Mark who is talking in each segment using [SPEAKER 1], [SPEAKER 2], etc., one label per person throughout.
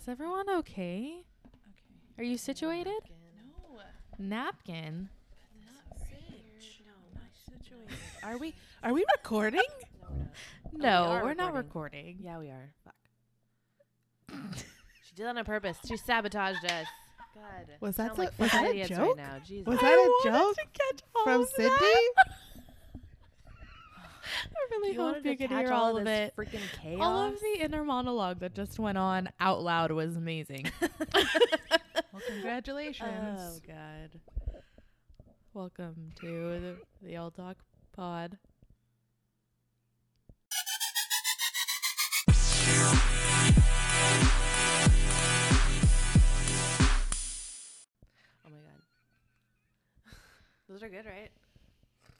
[SPEAKER 1] Is everyone okay? Are you situated?
[SPEAKER 2] No.
[SPEAKER 1] Napkin.
[SPEAKER 2] Are we are we recording?
[SPEAKER 1] No,
[SPEAKER 3] are
[SPEAKER 1] we are not recording.
[SPEAKER 3] Yeah, we are. Fuck. she did it on purpose. She sabotaged us. God.
[SPEAKER 2] Was
[SPEAKER 3] Sound
[SPEAKER 2] that so-
[SPEAKER 3] like
[SPEAKER 2] was that a
[SPEAKER 3] fucking idiots Right
[SPEAKER 2] joke?
[SPEAKER 3] now. Jesus.
[SPEAKER 2] Was
[SPEAKER 1] I
[SPEAKER 2] that a
[SPEAKER 1] wanted
[SPEAKER 2] joke
[SPEAKER 1] to catch all
[SPEAKER 2] from
[SPEAKER 1] of
[SPEAKER 2] Sydney?
[SPEAKER 1] that. I really
[SPEAKER 3] you wanted
[SPEAKER 1] hope you
[SPEAKER 3] to
[SPEAKER 1] could
[SPEAKER 3] catch
[SPEAKER 1] hear
[SPEAKER 3] all
[SPEAKER 1] all of
[SPEAKER 3] this
[SPEAKER 1] it.
[SPEAKER 3] Freaking chaos.
[SPEAKER 1] All of the inner monologue that just went on out loud was amazing. well, congratulations.
[SPEAKER 3] Oh God.
[SPEAKER 1] Welcome to the, the All Talk Pod.
[SPEAKER 3] Oh my God. Those are good, right?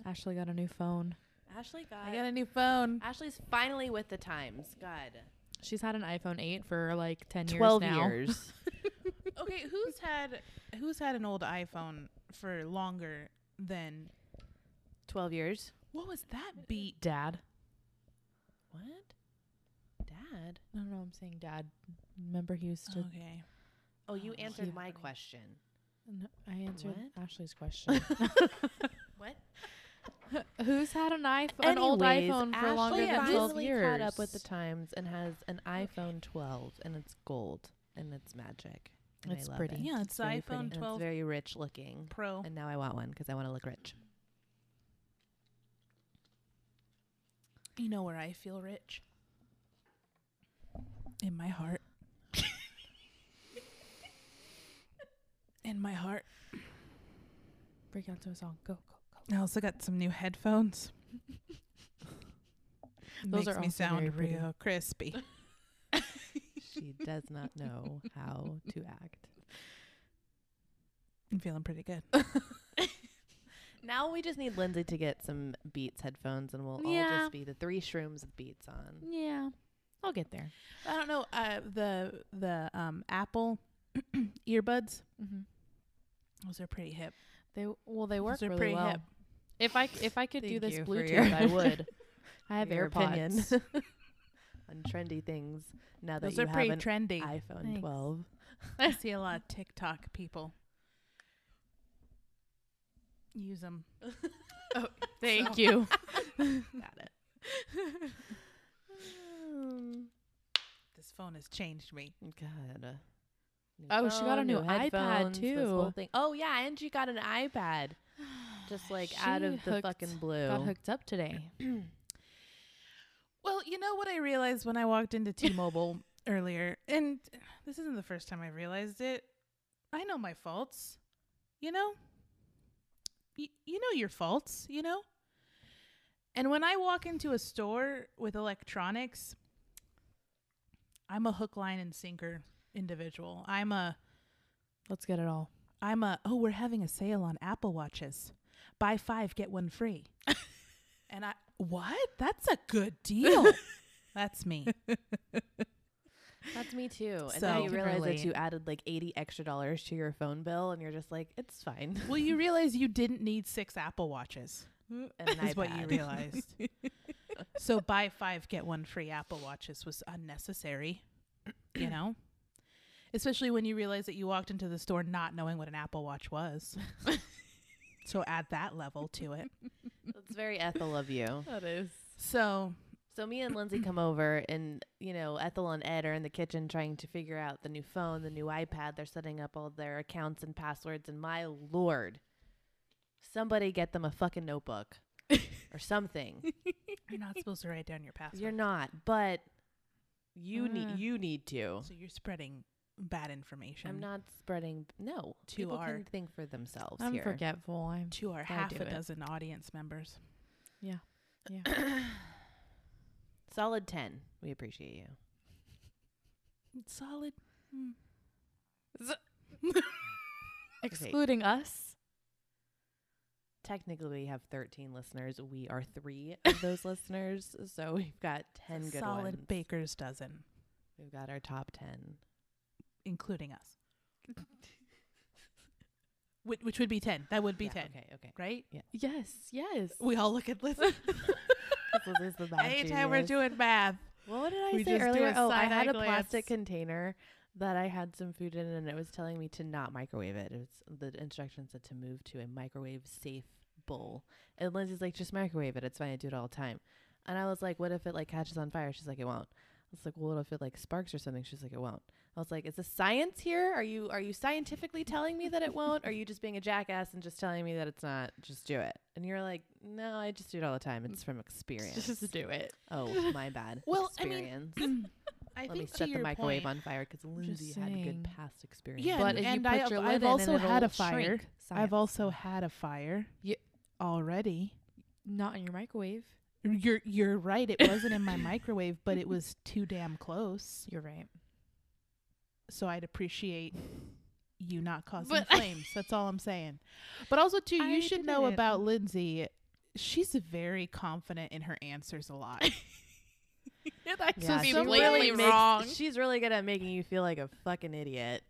[SPEAKER 1] Ashley got a new phone.
[SPEAKER 3] Ashley got.
[SPEAKER 2] I got a new phone.
[SPEAKER 3] Ashley's finally with the times. God.
[SPEAKER 1] She's had an iPhone 8 for like 10 years now.
[SPEAKER 3] years.
[SPEAKER 2] okay, who's had who's had an old iPhone for longer than
[SPEAKER 3] Twelve years.
[SPEAKER 2] what was that beat?
[SPEAKER 1] Dad.
[SPEAKER 3] What? Dad.
[SPEAKER 1] No, no, I'm saying dad. Remember he used to.
[SPEAKER 2] Okay.
[SPEAKER 3] Oh, you
[SPEAKER 2] Oh,
[SPEAKER 3] answered
[SPEAKER 1] yeah.
[SPEAKER 3] my question.
[SPEAKER 1] No, I answered
[SPEAKER 3] What?
[SPEAKER 1] Ashley's question.
[SPEAKER 3] What?
[SPEAKER 1] Who's had an iPhone, an old
[SPEAKER 3] Anyways,
[SPEAKER 1] iPhone for
[SPEAKER 3] Ashley
[SPEAKER 1] longer than
[SPEAKER 2] finally
[SPEAKER 1] 12 years?
[SPEAKER 3] caught up with the times and has an iPhone 12, and it's gold and it's magic. And
[SPEAKER 1] It's
[SPEAKER 3] I love
[SPEAKER 1] pretty.
[SPEAKER 3] It.
[SPEAKER 2] Yeah, it's the
[SPEAKER 3] very
[SPEAKER 2] iPhone
[SPEAKER 3] pretty, and
[SPEAKER 2] 12
[SPEAKER 3] It's very rich looking,
[SPEAKER 2] Pro.
[SPEAKER 3] and now I want one because I want to look rich.
[SPEAKER 2] You know where I feel rich? In my heart. In my heart.
[SPEAKER 1] Break out to a song. Go, go, go.
[SPEAKER 2] I also got some new headphones.
[SPEAKER 1] Those
[SPEAKER 2] Makes
[SPEAKER 1] are
[SPEAKER 2] me
[SPEAKER 1] also very
[SPEAKER 2] sound
[SPEAKER 1] pretty.
[SPEAKER 2] real crispy.
[SPEAKER 3] she does not know how to act.
[SPEAKER 2] I'm feeling pretty good.
[SPEAKER 3] Now we just need Lindsay to get some Beats headphones, and we'll all
[SPEAKER 1] Yeah.
[SPEAKER 3] just be the three shrooms with Beats on.
[SPEAKER 1] Yeah. I'll get there.
[SPEAKER 2] I don't know. Uh, the the um, Apple earbuds.
[SPEAKER 1] Mm-hmm.
[SPEAKER 2] Those are pretty hip.
[SPEAKER 1] They well, they work
[SPEAKER 2] Those are
[SPEAKER 1] really
[SPEAKER 2] pretty
[SPEAKER 1] well.
[SPEAKER 2] hip.
[SPEAKER 1] If I c- if I could do
[SPEAKER 3] Thank
[SPEAKER 1] this
[SPEAKER 3] you for
[SPEAKER 1] Bluetooth,
[SPEAKER 3] your-
[SPEAKER 1] I would. I have
[SPEAKER 3] Your opinion
[SPEAKER 1] AirPods.
[SPEAKER 3] on trendy things. Now that
[SPEAKER 2] Those
[SPEAKER 3] you
[SPEAKER 2] are
[SPEAKER 3] have
[SPEAKER 2] pretty
[SPEAKER 3] an
[SPEAKER 2] trendy. I,
[SPEAKER 3] iPhone
[SPEAKER 1] Thanks.
[SPEAKER 3] 12.
[SPEAKER 2] see a lot of TikTok people use Oh, them.
[SPEAKER 1] Thank you.
[SPEAKER 3] Got it. Um,
[SPEAKER 2] This phone has changed me.
[SPEAKER 3] God. New
[SPEAKER 1] Oh, she got a new iPad
[SPEAKER 3] headphones, this whole
[SPEAKER 1] too.
[SPEAKER 3] thing. Oh yeah, and she got an iPad, just like out
[SPEAKER 1] She
[SPEAKER 3] of the
[SPEAKER 1] hooked-
[SPEAKER 3] fucking blue.
[SPEAKER 1] Got hooked up today.
[SPEAKER 2] Well, you know what I realized when I walked into T-Mobile earlier, and this isn't the first time I realized it. I know my faults. You know. Y- you know your faults. You know. And when I walk into a store with electronics, I'm a hook, line, and sinker individual. I'm a
[SPEAKER 1] Let's get it all.
[SPEAKER 2] I'm a oh we're having a sale on Apple watches. Buy 5 get 1 free. and I what? That's a good deal. That's me.
[SPEAKER 3] That's me too. And
[SPEAKER 2] So-
[SPEAKER 3] now
[SPEAKER 2] I
[SPEAKER 3] you
[SPEAKER 2] can
[SPEAKER 3] realize that
[SPEAKER 1] relate.
[SPEAKER 3] you added like eighty extra dollars to your phone bill, and you're just like, it's fine.
[SPEAKER 2] Well, you realize you didn't need 6 Apple watches.
[SPEAKER 3] And an
[SPEAKER 2] Is what you
[SPEAKER 3] iPad.
[SPEAKER 2] realized. so buy 5 get 1 free Apple watches was unnecessary, you know? Especially when you realize that you walked into the store not knowing what an Apple watch was. so add that level to it.
[SPEAKER 3] That's very Ethel of you.
[SPEAKER 1] That is.
[SPEAKER 2] So
[SPEAKER 3] So me and Lindsay come over, and you know Ethel and Ed are in the kitchen trying to figure out the new phone, the new iPad. They're setting up all their accounts and passwords, and my lord, somebody get them a fucking notebook or something.
[SPEAKER 2] you're not supposed to write down your password.
[SPEAKER 3] You're not, but you
[SPEAKER 1] Uh.
[SPEAKER 3] need you need to.
[SPEAKER 2] So you're spreading bad information
[SPEAKER 3] I'm not spreading. No,
[SPEAKER 2] To
[SPEAKER 3] people
[SPEAKER 2] our-
[SPEAKER 3] can think for themselves
[SPEAKER 1] I'm
[SPEAKER 3] here.
[SPEAKER 1] forgetful. I'm
[SPEAKER 2] to our
[SPEAKER 1] I
[SPEAKER 2] half
[SPEAKER 1] do
[SPEAKER 2] a
[SPEAKER 1] it.
[SPEAKER 2] dozen audience members.
[SPEAKER 3] Solid ten. We appreciate you.
[SPEAKER 2] Solid.
[SPEAKER 1] excluding us.
[SPEAKER 3] Technically, we have 13 listeners. We are three of those listeners, so we've got 10 good
[SPEAKER 2] solid
[SPEAKER 3] ones.
[SPEAKER 2] baker's dozen,
[SPEAKER 3] We've got our top 10.
[SPEAKER 2] including us. which, which would be 10. That would be
[SPEAKER 3] Yeah,
[SPEAKER 2] 10,
[SPEAKER 3] Okay, okay.
[SPEAKER 2] right?
[SPEAKER 1] Yes. Yes.
[SPEAKER 2] We all look at Liz.
[SPEAKER 3] So this is the math
[SPEAKER 2] Anytime we're
[SPEAKER 3] genius.
[SPEAKER 2] doing math.
[SPEAKER 3] What did I
[SPEAKER 2] we
[SPEAKER 3] say
[SPEAKER 2] just do
[SPEAKER 3] earlier?
[SPEAKER 2] a
[SPEAKER 3] Oh, I
[SPEAKER 2] side-eye
[SPEAKER 3] had a
[SPEAKER 2] glance.
[SPEAKER 3] plastic container that I had some food in and it was telling me to not microwave it. It was the instructions said to move to a microwave safe bowl. And Lindsay's like, just microwave it. It's fine. I do it all the time. And I was like, what if it like catches on fire? She's like, it won't. I was like, well, what if it like sparks or something? She's like, it won't. I was like, is this science here? Are you are you scientifically telling me that it won't? Or are you just being a jackass and just telling me that it's not? Just do it. And you're like, no, I just do it all the time.
[SPEAKER 2] Mm.
[SPEAKER 3] It's from experience.
[SPEAKER 1] Just do it.
[SPEAKER 3] oh, my bad.
[SPEAKER 2] Well, I mean,
[SPEAKER 3] experience.
[SPEAKER 2] I
[SPEAKER 3] Let me set the microwave on fire because Lindsay had
[SPEAKER 1] saying.
[SPEAKER 3] good past experience.
[SPEAKER 2] Yeah,
[SPEAKER 1] But
[SPEAKER 2] and,
[SPEAKER 1] if you
[SPEAKER 2] and
[SPEAKER 1] put
[SPEAKER 2] I,
[SPEAKER 1] your lid
[SPEAKER 2] I've
[SPEAKER 1] in,
[SPEAKER 2] also
[SPEAKER 1] it'll
[SPEAKER 2] had a fire.
[SPEAKER 1] shrink.
[SPEAKER 2] I've also had a fire.
[SPEAKER 1] Ye-
[SPEAKER 2] already.
[SPEAKER 1] Not in your microwave.
[SPEAKER 2] You're you're right. It wasn't in my microwave, but it was too damn close.
[SPEAKER 1] You're right.
[SPEAKER 2] So I'd appreciate you not causing
[SPEAKER 1] But I-
[SPEAKER 2] flames. That's all I'm saying. But also too, you
[SPEAKER 1] I
[SPEAKER 2] should
[SPEAKER 1] did
[SPEAKER 2] know
[SPEAKER 1] it.
[SPEAKER 2] about Lindsay. She's very confident in her answers a lot.
[SPEAKER 1] that
[SPEAKER 2] Yeah,
[SPEAKER 1] should be
[SPEAKER 2] she really
[SPEAKER 1] blatantly
[SPEAKER 2] makes-
[SPEAKER 1] wrong.
[SPEAKER 3] she's really good at making you feel like a fucking idiot.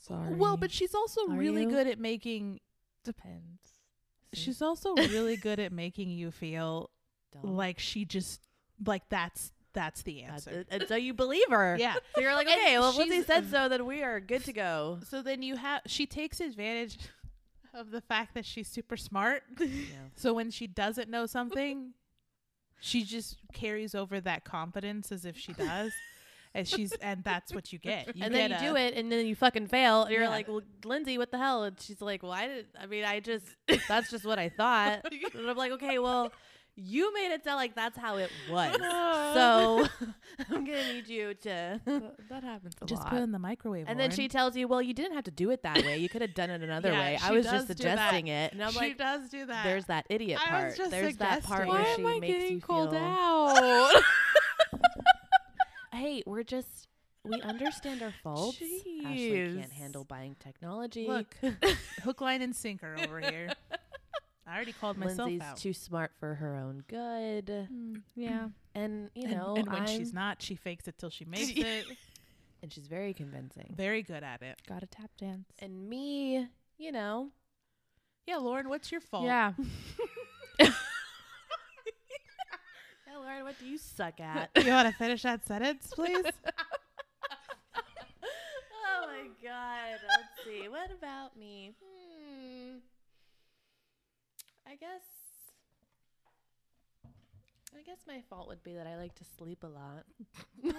[SPEAKER 3] Sorry.
[SPEAKER 2] well, but she's also
[SPEAKER 3] Are
[SPEAKER 2] really
[SPEAKER 3] you?
[SPEAKER 2] good at making
[SPEAKER 1] depends.
[SPEAKER 2] she's also really good at making you feel
[SPEAKER 3] Dumb.
[SPEAKER 2] like she just like that's that's the
[SPEAKER 3] Oh. That's
[SPEAKER 2] answer.
[SPEAKER 3] it. And so uh, you believe her.
[SPEAKER 2] Yeah.
[SPEAKER 3] So you're like,
[SPEAKER 2] And
[SPEAKER 3] okay, well, if Lindsay
[SPEAKER 2] she's-
[SPEAKER 3] said so, then we are good to go.
[SPEAKER 2] So then you have she takes advantage of the fact that she's super smart. So when she doesn't know something, she just carries over that confidence as if she does. And she's and that's what you get. You
[SPEAKER 3] and then you
[SPEAKER 2] get a-
[SPEAKER 3] do it, and then you fucking fail. You're
[SPEAKER 2] Yeah.
[SPEAKER 3] like, well, Lindsay, what the hell? And she's like, well, I did. I mean, I just that's just what I thought. and I'm like, okay, well, you made it sound like that's how it was. uh, so I'm gonna need you to.
[SPEAKER 1] That, that happens a
[SPEAKER 2] Just
[SPEAKER 1] lot.
[SPEAKER 2] put it in the microwave.
[SPEAKER 3] And then she
[SPEAKER 2] Lauren.
[SPEAKER 3] tells you, well, you didn't have to do it that way. You could have done it another
[SPEAKER 2] Yeah,
[SPEAKER 3] way. I
[SPEAKER 2] she
[SPEAKER 3] was just
[SPEAKER 2] does do that.
[SPEAKER 3] suggesting it. And I'm
[SPEAKER 2] she
[SPEAKER 3] like,
[SPEAKER 2] does do that.
[SPEAKER 3] there's that idiot
[SPEAKER 2] I was
[SPEAKER 3] part.
[SPEAKER 2] just
[SPEAKER 3] There's that part
[SPEAKER 2] suggesting.
[SPEAKER 3] where
[SPEAKER 1] Why
[SPEAKER 3] she
[SPEAKER 1] am I
[SPEAKER 3] makes
[SPEAKER 1] getting
[SPEAKER 3] you
[SPEAKER 1] called
[SPEAKER 3] feel,
[SPEAKER 1] out?
[SPEAKER 3] Hey, we're just, we understand our faults. Ashley
[SPEAKER 1] Jeez.
[SPEAKER 3] can't handle buying technology.
[SPEAKER 2] look, hook, line, and sinker over here. I already called myself
[SPEAKER 3] Lindsay's
[SPEAKER 2] out.
[SPEAKER 3] too smart for her own good.
[SPEAKER 1] yeah.
[SPEAKER 3] And, you
[SPEAKER 2] And-
[SPEAKER 3] know,
[SPEAKER 2] and, when
[SPEAKER 3] I'm-
[SPEAKER 2] she's not, she fakes it till she makes it.
[SPEAKER 3] and she's very convincing.
[SPEAKER 2] Very good at it.
[SPEAKER 1] Got a tap dance.
[SPEAKER 3] And me, you know,
[SPEAKER 2] Yeah, Lauren, what's your fault?
[SPEAKER 1] Yeah.
[SPEAKER 3] yeah, Lauren, what do you suck at?
[SPEAKER 2] You want to finish that sentence, please?
[SPEAKER 3] oh my god. Let's see. What about me? Hmm. I guess. I guess my fault would be that I like to sleep a lot.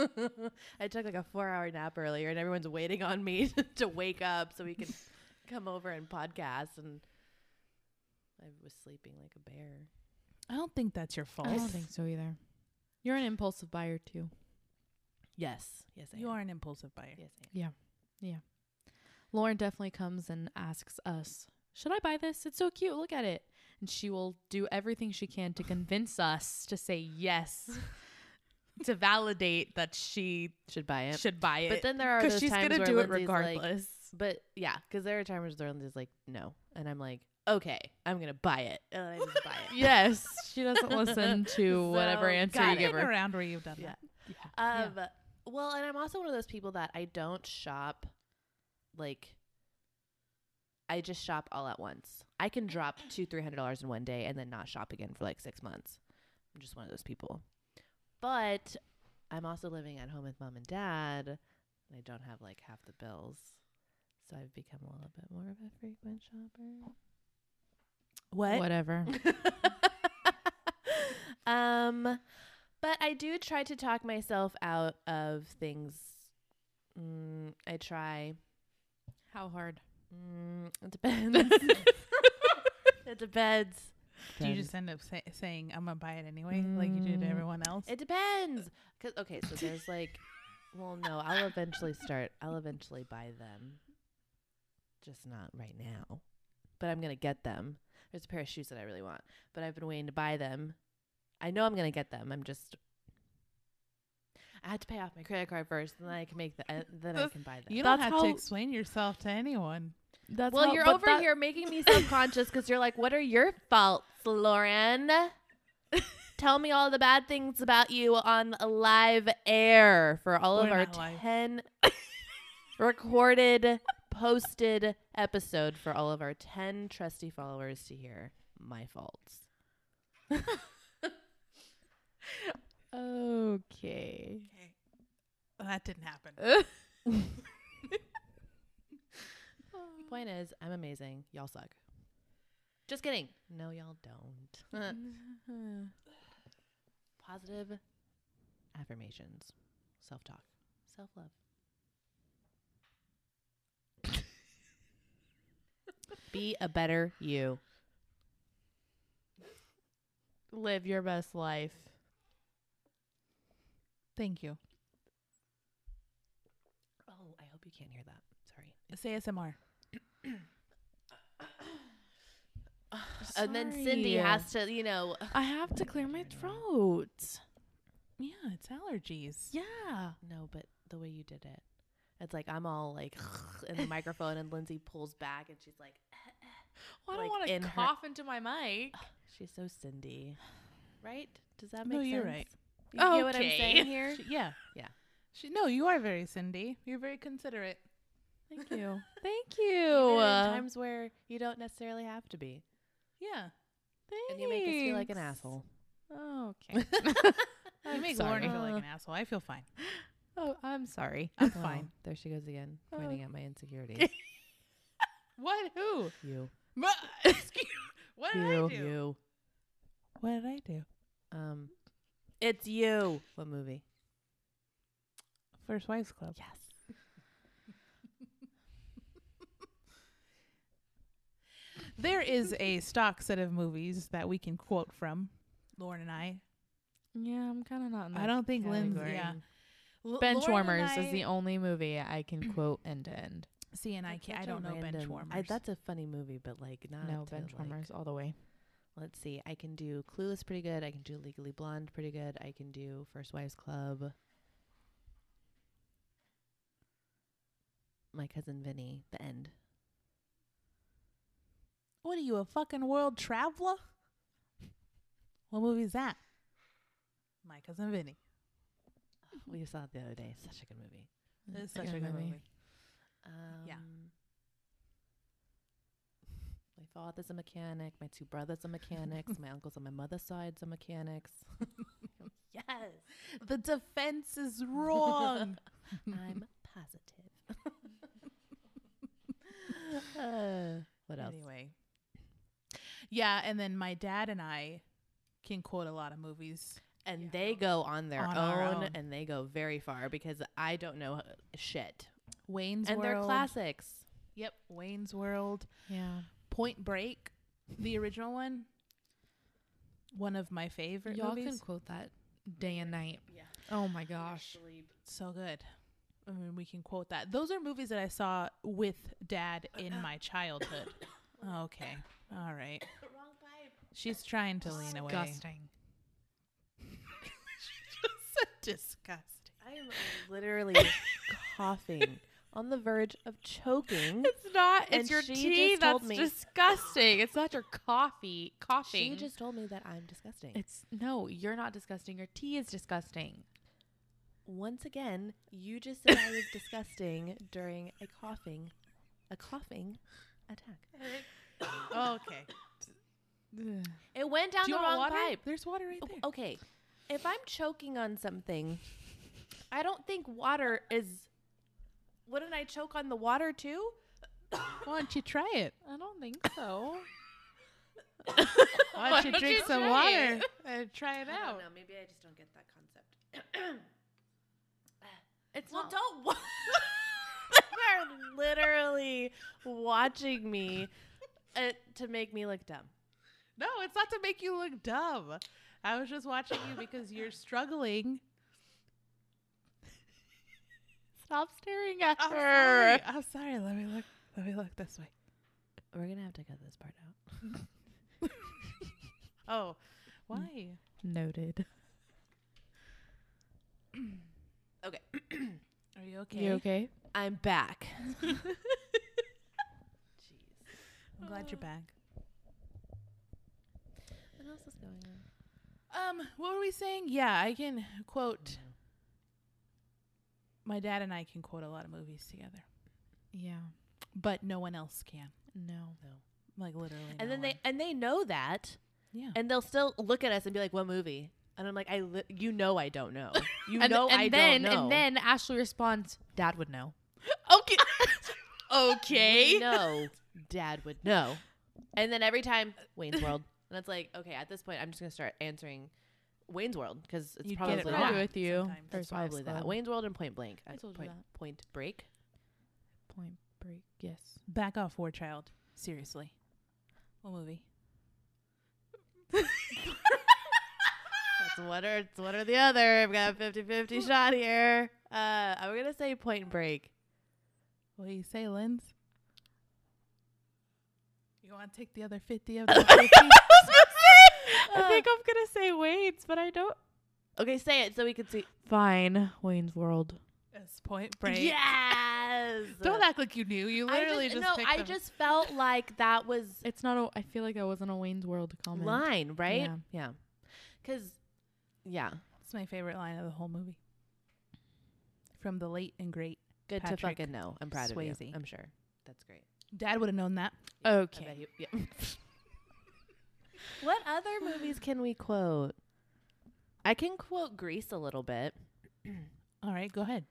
[SPEAKER 3] I took like a four-hour nap earlier, and everyone's waiting on me to wake up so we can come over and podcast. And I was sleeping like a bear.
[SPEAKER 2] I don't think that's your fault.
[SPEAKER 1] I don't think so either. You're an impulsive buyer too.
[SPEAKER 3] Yes, yes, I
[SPEAKER 2] You
[SPEAKER 3] am.
[SPEAKER 2] are an impulsive buyer.
[SPEAKER 3] Yes, I am.
[SPEAKER 1] Lauren definitely comes and asks us, Should I buy this? It's so cute. Look at it. And she will do everything she can to convince us to say yes, to validate that she
[SPEAKER 3] Should buy it.
[SPEAKER 1] should buy
[SPEAKER 3] But
[SPEAKER 1] it.
[SPEAKER 3] then there are those
[SPEAKER 1] she's
[SPEAKER 3] times
[SPEAKER 1] gonna
[SPEAKER 3] where
[SPEAKER 1] do it
[SPEAKER 3] Lindsay's like,
[SPEAKER 1] regardless.
[SPEAKER 3] But yeah, because there are times where Lindsay's like, no. And I'm like, okay, I'm going to buy it. And I just buy it.
[SPEAKER 1] yes, she doesn't listen to whatever
[SPEAKER 3] So,
[SPEAKER 1] answer
[SPEAKER 3] got
[SPEAKER 1] you
[SPEAKER 3] it.
[SPEAKER 1] give
[SPEAKER 2] Been
[SPEAKER 1] her.
[SPEAKER 2] around where you've done
[SPEAKER 3] Yeah.
[SPEAKER 2] that.
[SPEAKER 3] Um, Well, and I'm also one of those people that I don't shop like, I just shop all at once. I can drop two, three hundred dollars in one day and then not shop again for like six months. I'm just one of those people. But I'm also living at home with mom and dad, and I don't have like half the bills. So I've become a little bit more of a frequent shopper.
[SPEAKER 2] What?
[SPEAKER 1] Whatever.
[SPEAKER 3] um, but I do try to talk myself out of things. Mm, I try.
[SPEAKER 1] How hard?
[SPEAKER 3] Mm, it depends. it depends.
[SPEAKER 2] Do you just end up say- saying, I'm going to buy it anyway, like you do to
[SPEAKER 1] Mm.
[SPEAKER 2] everyone else? Uh,
[SPEAKER 3] It depends. 'Cause- okay, so there's like, well, no, I'll eventually start. I'll eventually buy them. Just not right now, but I'm gonna get them. There's a pair of shoes that I really want, but I've been waiting to buy them. I know I'm gonna get them. I'm just. I had to pay off my credit card first, and then I can make the. Uh, then I can buy them.
[SPEAKER 2] you don't
[SPEAKER 1] That's
[SPEAKER 2] have to
[SPEAKER 1] how-
[SPEAKER 2] explain yourself to anyone.
[SPEAKER 1] That's
[SPEAKER 3] well,
[SPEAKER 1] how-
[SPEAKER 3] you're
[SPEAKER 1] but
[SPEAKER 3] over
[SPEAKER 1] that-
[SPEAKER 3] here making me subconscious because you're like, what are your faults, Lauren? Tell me all the bad things about you on live air for all of
[SPEAKER 2] We're
[SPEAKER 3] our
[SPEAKER 2] not live.
[SPEAKER 3] 10 recorded, posted episode for all of our 10 trusty followers to hear my faults.
[SPEAKER 1] Okay.
[SPEAKER 2] Okay. that didn't happen.
[SPEAKER 3] Point is, I'm amazing. Y'all suck. Just kidding. No, y'all don't. Positive affirmations, self talk, self love. Be a better you.
[SPEAKER 1] Live your best life.
[SPEAKER 2] Thank you.
[SPEAKER 3] Oh, I hope you can't hear that. Sorry.
[SPEAKER 2] Say ASMR.
[SPEAKER 3] And then Cindy
[SPEAKER 1] Sorry.
[SPEAKER 3] has to, you know,
[SPEAKER 1] I have to clear my throat.
[SPEAKER 2] Yeah, it's allergies.
[SPEAKER 1] Yeah.
[SPEAKER 3] No, but the way you did it, it's like I'm all like in the microphone, and Lindsay pulls back, and she's like,
[SPEAKER 1] Well, I
[SPEAKER 3] Like,
[SPEAKER 1] don't want
[SPEAKER 3] in
[SPEAKER 1] to
[SPEAKER 3] her-
[SPEAKER 1] cough into my mic.
[SPEAKER 3] she's so Cindy, right? Does that make
[SPEAKER 2] No,
[SPEAKER 3] sense?
[SPEAKER 2] you're right.
[SPEAKER 3] You get what I'm
[SPEAKER 1] Okay.
[SPEAKER 3] saying here?
[SPEAKER 2] She- yeah.
[SPEAKER 3] Yeah.
[SPEAKER 2] She, no, you are very Cindy. You're very considerate.
[SPEAKER 1] Thank you. Thank
[SPEAKER 3] Even
[SPEAKER 1] you.
[SPEAKER 3] in
[SPEAKER 1] Uh,
[SPEAKER 3] times where you don't necessarily have to be,
[SPEAKER 2] Yeah.
[SPEAKER 3] and you make us feel like an
[SPEAKER 1] thanks.
[SPEAKER 3] asshole.
[SPEAKER 1] Oh, okay.
[SPEAKER 2] you make Lauren feel like an asshole. I feel fine.
[SPEAKER 1] Oh, I'm sorry.
[SPEAKER 2] I'm
[SPEAKER 3] Well,
[SPEAKER 2] fine.
[SPEAKER 3] There she goes again,
[SPEAKER 1] Oh.
[SPEAKER 3] pointing at my insecurities.
[SPEAKER 2] What? Who?
[SPEAKER 3] you,
[SPEAKER 2] Excuse- what did
[SPEAKER 3] you,
[SPEAKER 2] I do?
[SPEAKER 3] you.
[SPEAKER 2] What did I do?
[SPEAKER 3] Um, it's you. What movie?
[SPEAKER 2] First Wives Club.
[SPEAKER 3] Yes.
[SPEAKER 2] There is a stock set of movies that we can quote from, Lauren and I.
[SPEAKER 1] Yeah, I'm kind of not. In
[SPEAKER 2] I don't think Lindsay.
[SPEAKER 1] category.
[SPEAKER 2] Yeah. L- Lauren and
[SPEAKER 1] Benchwarmers
[SPEAKER 2] I-
[SPEAKER 1] is the only movie I can quote end to end.
[SPEAKER 2] See, and I
[SPEAKER 3] That's
[SPEAKER 2] can't, I
[SPEAKER 3] such a
[SPEAKER 2] don't know
[SPEAKER 3] random-
[SPEAKER 2] Benchwarmers.
[SPEAKER 3] I, that's a funny movie, but like not
[SPEAKER 1] No,
[SPEAKER 3] to, like-
[SPEAKER 1] Benchwarmers all the way.
[SPEAKER 3] let's see. I can do Clueless pretty good. I can do Legally Blonde pretty good. I can do First Wives Club. My cousin Vinny, the end.
[SPEAKER 2] what are you a fucking world traveler? What movie is that? My cousin Vinny.
[SPEAKER 3] we saw it the other day. Such a good movie.
[SPEAKER 2] It's such Mm, a good movie.
[SPEAKER 3] Um,
[SPEAKER 2] Yeah.
[SPEAKER 3] My father's a mechanic. My two brothers are mechanics. my uncles on my mother's side's are mechanics. yes,
[SPEAKER 2] The defense is wrong.
[SPEAKER 3] I'm positive. uh, what else?
[SPEAKER 2] Anyway. Yeah, and then my dad and I can quote a lot of movies.
[SPEAKER 3] and they go on their
[SPEAKER 2] On our
[SPEAKER 3] own,
[SPEAKER 2] own.
[SPEAKER 3] and they go very far because I don't know h- shit.
[SPEAKER 2] Wayne's
[SPEAKER 3] and
[SPEAKER 2] World.
[SPEAKER 3] they're classics.
[SPEAKER 2] Yep, Wayne's World.
[SPEAKER 1] Yeah.
[SPEAKER 2] Point Break, the original one. One of my favorite
[SPEAKER 1] Y'all
[SPEAKER 2] movies.
[SPEAKER 1] can quote that day and night.
[SPEAKER 3] Yeah.
[SPEAKER 1] Oh my gosh.
[SPEAKER 2] so good. I mean, we can quote that. Those are movies that I saw with dad in my childhood. Okay. All right. She's trying to lean away.
[SPEAKER 1] Disgusting.
[SPEAKER 2] Disgusting.
[SPEAKER 3] I am literally coughing on the verge of choking.
[SPEAKER 1] It's not.
[SPEAKER 3] And
[SPEAKER 1] It's your
[SPEAKER 3] she
[SPEAKER 1] tea.
[SPEAKER 3] just told
[SPEAKER 1] That's
[SPEAKER 3] me-
[SPEAKER 1] disgusting. It's not your coffee. Coughing.
[SPEAKER 3] She just told me that I'm disgusting.
[SPEAKER 1] It's no. You're not disgusting. Your tea is disgusting.
[SPEAKER 3] Once again, you just said I was disgusting during a coughing, a coughing attack.
[SPEAKER 2] Okay.
[SPEAKER 3] It went down
[SPEAKER 2] Do you
[SPEAKER 3] the
[SPEAKER 2] want
[SPEAKER 3] wrong
[SPEAKER 2] water?
[SPEAKER 3] pipe.
[SPEAKER 2] There's water right there.
[SPEAKER 3] Okay, if I'm choking on something, I don't think water is. Wouldn't I choke on the water too?
[SPEAKER 2] oh, Why don't you try it?
[SPEAKER 1] I don't think so.
[SPEAKER 2] Why don't you
[SPEAKER 1] don't
[SPEAKER 2] drink
[SPEAKER 1] you
[SPEAKER 2] some
[SPEAKER 1] try
[SPEAKER 2] water
[SPEAKER 1] it?
[SPEAKER 2] and try it out?
[SPEAKER 3] Maybe I just don't get that concept.
[SPEAKER 1] It's
[SPEAKER 3] Well,
[SPEAKER 1] not.
[SPEAKER 3] don't. Wa- They're literally watching me uh, to make me look dumb.
[SPEAKER 2] No, it's not to make you look dumb. I was just watching you because you're struggling.
[SPEAKER 1] Stop staring at
[SPEAKER 2] I'm
[SPEAKER 1] her.
[SPEAKER 2] sorry. I'm sorry. Let me look. Let me look this way.
[SPEAKER 3] We're gonna have to cut this part out.
[SPEAKER 2] Oh, why?
[SPEAKER 1] Noted.
[SPEAKER 2] Are you okay?
[SPEAKER 1] You okay?
[SPEAKER 3] I'm back. Jeez.
[SPEAKER 2] I'm glad you're back.
[SPEAKER 3] What else is going on?
[SPEAKER 2] Um, what were we saying? Yeah, I can quote. My dad and I can quote a lot of movies together,
[SPEAKER 1] Yeah.
[SPEAKER 2] but no one else can.
[SPEAKER 1] No.
[SPEAKER 2] Like literally.
[SPEAKER 3] And
[SPEAKER 2] no
[SPEAKER 3] then they
[SPEAKER 2] one.
[SPEAKER 3] and they know that,
[SPEAKER 2] yeah.
[SPEAKER 3] and they'll still look at us and be like, "What movie?" And I'm like, I li- you know I don't know. You
[SPEAKER 1] and,
[SPEAKER 3] know
[SPEAKER 1] and
[SPEAKER 3] I
[SPEAKER 1] then
[SPEAKER 3] don't know.
[SPEAKER 1] and then Ashley responds, "Dad would know."
[SPEAKER 3] okay,
[SPEAKER 1] Okay.
[SPEAKER 3] no, Dad would know. And then every time Wayne's World, and it's like, okay, at this point, I'm just gonna start answering Wayne's World because it's
[SPEAKER 2] You'd get
[SPEAKER 3] probably
[SPEAKER 2] it
[SPEAKER 1] Get it
[SPEAKER 2] wrong.
[SPEAKER 1] right
[SPEAKER 3] that.
[SPEAKER 1] with you.
[SPEAKER 2] Sometimes.
[SPEAKER 3] It's
[SPEAKER 1] First Wives
[SPEAKER 3] probably that.
[SPEAKER 1] Club.
[SPEAKER 3] Wayne's World and Point Blank.
[SPEAKER 1] I
[SPEAKER 3] Uh,
[SPEAKER 1] told you
[SPEAKER 3] point,
[SPEAKER 1] that.
[SPEAKER 3] Point Break.
[SPEAKER 1] Point Break. Yes.
[SPEAKER 2] Back off, War Child. Seriously. What movie?
[SPEAKER 3] That's what or it's one or the other. I've got a 50-50 shot here. Uh, I'm gonna say Point Break.
[SPEAKER 2] What do you say, Linz? You want to take the other 50 of the 50?
[SPEAKER 1] I
[SPEAKER 3] Uh,
[SPEAKER 1] think I'm gonna say Wayne's, but I don't.
[SPEAKER 3] Okay, say it so we can see.
[SPEAKER 1] Fine, Wayne's World.
[SPEAKER 2] It's point break.
[SPEAKER 3] Yes.
[SPEAKER 2] Don't act like you knew. You literally
[SPEAKER 3] I just,
[SPEAKER 2] just,
[SPEAKER 3] no.
[SPEAKER 2] picked
[SPEAKER 3] I
[SPEAKER 2] them.
[SPEAKER 3] just felt like that was
[SPEAKER 1] It's not a. I feel like that wasn't a Wayne's World comment.
[SPEAKER 3] line, right?
[SPEAKER 1] Yeah.
[SPEAKER 3] Yeah. Because, yeah,
[SPEAKER 2] It's my favorite line of the whole movie. From the late and great.
[SPEAKER 3] good
[SPEAKER 2] Patrick
[SPEAKER 3] to fucking know. I'm proud of you.
[SPEAKER 2] Swayze.
[SPEAKER 3] I'm sure. That's great.
[SPEAKER 2] Dad would have known that.
[SPEAKER 3] I bet
[SPEAKER 1] Okay.
[SPEAKER 3] you- yeah. what other movies can we quote? I can quote Grease a little bit.
[SPEAKER 2] All right, go ahead.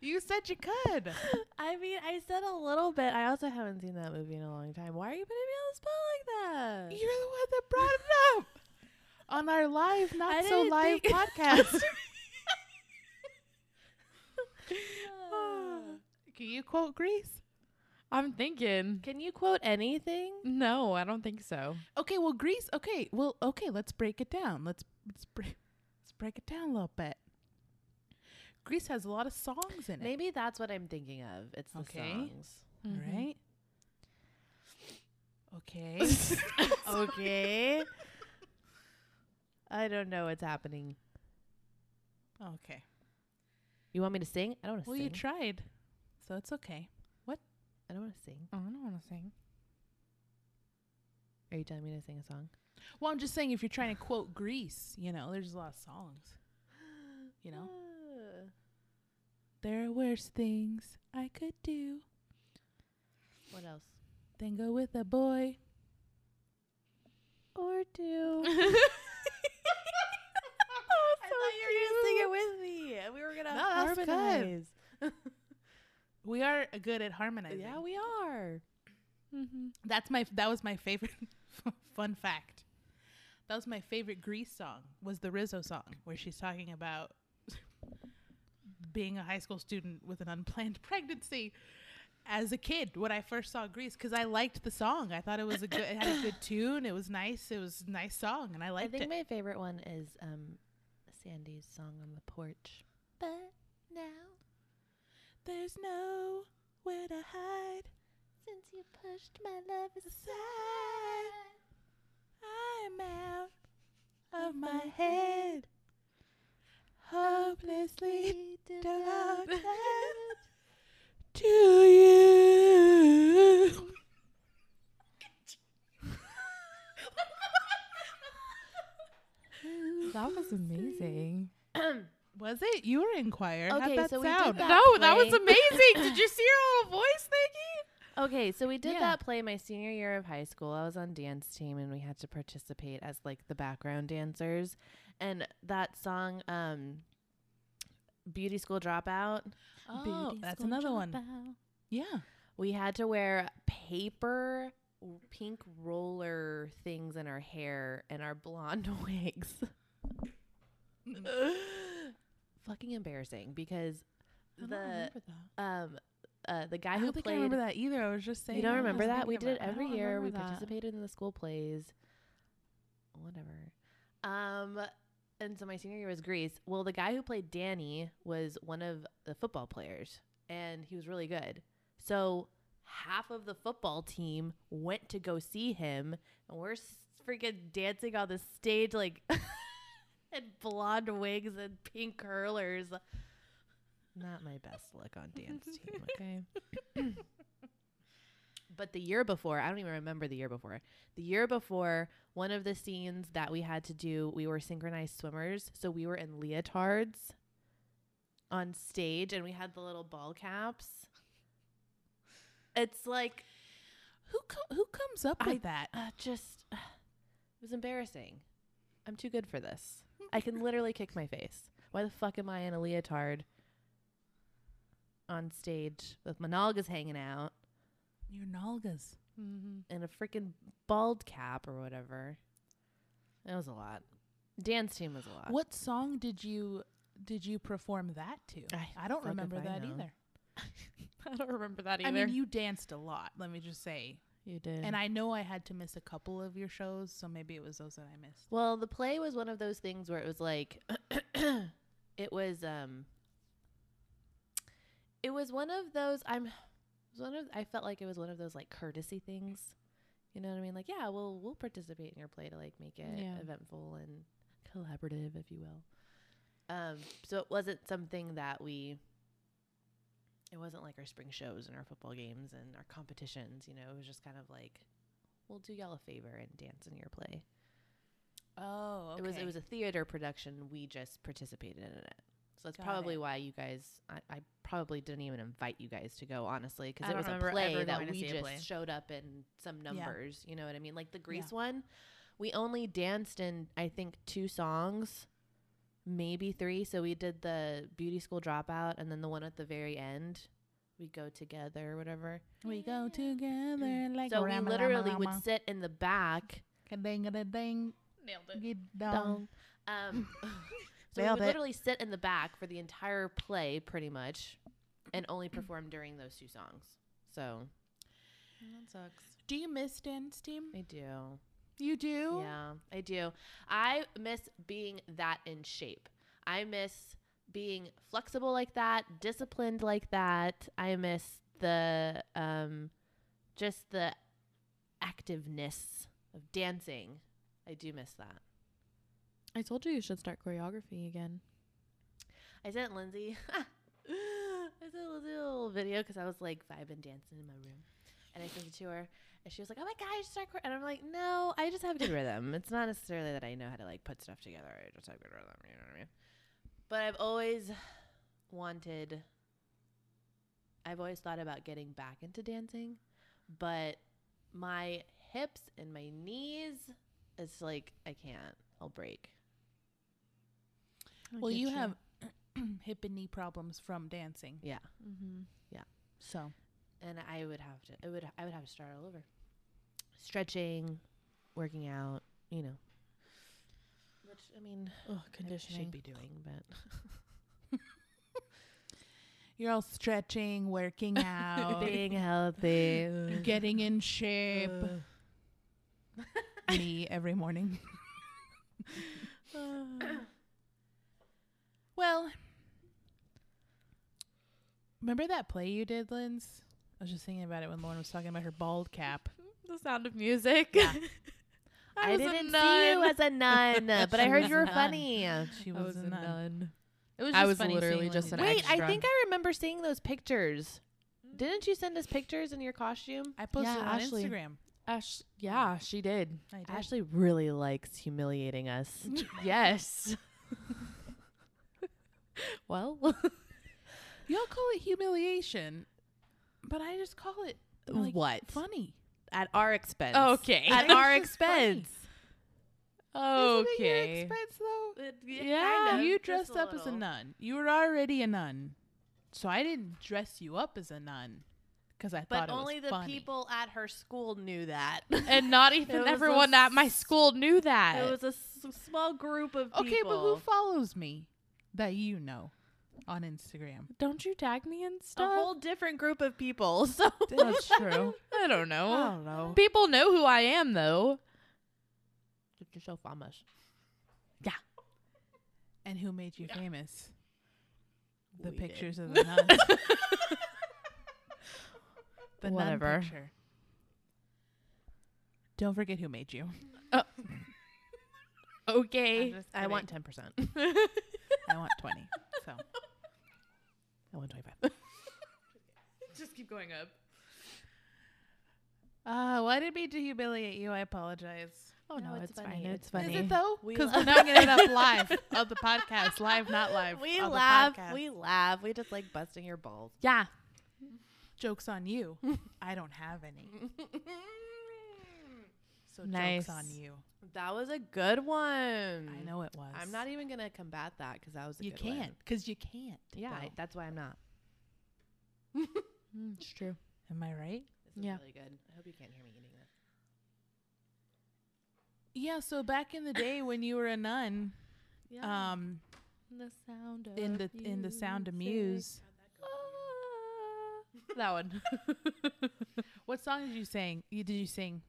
[SPEAKER 2] You said you could.
[SPEAKER 3] I mean, I said a little bit. I also haven't seen that movie in a long time. Why are you putting me on the spot like that?
[SPEAKER 2] You're the one that brought it up on our live, not
[SPEAKER 3] I
[SPEAKER 2] so
[SPEAKER 3] didn't
[SPEAKER 2] live
[SPEAKER 3] think-
[SPEAKER 2] podcast.
[SPEAKER 3] Uh,
[SPEAKER 2] Can you quote Grease?
[SPEAKER 1] I'm thinking.
[SPEAKER 3] Can you quote anything?
[SPEAKER 1] No, I don't think so.
[SPEAKER 2] Okay, well, Grease. Okay, well, okay. Let's break it down. Let's let's break let's break it down a little bit. Grease has a lot of songs in it,
[SPEAKER 3] Maybe that's what I'm thinking of. It's the
[SPEAKER 2] Okay.
[SPEAKER 3] songs.
[SPEAKER 1] Mm-hmm.
[SPEAKER 2] right? mm-hmm. Okay.
[SPEAKER 1] Mm-hmm.
[SPEAKER 3] okay. I don't know what's happening.
[SPEAKER 2] okay.
[SPEAKER 3] You want me to sing? I don't want to
[SPEAKER 2] Well,
[SPEAKER 3] sing.
[SPEAKER 2] you tried, so it's okay.
[SPEAKER 3] I don't want to sing.
[SPEAKER 1] Oh, I don't want to sing.
[SPEAKER 3] Are you telling me to sing a song?
[SPEAKER 2] Well, I'm just saying, if you're trying to quote Grease, you know, there's a lot of songs. You know,
[SPEAKER 3] Ah,
[SPEAKER 2] there are worse things I could do
[SPEAKER 3] What else?
[SPEAKER 2] than go with a boy.
[SPEAKER 3] Or do. Oh, I thought you were gonna sing it with me. and We were gonna
[SPEAKER 2] No, that's good.
[SPEAKER 3] harmonize.
[SPEAKER 2] We are good at harmonizing.
[SPEAKER 3] Yeah, we are.
[SPEAKER 1] Mm-hmm.
[SPEAKER 2] That's my that was my favorite fun fact. That was my favorite Grease song was the Rizzo song where she's talking about being a high school student with an unplanned pregnancy as a kid when I first saw Grease because I liked the song. I thought it was a good it had a good tune. It was nice. It was a nice song and I
[SPEAKER 3] I
[SPEAKER 2] liked
[SPEAKER 3] think
[SPEAKER 2] it.
[SPEAKER 3] my favorite one is um, Sandy's song on the porch. But now,
[SPEAKER 2] There's no where to hide
[SPEAKER 3] since you pushed my love aside.
[SPEAKER 2] I'm out of my head. Hopelessly devoted to you.
[SPEAKER 1] That was amazing.
[SPEAKER 2] Was it? You were in choir.
[SPEAKER 3] Okay,
[SPEAKER 2] How'd that
[SPEAKER 3] so we did
[SPEAKER 2] sound?
[SPEAKER 3] that
[SPEAKER 1] no, that was
[SPEAKER 3] play.
[SPEAKER 1] amazing. Did you see her little voice thingy?
[SPEAKER 3] Okay, so we did
[SPEAKER 1] Yeah.
[SPEAKER 3] that play my senior year of high school. I was on dance team and we had to participate as like the background dancers. And that song, um, Beauty School Dropout,
[SPEAKER 2] Oh, that's another one. Yeah.
[SPEAKER 3] we had to wear paper w- pink roller things in our hair and our blonde wigs. Fucking embarrassing because the um uh the guy
[SPEAKER 2] I
[SPEAKER 3] who
[SPEAKER 2] don't think I
[SPEAKER 3] played
[SPEAKER 2] remember that either. I was just saying.
[SPEAKER 3] You don't
[SPEAKER 2] I was
[SPEAKER 3] remember
[SPEAKER 2] just
[SPEAKER 3] that? We
[SPEAKER 2] thinking
[SPEAKER 3] did it
[SPEAKER 2] about
[SPEAKER 1] I
[SPEAKER 3] every
[SPEAKER 1] don't
[SPEAKER 3] year. We
[SPEAKER 1] remember that.
[SPEAKER 3] participated in the school plays. Whatever. Um and so my senior year was Greece. Well, the guy who played Danny was one of the football players and he was really good. So half of the football team went to go see him and we're s- freaking dancing on the stage like and blonde wigs and pink curlers. Not my best look on dance team, okay? But the year before, I don't even remember the year before. The year before, one of the scenes that we had to do, we were synchronized swimmers. So we were in leotards on stage and we had the little ball caps. It's like
[SPEAKER 2] Who co- who comes up
[SPEAKER 3] I-
[SPEAKER 2] with that?
[SPEAKER 3] Uh, just it was embarrassing. I'm too good for this. I can literally kick my face. Why the fuck am I in a leotard on stage with my nalgas hanging out
[SPEAKER 2] Your nalgas.
[SPEAKER 1] Mm-hmm.
[SPEAKER 3] and a freaking bald cap or whatever? That was a lot. Dan's team was a lot.
[SPEAKER 2] What song did you did you perform that to?
[SPEAKER 3] I
[SPEAKER 2] I don't
[SPEAKER 3] fuck if
[SPEAKER 2] remember
[SPEAKER 3] I
[SPEAKER 2] that
[SPEAKER 3] know.
[SPEAKER 2] either.
[SPEAKER 1] I don't remember that either.
[SPEAKER 2] I mean, you danced a lot. Let me just say,
[SPEAKER 1] you did.
[SPEAKER 2] and I know I had to miss a couple of your shows, so maybe it was those that I missed.
[SPEAKER 3] Well, the play was one of those things where it was like it was um it was one of those I'm it was one of I felt like it was one of those like courtesy things. You know what I mean? Like, yeah, we'll we'll participate in your play to like make it
[SPEAKER 1] Yeah.
[SPEAKER 3] eventful and collaborative, if you will. Um, so it wasn't something that we it wasn't like our spring shows and our football games and our competitions, you know, it was just kind of like we'll do y'all a favor and dance in your play.
[SPEAKER 2] Oh,
[SPEAKER 3] It was it was a theater production. We just participated in it. So that's
[SPEAKER 2] Got
[SPEAKER 3] probably
[SPEAKER 2] it.
[SPEAKER 3] why you guys. I, I probably didn't even invite you guys to go, honestly,
[SPEAKER 1] I
[SPEAKER 3] because it
[SPEAKER 1] don't
[SPEAKER 3] was a
[SPEAKER 1] remember ever
[SPEAKER 3] play
[SPEAKER 1] going
[SPEAKER 3] that
[SPEAKER 1] to
[SPEAKER 3] we
[SPEAKER 1] see a
[SPEAKER 3] just
[SPEAKER 1] play.
[SPEAKER 3] showed up in some numbers. You know what I mean? Like the Grease one, we only danced in I think two songs, maybe three. So we did the Beauty School Dropout, and then the one at the very end, we go together, or whatever.
[SPEAKER 2] we go together like
[SPEAKER 3] so we
[SPEAKER 2] rama,
[SPEAKER 3] literally
[SPEAKER 2] rama,
[SPEAKER 3] would sit in the back.
[SPEAKER 2] rama. ding a ding
[SPEAKER 1] nailed
[SPEAKER 2] get down.
[SPEAKER 3] Um, so we
[SPEAKER 2] Nailed
[SPEAKER 3] would
[SPEAKER 2] it.
[SPEAKER 3] literally sit in the back for the entire play, pretty much, and only perform during those two songs. So
[SPEAKER 1] That sucks.
[SPEAKER 2] Do you miss dance team?
[SPEAKER 3] I do,
[SPEAKER 2] You do.
[SPEAKER 3] yeah, I do. I miss being that in shape. I miss being flexible like that, disciplined like that. I miss the um, just the activeness of dancing. I do miss that.
[SPEAKER 1] I told you you should start choreography again.
[SPEAKER 3] I sent Lindsay. I sent Lindsay a little video because I was like vibing, dancing in my room, and I sent it to her, and she was like, "Oh my god, you should start!" chor-" And I'm like, "No, I just have good rhythm. It's not necessarily that I know how to like put stuff together. I just have good rhythm. You know what I mean?" But I've always wanted. I've always thought about getting back into dancing, but my hips and my knees, it's like I can't. I'll break.
[SPEAKER 2] Well, you have hip and knee problems from dancing,
[SPEAKER 3] Yeah.
[SPEAKER 1] Mm-hmm.
[SPEAKER 2] so
[SPEAKER 3] and I would have to it would I would have to start all over. Stretching, working out, you know. Which I mean
[SPEAKER 1] Oh,
[SPEAKER 3] I should be doing, but
[SPEAKER 2] you're all stretching, working out,
[SPEAKER 3] being healthy.
[SPEAKER 2] getting in shape.
[SPEAKER 3] Ugh.
[SPEAKER 2] me every morning. well, remember that play you did, Linz? I was just thinking about it when Lauren was talking about her bald cap.
[SPEAKER 1] The sound of music.
[SPEAKER 2] Yeah.
[SPEAKER 1] I,
[SPEAKER 3] I,
[SPEAKER 1] was
[SPEAKER 3] didn't
[SPEAKER 1] a
[SPEAKER 3] see you
[SPEAKER 1] nun.
[SPEAKER 3] as a nun, but I
[SPEAKER 2] She
[SPEAKER 3] heard
[SPEAKER 2] was
[SPEAKER 3] you
[SPEAKER 2] a
[SPEAKER 3] were
[SPEAKER 2] nun.
[SPEAKER 3] funny.
[SPEAKER 2] She
[SPEAKER 1] I was a
[SPEAKER 2] nun.
[SPEAKER 1] nun.
[SPEAKER 2] It was
[SPEAKER 1] I
[SPEAKER 2] just
[SPEAKER 1] was
[SPEAKER 2] funny
[SPEAKER 1] literally
[SPEAKER 2] seeing
[SPEAKER 1] just
[SPEAKER 2] Lindsay.
[SPEAKER 1] an
[SPEAKER 3] Wait, I Mm-hmm.
[SPEAKER 1] extra.
[SPEAKER 3] think I remember seeing those pictures. Didn't you send us pictures in your costume?
[SPEAKER 2] I posted
[SPEAKER 1] Yeah,
[SPEAKER 2] it on
[SPEAKER 1] Ashley.
[SPEAKER 2] Instagram.
[SPEAKER 1] Ash- yeah, she did.
[SPEAKER 2] I did.
[SPEAKER 3] Ashley really likes humiliating us.
[SPEAKER 1] yes. well,
[SPEAKER 2] Y'all call it humiliation, but I just call it like,
[SPEAKER 3] what?
[SPEAKER 2] funny.
[SPEAKER 3] At our expense.
[SPEAKER 1] okay.
[SPEAKER 3] At
[SPEAKER 2] It's
[SPEAKER 3] our
[SPEAKER 2] just funny.
[SPEAKER 3] expense.
[SPEAKER 2] Isn't it your
[SPEAKER 1] okay.
[SPEAKER 2] expense though?
[SPEAKER 1] kind of,
[SPEAKER 2] you dressed up as a nun. You were already a nun, so I didn't dress you up as a nun because I thought
[SPEAKER 3] But
[SPEAKER 2] it was
[SPEAKER 3] only the
[SPEAKER 2] funny.
[SPEAKER 3] people at her school knew that.
[SPEAKER 1] And not
[SPEAKER 3] It
[SPEAKER 1] even
[SPEAKER 3] was a
[SPEAKER 1] everyone at my
[SPEAKER 3] s-
[SPEAKER 1] school knew that.
[SPEAKER 3] it was a s- small group of people.
[SPEAKER 2] Okay, but who follows me that you know on Instagram?
[SPEAKER 1] Don't you tag me and
[SPEAKER 3] a
[SPEAKER 1] stuff?
[SPEAKER 3] whole different group of people. So
[SPEAKER 2] That's true.
[SPEAKER 1] I don't know.
[SPEAKER 3] I don't know.
[SPEAKER 1] People know who I am though.
[SPEAKER 3] You're so famous.
[SPEAKER 2] And who made you famous? The
[SPEAKER 3] We did.
[SPEAKER 2] pictures of the nun. the
[SPEAKER 1] Whatever.
[SPEAKER 2] nun picture. Don't forget who made you.
[SPEAKER 1] Okay.
[SPEAKER 3] I
[SPEAKER 2] kidding.
[SPEAKER 3] want ten percent.
[SPEAKER 2] I want twenty. So
[SPEAKER 3] I want twenty-five.
[SPEAKER 1] Just keep going up.
[SPEAKER 2] uh, why did we do humiliate you? I apologize.
[SPEAKER 1] Oh no, it's, funny. It's
[SPEAKER 2] Is
[SPEAKER 1] funny.
[SPEAKER 2] it though?
[SPEAKER 3] We
[SPEAKER 2] Because
[SPEAKER 3] lo-
[SPEAKER 2] we're bringing it up live on the podcast, live not live.
[SPEAKER 3] We
[SPEAKER 2] on the
[SPEAKER 3] laugh.
[SPEAKER 2] podcast.
[SPEAKER 3] We laugh. We just like busting your balls.
[SPEAKER 1] yeah.
[SPEAKER 2] jokes on you. I don't have any. So
[SPEAKER 1] Nice.
[SPEAKER 2] jokes on you.
[SPEAKER 3] That was a good one.
[SPEAKER 2] I know it was.
[SPEAKER 3] Mm. I'm not even gonna combat that because that was a
[SPEAKER 2] You
[SPEAKER 3] good one.
[SPEAKER 2] can't, because you can't.
[SPEAKER 3] Yeah, I-
[SPEAKER 2] though.
[SPEAKER 3] that's why I'm not.
[SPEAKER 1] Mm, it's true.
[SPEAKER 2] Am I right?
[SPEAKER 3] This is
[SPEAKER 1] Yeah.
[SPEAKER 3] really good. I hope you can't hear me eating that.
[SPEAKER 2] Yeah. So back in the day when you were a nun,
[SPEAKER 1] Yeah.
[SPEAKER 2] um,
[SPEAKER 1] the sound of
[SPEAKER 2] in the in the sound of muse.
[SPEAKER 1] Ah. that one.
[SPEAKER 2] What song did you sing? You did you sing?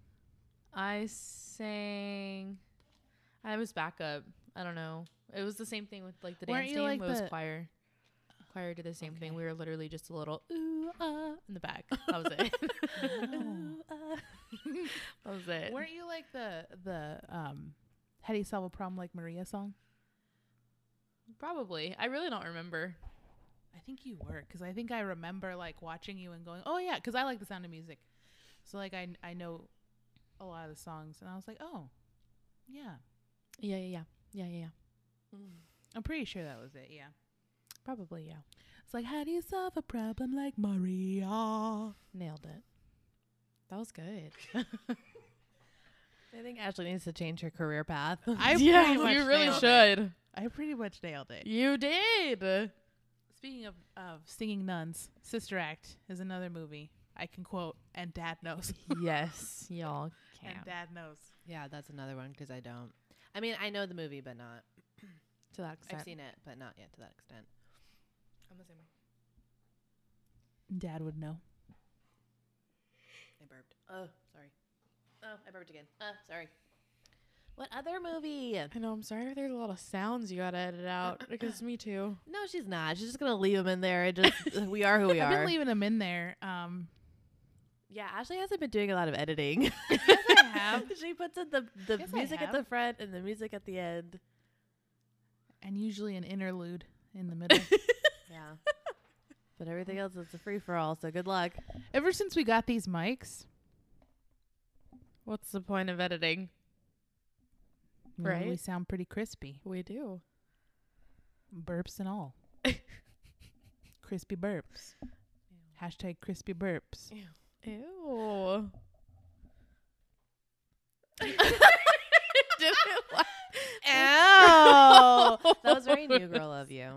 [SPEAKER 1] I sang. I was backup. I don't know. It was the same thing with like the
[SPEAKER 2] Weren't
[SPEAKER 1] dance
[SPEAKER 2] you,
[SPEAKER 1] team.
[SPEAKER 2] like,
[SPEAKER 1] it was
[SPEAKER 2] the-
[SPEAKER 1] choir. Choir did the same thing.
[SPEAKER 2] Okay.
[SPEAKER 1] We were literally just a little ooh
[SPEAKER 2] uh,
[SPEAKER 1] ah in the back. That was it.
[SPEAKER 2] Wow.
[SPEAKER 1] that was it.
[SPEAKER 2] Weren't you like the the um, how do you solve a problem like Maria song?
[SPEAKER 1] Probably. I really don't remember.
[SPEAKER 2] I think you were, 'cause I think I remember like watching you and going, oh yeah, 'cause I like the sound of music. So like I I know a lot of the songs, and I was like, oh, yeah,
[SPEAKER 1] Yeah, yeah, yeah, yeah, yeah, yeah.
[SPEAKER 2] I'm pretty sure that was it. Yeah,
[SPEAKER 1] Probably, yeah.
[SPEAKER 2] it's like how do you solve a problem like Maria?
[SPEAKER 1] Nailed it. That was good.
[SPEAKER 3] I think Ashley needs to change her career path.
[SPEAKER 2] I pretty much
[SPEAKER 1] you really
[SPEAKER 2] nailed It.
[SPEAKER 1] should.
[SPEAKER 2] I pretty much nailed it.
[SPEAKER 1] You did.
[SPEAKER 2] Speaking of of singing nuns, Sister Act is another movie I can quote, and Dad knows,
[SPEAKER 1] yes, y'all can.
[SPEAKER 2] and Dad knows.
[SPEAKER 3] yeah, that's another one because I don't. I mean, I know the movie, but not.
[SPEAKER 1] to that extent.
[SPEAKER 3] I've seen it, but not yet to that extent.
[SPEAKER 1] I'm the same way.
[SPEAKER 2] Dad would know.
[SPEAKER 3] I burped. Oh, sorry. Oh, I burped again. Uh, sorry. What other movie?
[SPEAKER 1] I know. I'm sorry. if There's a lot of sounds you gotta edit out because me too.
[SPEAKER 3] No, she's not. She's just gonna leave them in there. It just we are who we
[SPEAKER 2] I've
[SPEAKER 3] are.
[SPEAKER 2] been leaving them in there. Um,
[SPEAKER 3] yeah, Ashley hasn't been doing a lot of editing.
[SPEAKER 2] I have.
[SPEAKER 3] she puts in the the
[SPEAKER 2] Yes, I
[SPEAKER 3] music at
[SPEAKER 2] have.
[SPEAKER 3] the front and the music at the end.
[SPEAKER 2] and usually an interlude in the middle.
[SPEAKER 3] Yeah. but everything else is a free for all, so good luck.
[SPEAKER 2] Ever since we got these mics,
[SPEAKER 1] What's the point of editing?
[SPEAKER 2] you know, we
[SPEAKER 1] Right.
[SPEAKER 2] sound pretty crispy,
[SPEAKER 1] We do.
[SPEAKER 2] burps and all. crispy burps. Hashtag crispy burps.
[SPEAKER 1] Ew.
[SPEAKER 3] Ow! that was very new girl of you.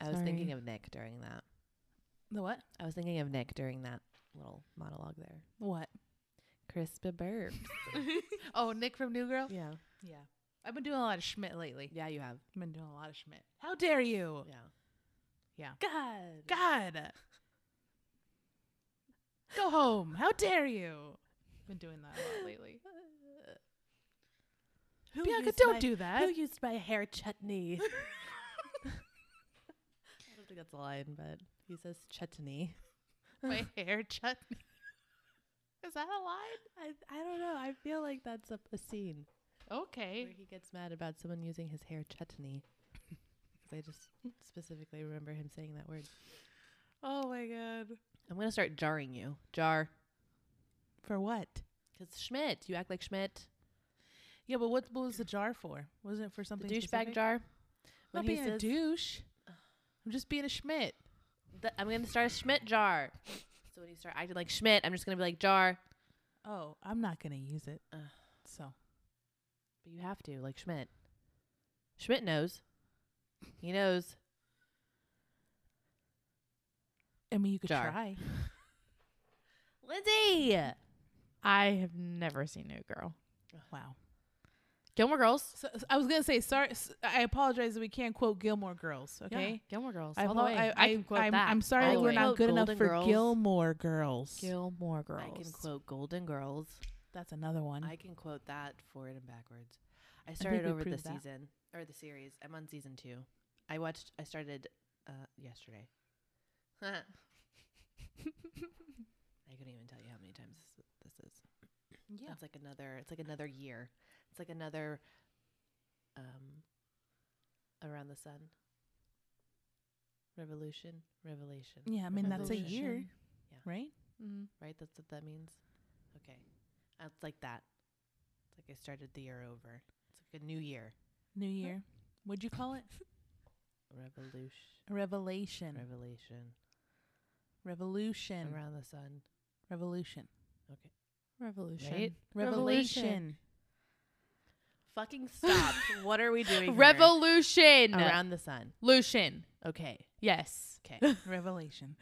[SPEAKER 3] I was thinking
[SPEAKER 1] Sorry.
[SPEAKER 3] of Nick during that.
[SPEAKER 2] The what?
[SPEAKER 3] I was thinking of Nick during that little monologue there.
[SPEAKER 2] The what?
[SPEAKER 3] Crispa burp.
[SPEAKER 2] Oh, Nick from New Girl?
[SPEAKER 3] Yeah.
[SPEAKER 2] Yeah. I've been doing a lot of Schmidt lately.
[SPEAKER 3] Yeah, you have.
[SPEAKER 2] I've been doing a lot of Schmidt. How dare you?
[SPEAKER 3] Oh, Yeah.
[SPEAKER 2] Yeah.
[SPEAKER 3] God.
[SPEAKER 2] God. Go home. How dare you? I've been doing that a lot lately.
[SPEAKER 3] Who
[SPEAKER 2] Bianca,
[SPEAKER 3] used
[SPEAKER 2] don't
[SPEAKER 3] my-
[SPEAKER 2] do that.
[SPEAKER 3] Who used my hair chutney? I don't think that's a line, but he says chutney.
[SPEAKER 2] My hair chutney. Is that a line?
[SPEAKER 3] I I don't know. I feel like that's a, a scene. Where
[SPEAKER 2] Okay.
[SPEAKER 3] he gets mad about someone using his hair chutney. 'Cause I just specifically remember him saying that word.
[SPEAKER 2] Oh my god.
[SPEAKER 3] I'm going to start jarring you. Jar.
[SPEAKER 2] For what?
[SPEAKER 3] 'Cause Schmidt. You act like Schmidt.
[SPEAKER 2] Yeah, but what, what was the jar for? Wasn't it for
[SPEAKER 3] The
[SPEAKER 2] something?
[SPEAKER 3] douchebag
[SPEAKER 2] specific?
[SPEAKER 3] jar.
[SPEAKER 2] I'm
[SPEAKER 3] When
[SPEAKER 2] not
[SPEAKER 3] he
[SPEAKER 2] being a
[SPEAKER 3] says-
[SPEAKER 2] douche. I'm just being a Schmidt.
[SPEAKER 3] Th- I'm going to start a Schmidt jar. So when you start acting like Schmidt, I'm just going to be like jar.
[SPEAKER 2] Oh, I'm not gonna use it.
[SPEAKER 3] Ugh.
[SPEAKER 2] So
[SPEAKER 3] But you have to, like Schmidt. Schmidt knows. He knows.
[SPEAKER 2] I mean, you could
[SPEAKER 3] Jar.
[SPEAKER 2] try.
[SPEAKER 3] Lindsay!
[SPEAKER 1] I have never seen New Girl.
[SPEAKER 2] Wow.
[SPEAKER 1] Gilmore Girls.
[SPEAKER 2] So, so I was gonna say sorry. s- I apologize that we can't quote Gilmore Girls. Okay.
[SPEAKER 1] Yeah, Gilmore Girls.
[SPEAKER 2] I,
[SPEAKER 1] all the
[SPEAKER 2] apo-
[SPEAKER 1] way.
[SPEAKER 2] I, I,
[SPEAKER 1] can quote
[SPEAKER 2] am
[SPEAKER 1] that.
[SPEAKER 2] I'm
[SPEAKER 1] all
[SPEAKER 2] sorry
[SPEAKER 1] the
[SPEAKER 2] we're
[SPEAKER 1] way.
[SPEAKER 2] not
[SPEAKER 3] Quote
[SPEAKER 2] good enough
[SPEAKER 3] Golden
[SPEAKER 2] for
[SPEAKER 3] Girls.
[SPEAKER 2] Gilmore Girls.
[SPEAKER 1] Gilmore Girls.
[SPEAKER 3] I can quote Golden Girls.
[SPEAKER 2] That's another one.
[SPEAKER 3] I can quote that forward and backwards. I started
[SPEAKER 2] we
[SPEAKER 3] over the
[SPEAKER 2] proved that.
[SPEAKER 3] season or the series. I'm on season two. I watched. I started uh, yesterday. I couldn't even tell you how many times this is.
[SPEAKER 2] yeah.
[SPEAKER 3] It's like another. It's like another year. It's like another. Um. Around the sun. Revolution, revelation.
[SPEAKER 2] Yeah. I mean, that's a
[SPEAKER 1] Revolution.
[SPEAKER 2] year,
[SPEAKER 3] Yeah.
[SPEAKER 2] right?
[SPEAKER 1] Mm.
[SPEAKER 3] right? That's what that means. Okay, Uh, it's like that. It's like I started the year over. It's like a new year.
[SPEAKER 2] New year. What'd you call it?
[SPEAKER 3] Revolution.
[SPEAKER 2] Revelation.
[SPEAKER 3] Revelation.
[SPEAKER 2] Revolution.
[SPEAKER 3] Around the sun.
[SPEAKER 2] Revolution.
[SPEAKER 1] Revolution.
[SPEAKER 3] Right?
[SPEAKER 2] Revelation.
[SPEAKER 3] Fucking stop. what are we doing? here?
[SPEAKER 1] Revolution.
[SPEAKER 3] around the sun.
[SPEAKER 1] Lucian.
[SPEAKER 3] Okay.
[SPEAKER 1] Yes.
[SPEAKER 3] Okay.
[SPEAKER 2] Revelation.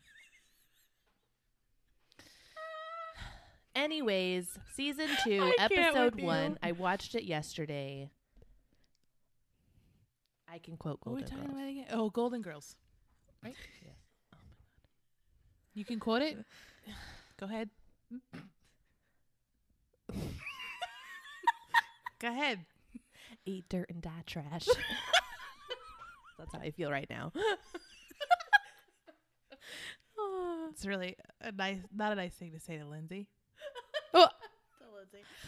[SPEAKER 3] Anyways, season two,
[SPEAKER 2] I can't with
[SPEAKER 3] episode
[SPEAKER 2] you.
[SPEAKER 3] one. I watched it yesterday. I can quote
[SPEAKER 2] What are we
[SPEAKER 3] Golden
[SPEAKER 2] talking
[SPEAKER 3] Girls.
[SPEAKER 2] about again? Oh, Golden Girls.
[SPEAKER 3] Right? Yeah.
[SPEAKER 1] Oh
[SPEAKER 2] You can quote it. Go ahead. Go ahead.
[SPEAKER 3] Eat dirt and die trash. That's how I feel right now.
[SPEAKER 2] It's really a nice, not a nice thing to say to Lindsay.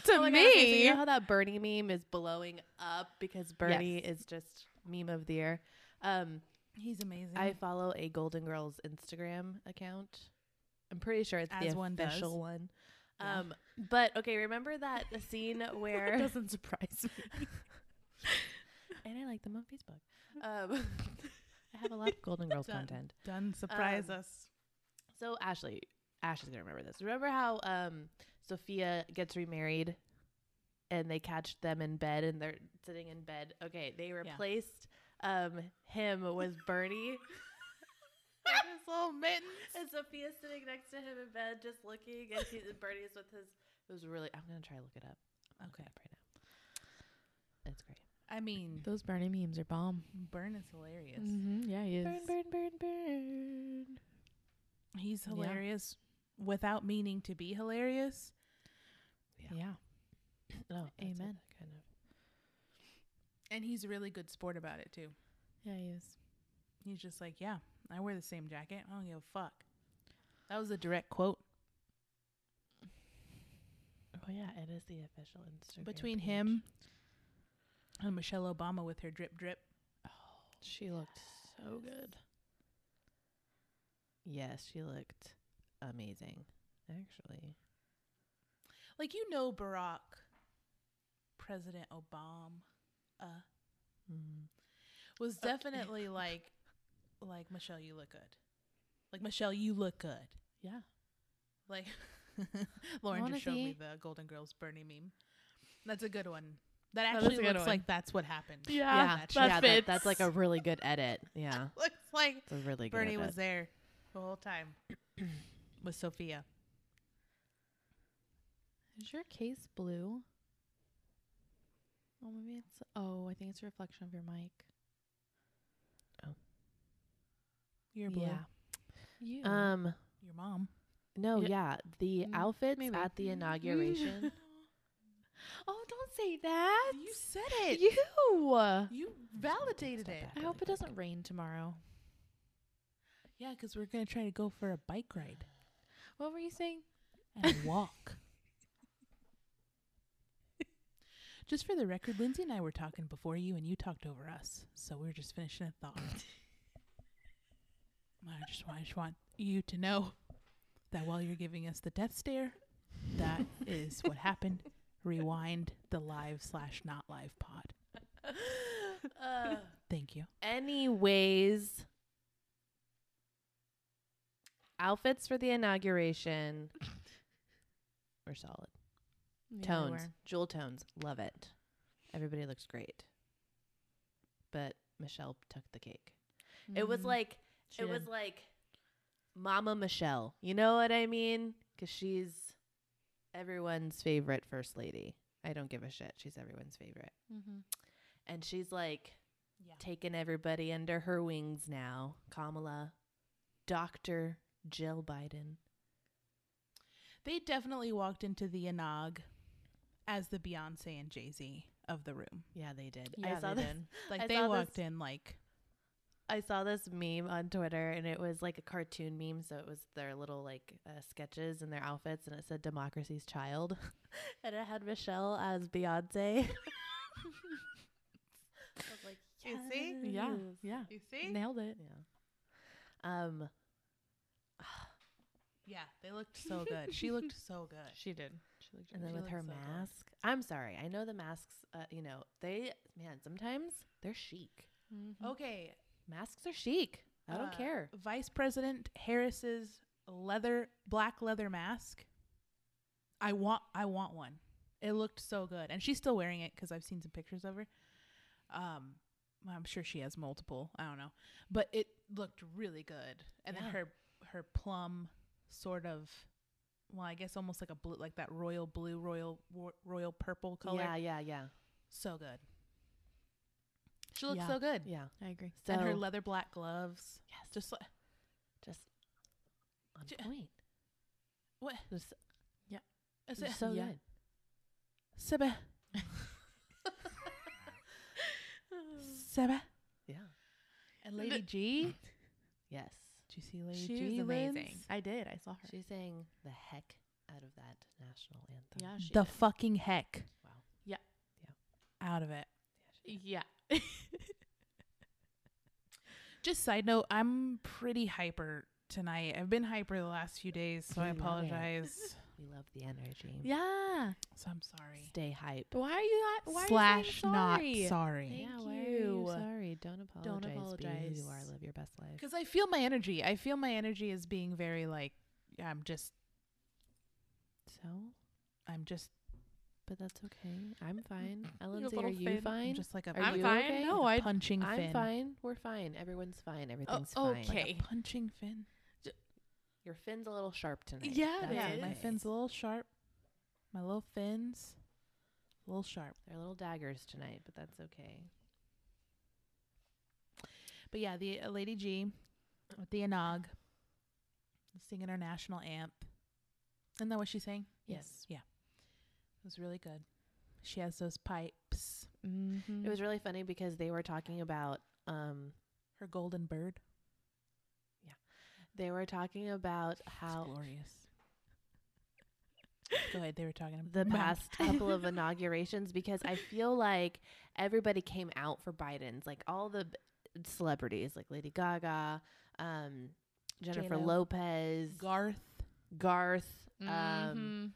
[SPEAKER 1] To
[SPEAKER 3] Oh my God, okay, so
[SPEAKER 1] me.
[SPEAKER 3] you know how that Bernie meme is blowing up because Bernie is just meme of the year. Um,
[SPEAKER 2] He's amazing.
[SPEAKER 3] I follow a Golden Girls Instagram account. I'm pretty sure it's
[SPEAKER 2] As
[SPEAKER 3] the
[SPEAKER 2] one does.
[SPEAKER 3] official one.
[SPEAKER 2] Yeah.
[SPEAKER 3] Um, but okay, remember that scene
[SPEAKER 1] It
[SPEAKER 3] where
[SPEAKER 1] doesn't surprise me.
[SPEAKER 3] and I like them on Facebook. Um, I have a lot of Golden Girls
[SPEAKER 2] Done.
[SPEAKER 3] content.
[SPEAKER 2] Done surprise
[SPEAKER 3] Um,
[SPEAKER 2] us.
[SPEAKER 3] So Ashley, Ashley's gonna remember this. Remember how um Sophia gets remarried, and they catch them in bed, and they're sitting in bed. Okay, they replaced um him with Bernie,
[SPEAKER 2] His little mittens.
[SPEAKER 3] and Sophia's sitting next to him in bed, just looking, and, he, and Bernie's with his. It was really. I'm gonna try to look it up. I'll look it
[SPEAKER 2] Okay.
[SPEAKER 3] up right now. It's great.
[SPEAKER 2] I mean,
[SPEAKER 1] Those Bernie memes are bomb.
[SPEAKER 2] Burn is hilarious.
[SPEAKER 1] Mm-hmm. Yeah, he is.
[SPEAKER 3] Burn, burn, burn, burn.
[SPEAKER 2] He's
[SPEAKER 1] Yeah.
[SPEAKER 2] hilarious without meaning to be hilarious.
[SPEAKER 1] Yeah.
[SPEAKER 3] No, that's what
[SPEAKER 1] Amen.
[SPEAKER 3] that Kind of.
[SPEAKER 2] And he's a really good sport about it, too.
[SPEAKER 1] Yeah, he is.
[SPEAKER 2] He's just like, yeah, I wear the same jacket. I don't give a fuck. That was a direct quote
[SPEAKER 3] Oh yeah, it is the official Instagram
[SPEAKER 2] between
[SPEAKER 3] page.
[SPEAKER 2] him and Michelle Obama with her drip drip.
[SPEAKER 3] She looked so good. Yes, she looked amazing, actually.
[SPEAKER 2] Like, you know, Barack, President Obama, uh,
[SPEAKER 3] Mm-hmm.
[SPEAKER 2] was
[SPEAKER 1] Okay.
[SPEAKER 2] definitely like, like, Michelle, you look good. Like, Michelle, you look good.
[SPEAKER 1] Yeah.
[SPEAKER 2] Like Lauren just showed me
[SPEAKER 1] Honestly-
[SPEAKER 2] the Golden Girls Bernie meme. That's a good one. That
[SPEAKER 1] That is
[SPEAKER 2] actually
[SPEAKER 1] a good
[SPEAKER 2] looks
[SPEAKER 1] one.
[SPEAKER 2] like that's what happened.
[SPEAKER 1] Yeah,
[SPEAKER 2] that's
[SPEAKER 1] that
[SPEAKER 3] yeah,
[SPEAKER 1] fits.
[SPEAKER 3] that's like a really good edit. Yeah,
[SPEAKER 2] looks like
[SPEAKER 3] it's a really good
[SPEAKER 2] Bernie
[SPEAKER 3] edit.
[SPEAKER 2] was there the whole time with Sophia.
[SPEAKER 1] Is your case blue? Oh, maybe it's. Oh, I think it's a reflection of your mic.
[SPEAKER 2] Your blue.
[SPEAKER 1] You.
[SPEAKER 3] Um,
[SPEAKER 2] Your mom.
[SPEAKER 3] no,
[SPEAKER 1] Yeah.
[SPEAKER 3] yeah, Mm-hmm. the
[SPEAKER 1] Mm,
[SPEAKER 3] outfits
[SPEAKER 1] maybe.
[SPEAKER 3] at the inauguration.
[SPEAKER 1] oh, don't say that.
[SPEAKER 2] You said it.
[SPEAKER 1] You.
[SPEAKER 2] You validated
[SPEAKER 3] Step
[SPEAKER 2] it.
[SPEAKER 1] I
[SPEAKER 3] back.
[SPEAKER 1] hope it doesn't rain tomorrow.
[SPEAKER 2] Yeah, 'cause we're gonna try to go for a bike ride
[SPEAKER 1] What were you saying?
[SPEAKER 2] and a walk. Just for the record, Lindsay and I were talking before you, and you talked over us. So we were just finishing a thought. I just, want- I just want you to know that while you're giving us the death stare, that is what happened. Rewind the live slash not live pod.
[SPEAKER 3] uh,
[SPEAKER 2] Thank you.
[SPEAKER 3] anyways, outfits for the inauguration were solid. tones, jewel tones. Love it. Everybody looks great. But Michelle took the cake. It
[SPEAKER 1] Mm, Mm-hmm.
[SPEAKER 3] was like it was like Mama Michelle. You know what I mean? Cuz she's everyone's favorite first lady. I don't give a shit. She's everyone's favorite.
[SPEAKER 1] Mm-hmm.
[SPEAKER 3] And she's like
[SPEAKER 2] Yeah.
[SPEAKER 3] taking everybody under her wings now. Kamala, Dr. Jill Biden.
[SPEAKER 2] They definitely walked into the Inag as the Beyonce and Jay Z of the room.
[SPEAKER 3] Yeah, they did.
[SPEAKER 1] Yeah,
[SPEAKER 3] I saw
[SPEAKER 1] they
[SPEAKER 3] this
[SPEAKER 1] did.
[SPEAKER 2] Like
[SPEAKER 3] I
[SPEAKER 2] they
[SPEAKER 3] saw this-
[SPEAKER 2] walked in like
[SPEAKER 3] I saw this meme on Twitter and it was like a cartoon meme. So it was their little like uh, sketches and their outfits and it said Democracy's Child. and it had Michelle as Beyonce. I was like,
[SPEAKER 2] You see?
[SPEAKER 1] Yeah.
[SPEAKER 3] "Yes."
[SPEAKER 1] Yeah.
[SPEAKER 2] You see?
[SPEAKER 1] Nailed it.
[SPEAKER 3] Yeah. Um,
[SPEAKER 2] Yeah, they looked so good. She looked so good.
[SPEAKER 1] She did. She looked
[SPEAKER 3] and then
[SPEAKER 2] She
[SPEAKER 3] with her
[SPEAKER 2] looks so good.
[SPEAKER 3] mask. I'm sorry. I know the masks, uh, you know, they, man, sometimes they're chic.
[SPEAKER 1] oh,
[SPEAKER 2] Okay,
[SPEAKER 3] Masks are chic. I don't
[SPEAKER 2] uh,
[SPEAKER 3] care.
[SPEAKER 2] Vice President Harris's leather black leather mask. I want I want one. It looked so good, and she's still wearing it because I've seen some pictures of her. Um, well, I'm sure she has multiple. I don't know, but it looked really good. And
[SPEAKER 3] Yeah.
[SPEAKER 2] then her her plum sort of, well, I guess almost like a blue, like that royal blue, royal ro- royal purple color.
[SPEAKER 3] Yeah, yeah, yeah,
[SPEAKER 2] So good. She looked
[SPEAKER 1] Yeah.
[SPEAKER 2] so good.
[SPEAKER 3] yeah.
[SPEAKER 1] I agree.
[SPEAKER 3] So
[SPEAKER 2] and her leather black gloves.
[SPEAKER 3] yes, just
[SPEAKER 2] Just like
[SPEAKER 3] just on
[SPEAKER 2] Ju-
[SPEAKER 3] point.
[SPEAKER 2] what?
[SPEAKER 3] Just,
[SPEAKER 2] Is it
[SPEAKER 3] just so
[SPEAKER 1] yeah.
[SPEAKER 3] good.
[SPEAKER 2] Sebe? Sebe?
[SPEAKER 3] Yeah.
[SPEAKER 2] And Lady G?
[SPEAKER 3] Yes.
[SPEAKER 2] Did you see Lady
[SPEAKER 1] She
[SPEAKER 2] G?
[SPEAKER 1] was amazing.
[SPEAKER 2] Linz?
[SPEAKER 1] I did. I saw her.
[SPEAKER 3] She sang the heck out of that national anthem.
[SPEAKER 1] yeah, she
[SPEAKER 2] The
[SPEAKER 1] did.
[SPEAKER 2] fucking heck
[SPEAKER 3] Wow.
[SPEAKER 2] out of it.
[SPEAKER 3] Yeah, she
[SPEAKER 1] yeah.
[SPEAKER 2] Just side note, I'm pretty hyper tonight. I've been hyper the last few days, so I
[SPEAKER 3] We love it.
[SPEAKER 2] apologize.
[SPEAKER 3] did. we love the energy.
[SPEAKER 1] Yeah.
[SPEAKER 2] so I'm sorry.
[SPEAKER 3] Stay hype.
[SPEAKER 1] Why are you not? Why
[SPEAKER 2] Slash
[SPEAKER 1] are you
[SPEAKER 2] not
[SPEAKER 1] sorry?
[SPEAKER 2] sorry.
[SPEAKER 1] Thank
[SPEAKER 3] yeah, why are you
[SPEAKER 1] you.
[SPEAKER 3] sorry? Don't apologize. Be who you are.
[SPEAKER 1] apologize.
[SPEAKER 3] Live your best life.
[SPEAKER 2] Because I feel my energy. I feel my energy is being very like I'm just
[SPEAKER 3] So,
[SPEAKER 2] I'm just
[SPEAKER 3] but that's okay. I'm fine. Ellen's
[SPEAKER 1] little
[SPEAKER 3] are you
[SPEAKER 1] fin.
[SPEAKER 2] I'm
[SPEAKER 3] fine?
[SPEAKER 2] just like a
[SPEAKER 3] Are
[SPEAKER 1] I'm
[SPEAKER 3] you
[SPEAKER 1] fine.
[SPEAKER 3] okay?
[SPEAKER 1] No,
[SPEAKER 2] a
[SPEAKER 1] I.
[SPEAKER 2] punching
[SPEAKER 3] I'm
[SPEAKER 2] fin.
[SPEAKER 3] fine. We're fine. Everybone's fine. Everything's fine.
[SPEAKER 1] Oh, okay.
[SPEAKER 2] A punching fin.
[SPEAKER 3] Your fin's a little sharp tonight.
[SPEAKER 1] Yeah, it
[SPEAKER 2] Yeah,
[SPEAKER 1] is.
[SPEAKER 2] my fins a little sharp. My little fins, a little sharp.
[SPEAKER 3] They're little daggers tonight, but that's okay.
[SPEAKER 2] But yeah, the uh, Lady G with the Anag singing her national amp. Isn't that what she's saying?
[SPEAKER 3] Yes.
[SPEAKER 2] Yeah. It was really good. She has those pipes.
[SPEAKER 1] Mhm.
[SPEAKER 3] It was really funny because they were talking about um
[SPEAKER 2] Her golden bird.
[SPEAKER 3] they were talking about
[SPEAKER 2] It's
[SPEAKER 3] how
[SPEAKER 2] glorious. Go ahead. They were talking
[SPEAKER 3] the
[SPEAKER 2] about
[SPEAKER 3] past couple of inaugurations because I feel like everybody came out for Biden's, like all the b- celebrities, like Lady Gaga, um, Jennifer
[SPEAKER 2] J.Lo.
[SPEAKER 3] Lopez,
[SPEAKER 2] Garth.
[SPEAKER 3] Garth, um,
[SPEAKER 1] Mhm.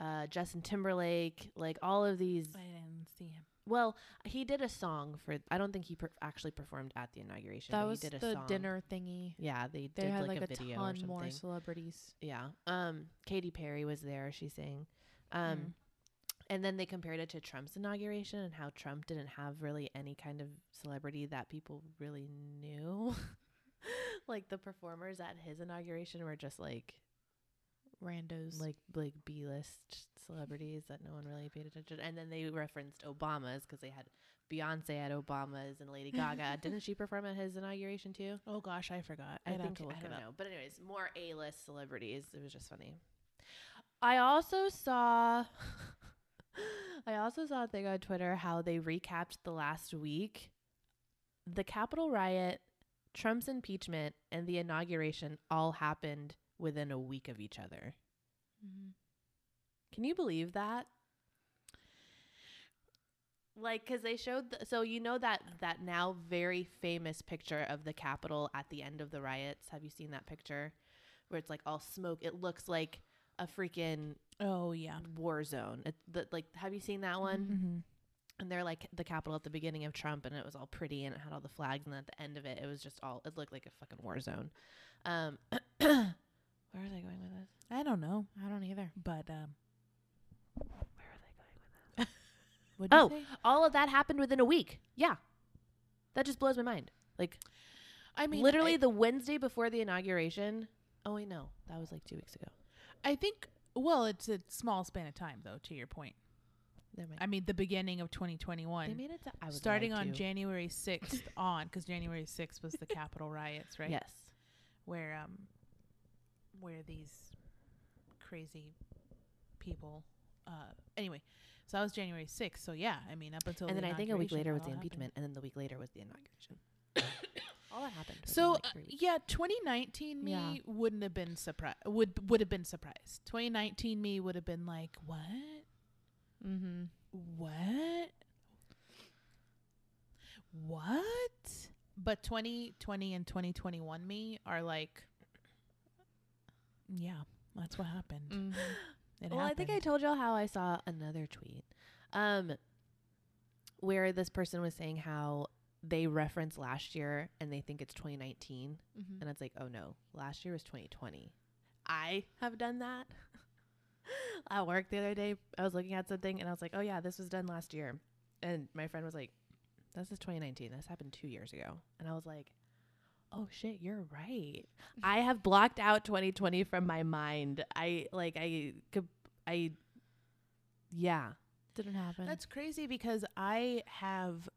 [SPEAKER 3] uh, Justin Timberlake, like all of these.
[SPEAKER 2] I didn't see him.
[SPEAKER 3] Well, he did a song for. I don't think he per- actually performed at the inauguration.
[SPEAKER 1] that
[SPEAKER 3] but
[SPEAKER 1] was
[SPEAKER 3] he did a
[SPEAKER 1] the
[SPEAKER 3] song.
[SPEAKER 1] dinner thingy.
[SPEAKER 3] Yeah, they
[SPEAKER 1] They
[SPEAKER 3] did
[SPEAKER 1] had
[SPEAKER 3] like,
[SPEAKER 1] like,
[SPEAKER 3] a,
[SPEAKER 1] a,
[SPEAKER 3] video or
[SPEAKER 1] ton
[SPEAKER 3] something.
[SPEAKER 1] more celebrities.
[SPEAKER 3] Yeah. Um, Katy Perry was there. She sang. Um,
[SPEAKER 2] Mm.
[SPEAKER 3] and then they compared it to Trump's inauguration and how Trump didn't have really any kind of celebrity that people really knew. like the performers at his inauguration were just like
[SPEAKER 1] Randos.
[SPEAKER 3] like like B list celebrities that no one really paid attention. And then they referenced Obama's because they had Beyonce at Obama's and Lady Gaga. didn't she perform at his inauguration too?
[SPEAKER 2] Oh gosh, I forgot.
[SPEAKER 3] I
[SPEAKER 2] I'd
[SPEAKER 3] think
[SPEAKER 2] have to look
[SPEAKER 3] I
[SPEAKER 2] it
[SPEAKER 3] don't
[SPEAKER 2] up.
[SPEAKER 3] know. But anyways, more A list celebrities. It was just funny. I also saw I also saw a thing on Twitter how they recapped the last week. The Capitol riot, Trump's impeachment, and the inauguration all happened within a week of each other.
[SPEAKER 1] Mhm.
[SPEAKER 3] Can you believe that? Like, because they showed, the, so you know that that now very famous picture of the Capitol at the end of the riots. Have you seen that picture, where it's like all smoke? It looks like a freaking
[SPEAKER 2] Oh yeah.
[SPEAKER 3] war zone. It, the, like, have you seen that one?
[SPEAKER 2] Mm-hmm.
[SPEAKER 3] And they're like the Capitol at the beginning of Trump, and it was all pretty, and it had all the flags, and at the end of it, it was just all. It looked like a fucking war zone. Um, where was I going with this?
[SPEAKER 2] I don't know,
[SPEAKER 1] I don't either.
[SPEAKER 2] but um,
[SPEAKER 3] Where was I going?
[SPEAKER 2] what'd you
[SPEAKER 3] Oh.
[SPEAKER 2] say?
[SPEAKER 3] all of that happened within a week. Yeah. That just blows my mind. Like
[SPEAKER 2] I mean,
[SPEAKER 3] literally
[SPEAKER 2] I-
[SPEAKER 3] the Wednesday before the inauguration. Oh wait, no. That was like two weeks ago.
[SPEAKER 2] I think well, it's a small span of time though. To your point,
[SPEAKER 3] Never mind.
[SPEAKER 2] I mean the beginning of
[SPEAKER 3] they
[SPEAKER 2] 2021,
[SPEAKER 3] made it to I was
[SPEAKER 2] starting on January 6th on, because January 6th was the Capitol riots, right?
[SPEAKER 3] Yes.
[SPEAKER 2] Where um, where these crazy people. Uh, anyway, so that was January 6th. So yeah, I mean up until
[SPEAKER 3] and
[SPEAKER 2] the
[SPEAKER 3] then I think a week
[SPEAKER 2] inauguration,
[SPEAKER 3] later
[SPEAKER 2] that
[SPEAKER 3] was
[SPEAKER 2] all
[SPEAKER 3] the
[SPEAKER 2] happened.
[SPEAKER 3] impeachment and then the week later was the inauguration. all that happened. within,
[SPEAKER 2] So
[SPEAKER 3] like,
[SPEAKER 2] uh,
[SPEAKER 3] three weeks.
[SPEAKER 2] yeah, 2019 me
[SPEAKER 3] Yeah.
[SPEAKER 2] wouldn't have been surprised. Would would have been surprised. 2019 me would have been like, what?
[SPEAKER 1] Mm-hmm.
[SPEAKER 2] What? What? But 2020 and 2021 me are like, yeah, that's what happened. It
[SPEAKER 3] Mm. well, I think I
[SPEAKER 2] happened.
[SPEAKER 3] told y'all how I saw another tweet, um, where this person was saying how they reference last year and they think it's 2019, and it's like, oh no, last year was 2020. I have done that. at work the other day, I was looking at something and I was like, oh, yeah, this was done last year. And my friend was like, this is 2019. This happened two years ago. And I was like, oh shit, you're right. I have blocked out 2020 from my mind. I like, I could, I, yeah.
[SPEAKER 1] Didn't happen.
[SPEAKER 2] That's crazy because I have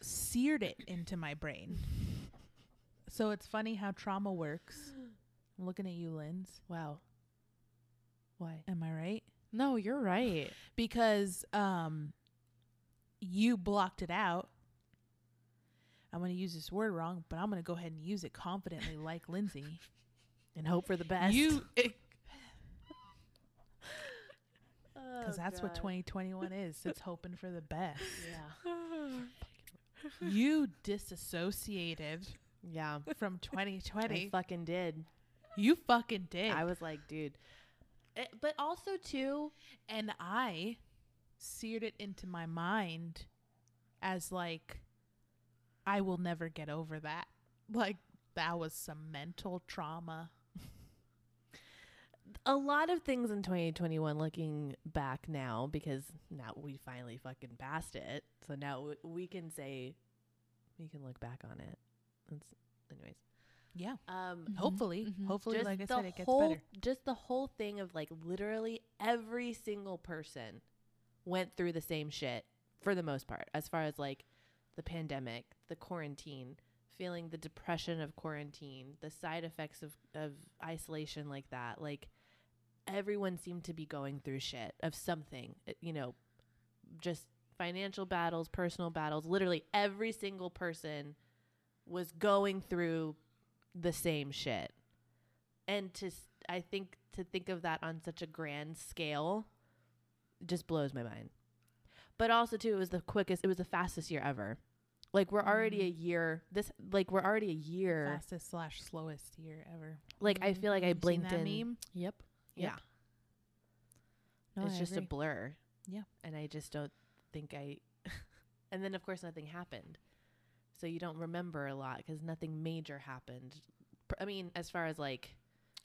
[SPEAKER 2] seared it into my brain. So it's funny how trauma works. I'm looking at you, Linz.
[SPEAKER 3] Wow. Why?
[SPEAKER 2] Am I right?
[SPEAKER 1] no, you're right.
[SPEAKER 2] Because um you blocked it out. I'm going to use this word wrong, but I'm going to go ahead and use it confidently like Lindsay.
[SPEAKER 3] And hope for the best.
[SPEAKER 2] You
[SPEAKER 3] because
[SPEAKER 2] cuz that's what 2021 is. It's hoping for the best.
[SPEAKER 3] Oh, Yeah.
[SPEAKER 2] You disassociated
[SPEAKER 3] Yeah.
[SPEAKER 2] from 2020.
[SPEAKER 3] I fucking did.
[SPEAKER 2] you fucking did.
[SPEAKER 3] I was like, dude. Eh, but also too,
[SPEAKER 2] and I seared it into my mind as like I will never get over that. Like that was some mental trauma.
[SPEAKER 3] a lot of things in 2021 looking back now because now we finally fucking passed it. So now w- we can say we can look back on it. That's anyways.
[SPEAKER 2] Yeah.
[SPEAKER 3] Um
[SPEAKER 1] Mhm.
[SPEAKER 2] Hopefully,
[SPEAKER 1] mhm.
[SPEAKER 2] hopefully,
[SPEAKER 3] just
[SPEAKER 2] like I
[SPEAKER 3] the
[SPEAKER 2] said, it gets
[SPEAKER 3] whole,
[SPEAKER 2] better.
[SPEAKER 3] Just the whole thing of like literally every single person went through the same shit for the most part, as far as like the pandemic, the quarantine, feeling the depression of quarantine, the side effects of, of isolation like that. Like everyone seemed to be going through shit of something, uh, you know, just financial battles, personal battles. Literally every single person was going through the same shit and to s- I think to think of that on such a grand scale just blows my mind. But also too, it was the quickest, it was the fastest year ever. Like we're already
[SPEAKER 2] Mm-hmm.
[SPEAKER 3] a year this like we're already a year.
[SPEAKER 2] Fastest slash slowest year ever.
[SPEAKER 3] Like I feel like I
[SPEAKER 2] Mm-hmm. You seen
[SPEAKER 3] blinked
[SPEAKER 2] that
[SPEAKER 3] in.
[SPEAKER 2] meme?
[SPEAKER 1] Yep.
[SPEAKER 3] Yeah,
[SPEAKER 1] Yep. No,
[SPEAKER 3] it's
[SPEAKER 1] I
[SPEAKER 3] just a
[SPEAKER 1] agree.
[SPEAKER 3] blur.
[SPEAKER 2] Yeah.
[SPEAKER 3] and I just don't think I. and then of course nothing happened, so you don't remember a lot because nothing major happened. Pr- I mean, as far as like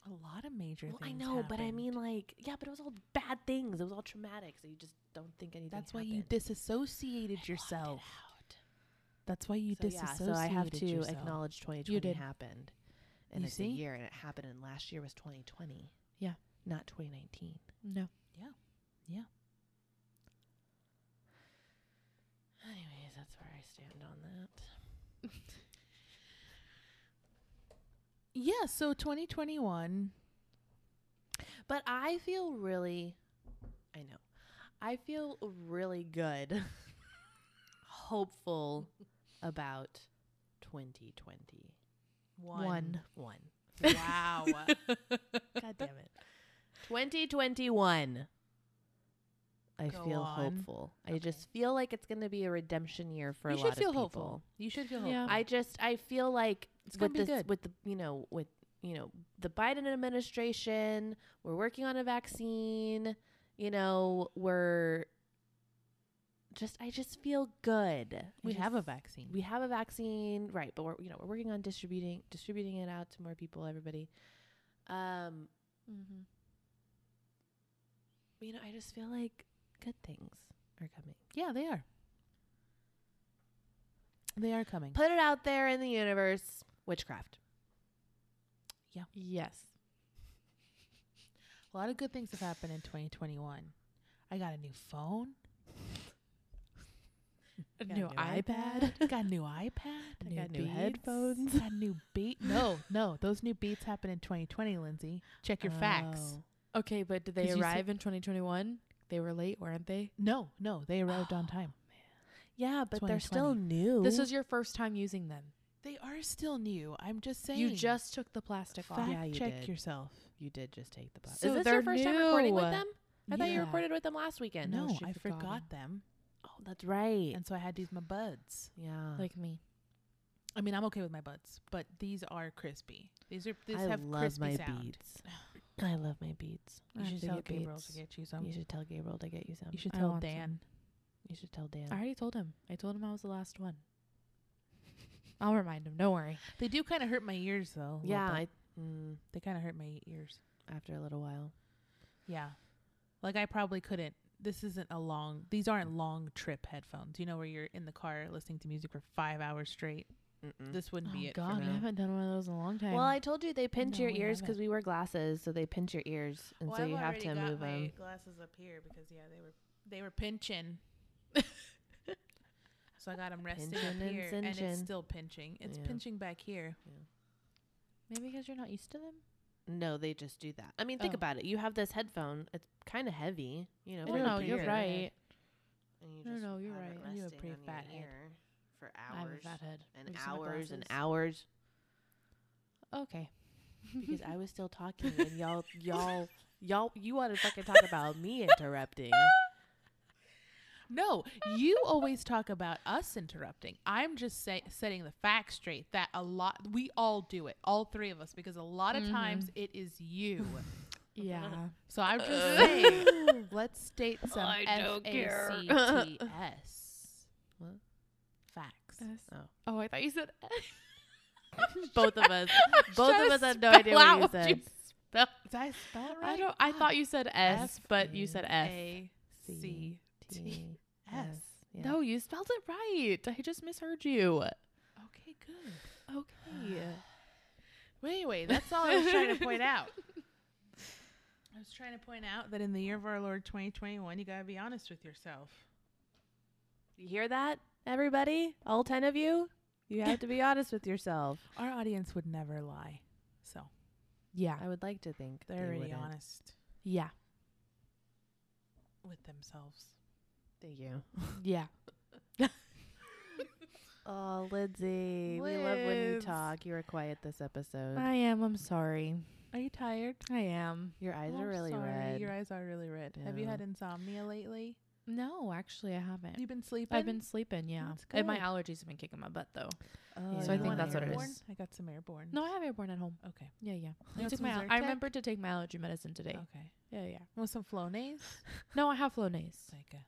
[SPEAKER 2] A lot of major.
[SPEAKER 3] Well, I
[SPEAKER 2] things
[SPEAKER 3] know, but I
[SPEAKER 2] happened.
[SPEAKER 3] mean, like, yeah, but it was all bad things. It was all traumatic, so you just don't think anything.
[SPEAKER 2] that's why you
[SPEAKER 3] happened.
[SPEAKER 2] disassociated yourself. That's why you
[SPEAKER 3] so, yeah,
[SPEAKER 2] disassociated
[SPEAKER 3] so I have to
[SPEAKER 2] yourself.
[SPEAKER 3] acknowledge 2020
[SPEAKER 1] You did.
[SPEAKER 3] happened, and
[SPEAKER 2] You
[SPEAKER 3] it's a
[SPEAKER 2] see?
[SPEAKER 3] year, and it happened, and last year was 2020.
[SPEAKER 1] Yeah.
[SPEAKER 3] not 2019.
[SPEAKER 1] No.
[SPEAKER 3] Anyways, that's where I stand on that.
[SPEAKER 2] Yeah. So 2021.
[SPEAKER 3] But I feel really, I know, I feel really good, hopeful about 2020.
[SPEAKER 1] One.
[SPEAKER 3] One.
[SPEAKER 2] Wow.
[SPEAKER 3] God damn it. 2021. I
[SPEAKER 2] Go
[SPEAKER 3] feel
[SPEAKER 2] on.
[SPEAKER 3] hopeful. I just feel like it's going to be a redemption year for
[SPEAKER 2] you
[SPEAKER 3] a
[SPEAKER 2] should
[SPEAKER 3] lot
[SPEAKER 2] feel
[SPEAKER 3] of people.
[SPEAKER 2] hopeful. You should feel hopeful.
[SPEAKER 1] Yeah.
[SPEAKER 3] I just I feel like
[SPEAKER 2] It's gonna
[SPEAKER 3] with
[SPEAKER 2] be
[SPEAKER 3] this
[SPEAKER 2] good.
[SPEAKER 3] with the you know with you know the Biden administration, we're working on a vaccine. You know, we're just I just feel good. I
[SPEAKER 2] we have
[SPEAKER 3] just-
[SPEAKER 2] a vaccine.
[SPEAKER 3] we have a vaccine, right? But we're you know we're working on distributing distributing it out to more people, everybody. Um,
[SPEAKER 1] Mm-hmm.
[SPEAKER 3] you know, I just feel like good things are coming.
[SPEAKER 2] yeah, they are. They are coming.
[SPEAKER 3] Put it out there in the universe. Witchcraft.
[SPEAKER 1] Yes.
[SPEAKER 2] A lot of good things have happened in 2021. I got a new phone.
[SPEAKER 1] A
[SPEAKER 3] Got
[SPEAKER 1] new iPad.
[SPEAKER 2] got a new iPad.
[SPEAKER 3] I got new headphones.
[SPEAKER 2] Got new beat. No, no, those new beats happened in 2020, Lindsay. Check your facts.
[SPEAKER 3] Oh.
[SPEAKER 1] Okay, but did they
[SPEAKER 2] 'Cause you said-
[SPEAKER 1] arrive in 2021? They were late, weren't they?
[SPEAKER 2] No, no, they arrived on time.
[SPEAKER 3] Yeah, but they're still
[SPEAKER 2] 2020.
[SPEAKER 3] new.
[SPEAKER 1] This was your first time using them.
[SPEAKER 2] They are still new. I'm just saying.
[SPEAKER 1] You just took the plastic off.
[SPEAKER 2] fact
[SPEAKER 3] Yeah, you
[SPEAKER 2] check
[SPEAKER 3] did.
[SPEAKER 2] yourself.
[SPEAKER 3] You did just take the bus.
[SPEAKER 1] So
[SPEAKER 3] Is this
[SPEAKER 1] they're
[SPEAKER 3] your first time recording with
[SPEAKER 1] new.
[SPEAKER 3] them? I thought you
[SPEAKER 2] Yeah.
[SPEAKER 3] recorded with them last weekend.
[SPEAKER 2] no,
[SPEAKER 1] she
[SPEAKER 2] I
[SPEAKER 1] forgot 'em.
[SPEAKER 2] forgot them,
[SPEAKER 3] Oh, that's right.
[SPEAKER 2] and so I had to use my buds.
[SPEAKER 3] yeah.
[SPEAKER 1] Like me.
[SPEAKER 2] I mean, I'm okay with my butts, but these are crispy. These are these
[SPEAKER 3] I
[SPEAKER 2] have
[SPEAKER 3] love
[SPEAKER 2] crispy
[SPEAKER 3] my
[SPEAKER 2] sound.
[SPEAKER 3] beats. I love my beats.
[SPEAKER 2] You should tell
[SPEAKER 3] get
[SPEAKER 2] Gabriel
[SPEAKER 3] beats.
[SPEAKER 2] to get you some.
[SPEAKER 3] You should tell Gabriel to get you some.
[SPEAKER 2] You should
[SPEAKER 1] I
[SPEAKER 2] tell
[SPEAKER 1] want some.
[SPEAKER 2] Dan.
[SPEAKER 3] You should tell Dan.
[SPEAKER 1] I already told him. I told him I was the last one. I'll remind him. Don't worry.
[SPEAKER 2] They do kind of hurt my ears though. a little
[SPEAKER 3] Yeah,
[SPEAKER 2] bit.
[SPEAKER 3] I, mm,
[SPEAKER 2] they kind of hurt my ears.
[SPEAKER 3] after a little while.
[SPEAKER 2] Yeah, Like I probably couldn't. This isn't a long. These aren't long trip headphones. You know where you're in the car listening to music for five hours straight.
[SPEAKER 3] Mm-mm.
[SPEAKER 2] This wouldn't be it. for
[SPEAKER 1] Oh, God,
[SPEAKER 2] me.
[SPEAKER 1] I haven't done one of those in a long time.
[SPEAKER 3] Well, I told you they pinch
[SPEAKER 2] No,
[SPEAKER 3] your
[SPEAKER 2] we Oh,
[SPEAKER 3] ears
[SPEAKER 2] haven't.
[SPEAKER 3] because we wear glasses, so they pinch your ears, and so you have to move them.
[SPEAKER 2] glasses up here because yeah, they were they were pinching. so I got them rested
[SPEAKER 3] Pinching
[SPEAKER 2] up
[SPEAKER 3] and
[SPEAKER 2] here, and, it's
[SPEAKER 3] cinching.
[SPEAKER 2] still pinching. It's
[SPEAKER 3] Yeah.
[SPEAKER 2] pinching back here.
[SPEAKER 1] maybe because you're not used to them.
[SPEAKER 3] No, they just do that. I mean, think
[SPEAKER 2] Oh.
[SPEAKER 3] about it. You have this headphone; it's kind of heavy, you know.
[SPEAKER 1] I
[SPEAKER 3] for
[SPEAKER 1] don't
[SPEAKER 3] your
[SPEAKER 1] know. You're
[SPEAKER 3] ear.
[SPEAKER 1] right.
[SPEAKER 3] And you
[SPEAKER 1] No,
[SPEAKER 3] just
[SPEAKER 1] no, you're
[SPEAKER 3] have it
[SPEAKER 1] right. You have
[SPEAKER 3] resting
[SPEAKER 1] pretty
[SPEAKER 3] on your
[SPEAKER 1] fat head.
[SPEAKER 3] ear for
[SPEAKER 1] I have a
[SPEAKER 3] hours
[SPEAKER 1] fat head.
[SPEAKER 3] and
[SPEAKER 1] Have you seen my
[SPEAKER 3] hours and
[SPEAKER 1] glasses?
[SPEAKER 3] hours
[SPEAKER 1] Okay.
[SPEAKER 3] because I was still talking, and y'all, y'all, y'all, you want to fucking talk about me interrupting?
[SPEAKER 2] No, you always talk about us interrupting. I'm just say, setting the facts straight that a lot we all do it, all three of us, because a lot
[SPEAKER 3] Mm-hmm.
[SPEAKER 2] of times it is you.
[SPEAKER 1] Yeah.
[SPEAKER 2] So I'm just saying, let's state some
[SPEAKER 1] I don't care.
[SPEAKER 2] F-A-C-T-S.
[SPEAKER 3] What?
[SPEAKER 2] Facts.
[SPEAKER 3] Oh.
[SPEAKER 1] Oh, I thought you said.
[SPEAKER 3] Both of us, both
[SPEAKER 1] trying
[SPEAKER 3] of
[SPEAKER 1] to
[SPEAKER 3] us had no idea
[SPEAKER 1] spell
[SPEAKER 3] what
[SPEAKER 1] out
[SPEAKER 3] you
[SPEAKER 1] what
[SPEAKER 3] said.
[SPEAKER 1] you spelled.
[SPEAKER 2] Did I spell it right?
[SPEAKER 1] I don't. I thought you said S, but you said F.
[SPEAKER 2] C T S.
[SPEAKER 3] Yeah.
[SPEAKER 1] No, you spelled it right. I just misheard you.
[SPEAKER 2] Okay, good.
[SPEAKER 1] Okay.
[SPEAKER 2] Well, anyway, that's all I was trying to point out. I was trying to point out that in the year of our Lord 2021, you got to be honest with yourself.
[SPEAKER 3] You hear that, everybody? All ten of you. You have to be honest with yourself.
[SPEAKER 2] Our audience would never lie. So
[SPEAKER 1] Yeah.
[SPEAKER 3] I would like to think
[SPEAKER 2] they're
[SPEAKER 3] they
[SPEAKER 2] already
[SPEAKER 3] wouldn't.
[SPEAKER 2] honest
[SPEAKER 1] Yeah.
[SPEAKER 2] with themselves.
[SPEAKER 3] Thank you.
[SPEAKER 1] Yeah.
[SPEAKER 3] Oh, Lindsay, we love when you
[SPEAKER 1] Liz.
[SPEAKER 3] talk. You were quiet this episode.
[SPEAKER 1] I am. I'm sorry.
[SPEAKER 2] Are you tired?
[SPEAKER 1] I am.
[SPEAKER 3] Your eyes
[SPEAKER 2] Oh,
[SPEAKER 3] are
[SPEAKER 2] I'm
[SPEAKER 3] really
[SPEAKER 2] sorry.
[SPEAKER 3] red.
[SPEAKER 2] Your eyes are really red. Have you
[SPEAKER 3] Yeah.
[SPEAKER 2] had insomnia lately?
[SPEAKER 1] No, actually, I haven't.
[SPEAKER 2] You've been sleeping.
[SPEAKER 1] I've been sleeping. Yeah.
[SPEAKER 2] That's
[SPEAKER 1] And my
[SPEAKER 2] good.
[SPEAKER 1] allergies have been kicking my butt though.
[SPEAKER 2] Oh,
[SPEAKER 3] so
[SPEAKER 2] you
[SPEAKER 3] I think
[SPEAKER 2] want
[SPEAKER 3] that's what it
[SPEAKER 2] airborne?
[SPEAKER 1] is.
[SPEAKER 2] I got some airborne.
[SPEAKER 1] No, I have airborne at home.
[SPEAKER 2] Okay.
[SPEAKER 1] Yeah, yeah.
[SPEAKER 2] You
[SPEAKER 1] I,
[SPEAKER 2] want
[SPEAKER 1] took
[SPEAKER 2] some
[SPEAKER 1] my al- I
[SPEAKER 2] Zyrtec?
[SPEAKER 1] remembered to take my allergy medicine today.
[SPEAKER 2] Okay.
[SPEAKER 1] Yeah, yeah.
[SPEAKER 2] Want some Flonase?
[SPEAKER 1] No, I have Flonase.
[SPEAKER 2] It's like a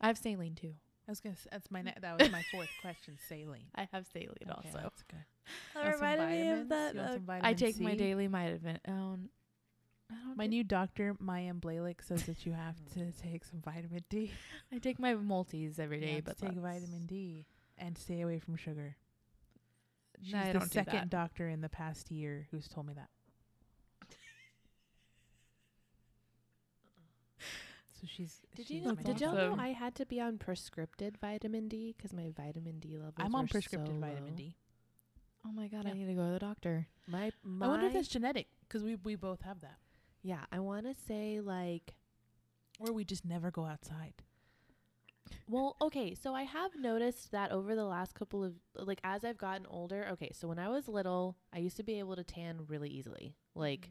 [SPEAKER 1] I have saline too.
[SPEAKER 2] I was gonna. s That's my. Ne- that was my fourth question. Saline.
[SPEAKER 1] I have saline
[SPEAKER 2] Okay,
[SPEAKER 1] also.
[SPEAKER 2] that's good.
[SPEAKER 3] That
[SPEAKER 2] Want some
[SPEAKER 3] reminded me of
[SPEAKER 2] vitamins?
[SPEAKER 3] that.
[SPEAKER 2] You want
[SPEAKER 3] uh,
[SPEAKER 2] some
[SPEAKER 1] I
[SPEAKER 2] vitamin
[SPEAKER 1] take my
[SPEAKER 2] C?
[SPEAKER 1] daily vitamin. Um, I don't.
[SPEAKER 2] My
[SPEAKER 1] take-
[SPEAKER 2] new doctor, Mayim Blalik, says that you have to take some vitamin D.
[SPEAKER 1] I take my Maltese every
[SPEAKER 2] You
[SPEAKER 1] day,
[SPEAKER 2] have
[SPEAKER 1] but
[SPEAKER 2] to take
[SPEAKER 1] that's-
[SPEAKER 2] vitamin D and stay away from sugar. She's
[SPEAKER 1] No, I
[SPEAKER 2] the
[SPEAKER 1] don't do
[SPEAKER 2] second
[SPEAKER 1] that.
[SPEAKER 2] doctor in the past year who's told me that. so she's.
[SPEAKER 3] Did you
[SPEAKER 2] she's
[SPEAKER 3] know,
[SPEAKER 2] my
[SPEAKER 3] did y'all know
[SPEAKER 1] awesome.
[SPEAKER 3] I had to be on prescripted vitamin D because my vitamin D levels
[SPEAKER 2] I'm on
[SPEAKER 3] were so
[SPEAKER 2] prescriptive vitamin
[SPEAKER 3] low.
[SPEAKER 2] D.
[SPEAKER 1] Oh my god,
[SPEAKER 2] Yeah.
[SPEAKER 1] I need to go to the doctor.
[SPEAKER 3] My, my
[SPEAKER 2] I wonder if that's genetic because we we both have that,
[SPEAKER 3] yeah. I want to say like
[SPEAKER 2] or we just never go outside.
[SPEAKER 3] Well, okay, so I have noticed that over the last couple of like as I've gotten older, okay, so when I was little, I used to be able to tan really easily. Like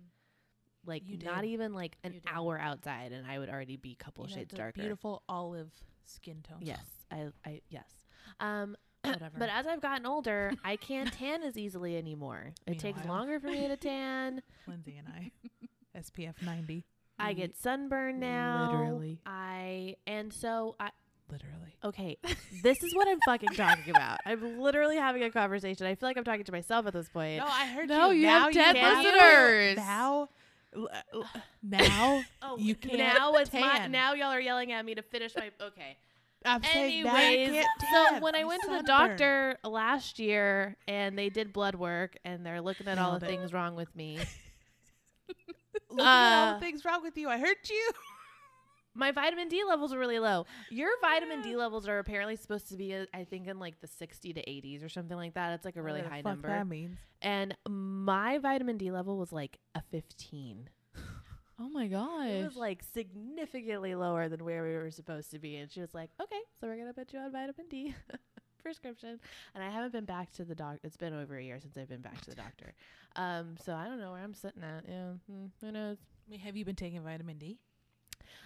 [SPEAKER 3] like
[SPEAKER 2] Mm. You
[SPEAKER 3] not
[SPEAKER 2] did.
[SPEAKER 3] even like
[SPEAKER 2] You
[SPEAKER 3] an
[SPEAKER 2] did.
[SPEAKER 3] hour outside and I would already be a couple
[SPEAKER 2] You had
[SPEAKER 3] shades
[SPEAKER 2] the
[SPEAKER 3] darker.
[SPEAKER 2] Beautiful Oh. olive skin tone.
[SPEAKER 3] Yes. I I yes. Um
[SPEAKER 2] Whatever.
[SPEAKER 3] but as I've gotten older, I can't tan as easily anymore. It takes
[SPEAKER 2] Meanwhile.
[SPEAKER 3] longer for me to tan.
[SPEAKER 2] Lindsay and I, SPF 90,
[SPEAKER 3] I
[SPEAKER 2] Mm.
[SPEAKER 3] get sunburned now.
[SPEAKER 1] literally.
[SPEAKER 3] I and so I
[SPEAKER 2] literally.
[SPEAKER 3] okay, this is what I'm fucking talking about. I'm literally having a conversation. I feel like I'm talking to myself at this point.
[SPEAKER 2] No, I heard
[SPEAKER 1] No, you have
[SPEAKER 2] now
[SPEAKER 1] dead
[SPEAKER 2] can't-
[SPEAKER 1] listeners.
[SPEAKER 2] Now, l- l- now,
[SPEAKER 3] Oh,
[SPEAKER 2] you can't
[SPEAKER 3] now it's my
[SPEAKER 2] tan.
[SPEAKER 3] now y'all are yelling at me to finish my okay.
[SPEAKER 2] I'm saying now you
[SPEAKER 3] Anyways,
[SPEAKER 2] can't
[SPEAKER 3] so
[SPEAKER 2] tan.
[SPEAKER 3] when I
[SPEAKER 2] You
[SPEAKER 3] went to the
[SPEAKER 2] sunburn.
[SPEAKER 3] doctor last year and they did blood work and they're looking at all
[SPEAKER 2] Nailed
[SPEAKER 3] the
[SPEAKER 2] it.
[SPEAKER 3] things wrong with me,
[SPEAKER 2] look at all
[SPEAKER 3] uh,
[SPEAKER 2] the things wrong with you. I hurt you.
[SPEAKER 3] my vitamin D levels are really low. Your vitamin D levels are apparently supposed to be, uh, I think, in like the 60 to 80s or something like that. It's like a really
[SPEAKER 2] Whatever the
[SPEAKER 3] high
[SPEAKER 2] fuck
[SPEAKER 3] number.
[SPEAKER 2] That means
[SPEAKER 3] And my vitamin D level was like a 15.
[SPEAKER 1] Oh my god.
[SPEAKER 3] It was like significantly lower than where we were supposed to be. And she was like, okay, so we're going to put you on vitamin D prescription. And I haven't been back to the doc. It's been over a year since I've been back to the doctor. Um, so I don't know where I'm sitting at. Yeah. Mm, who knows?
[SPEAKER 2] I mean, have you been taking vitamin D?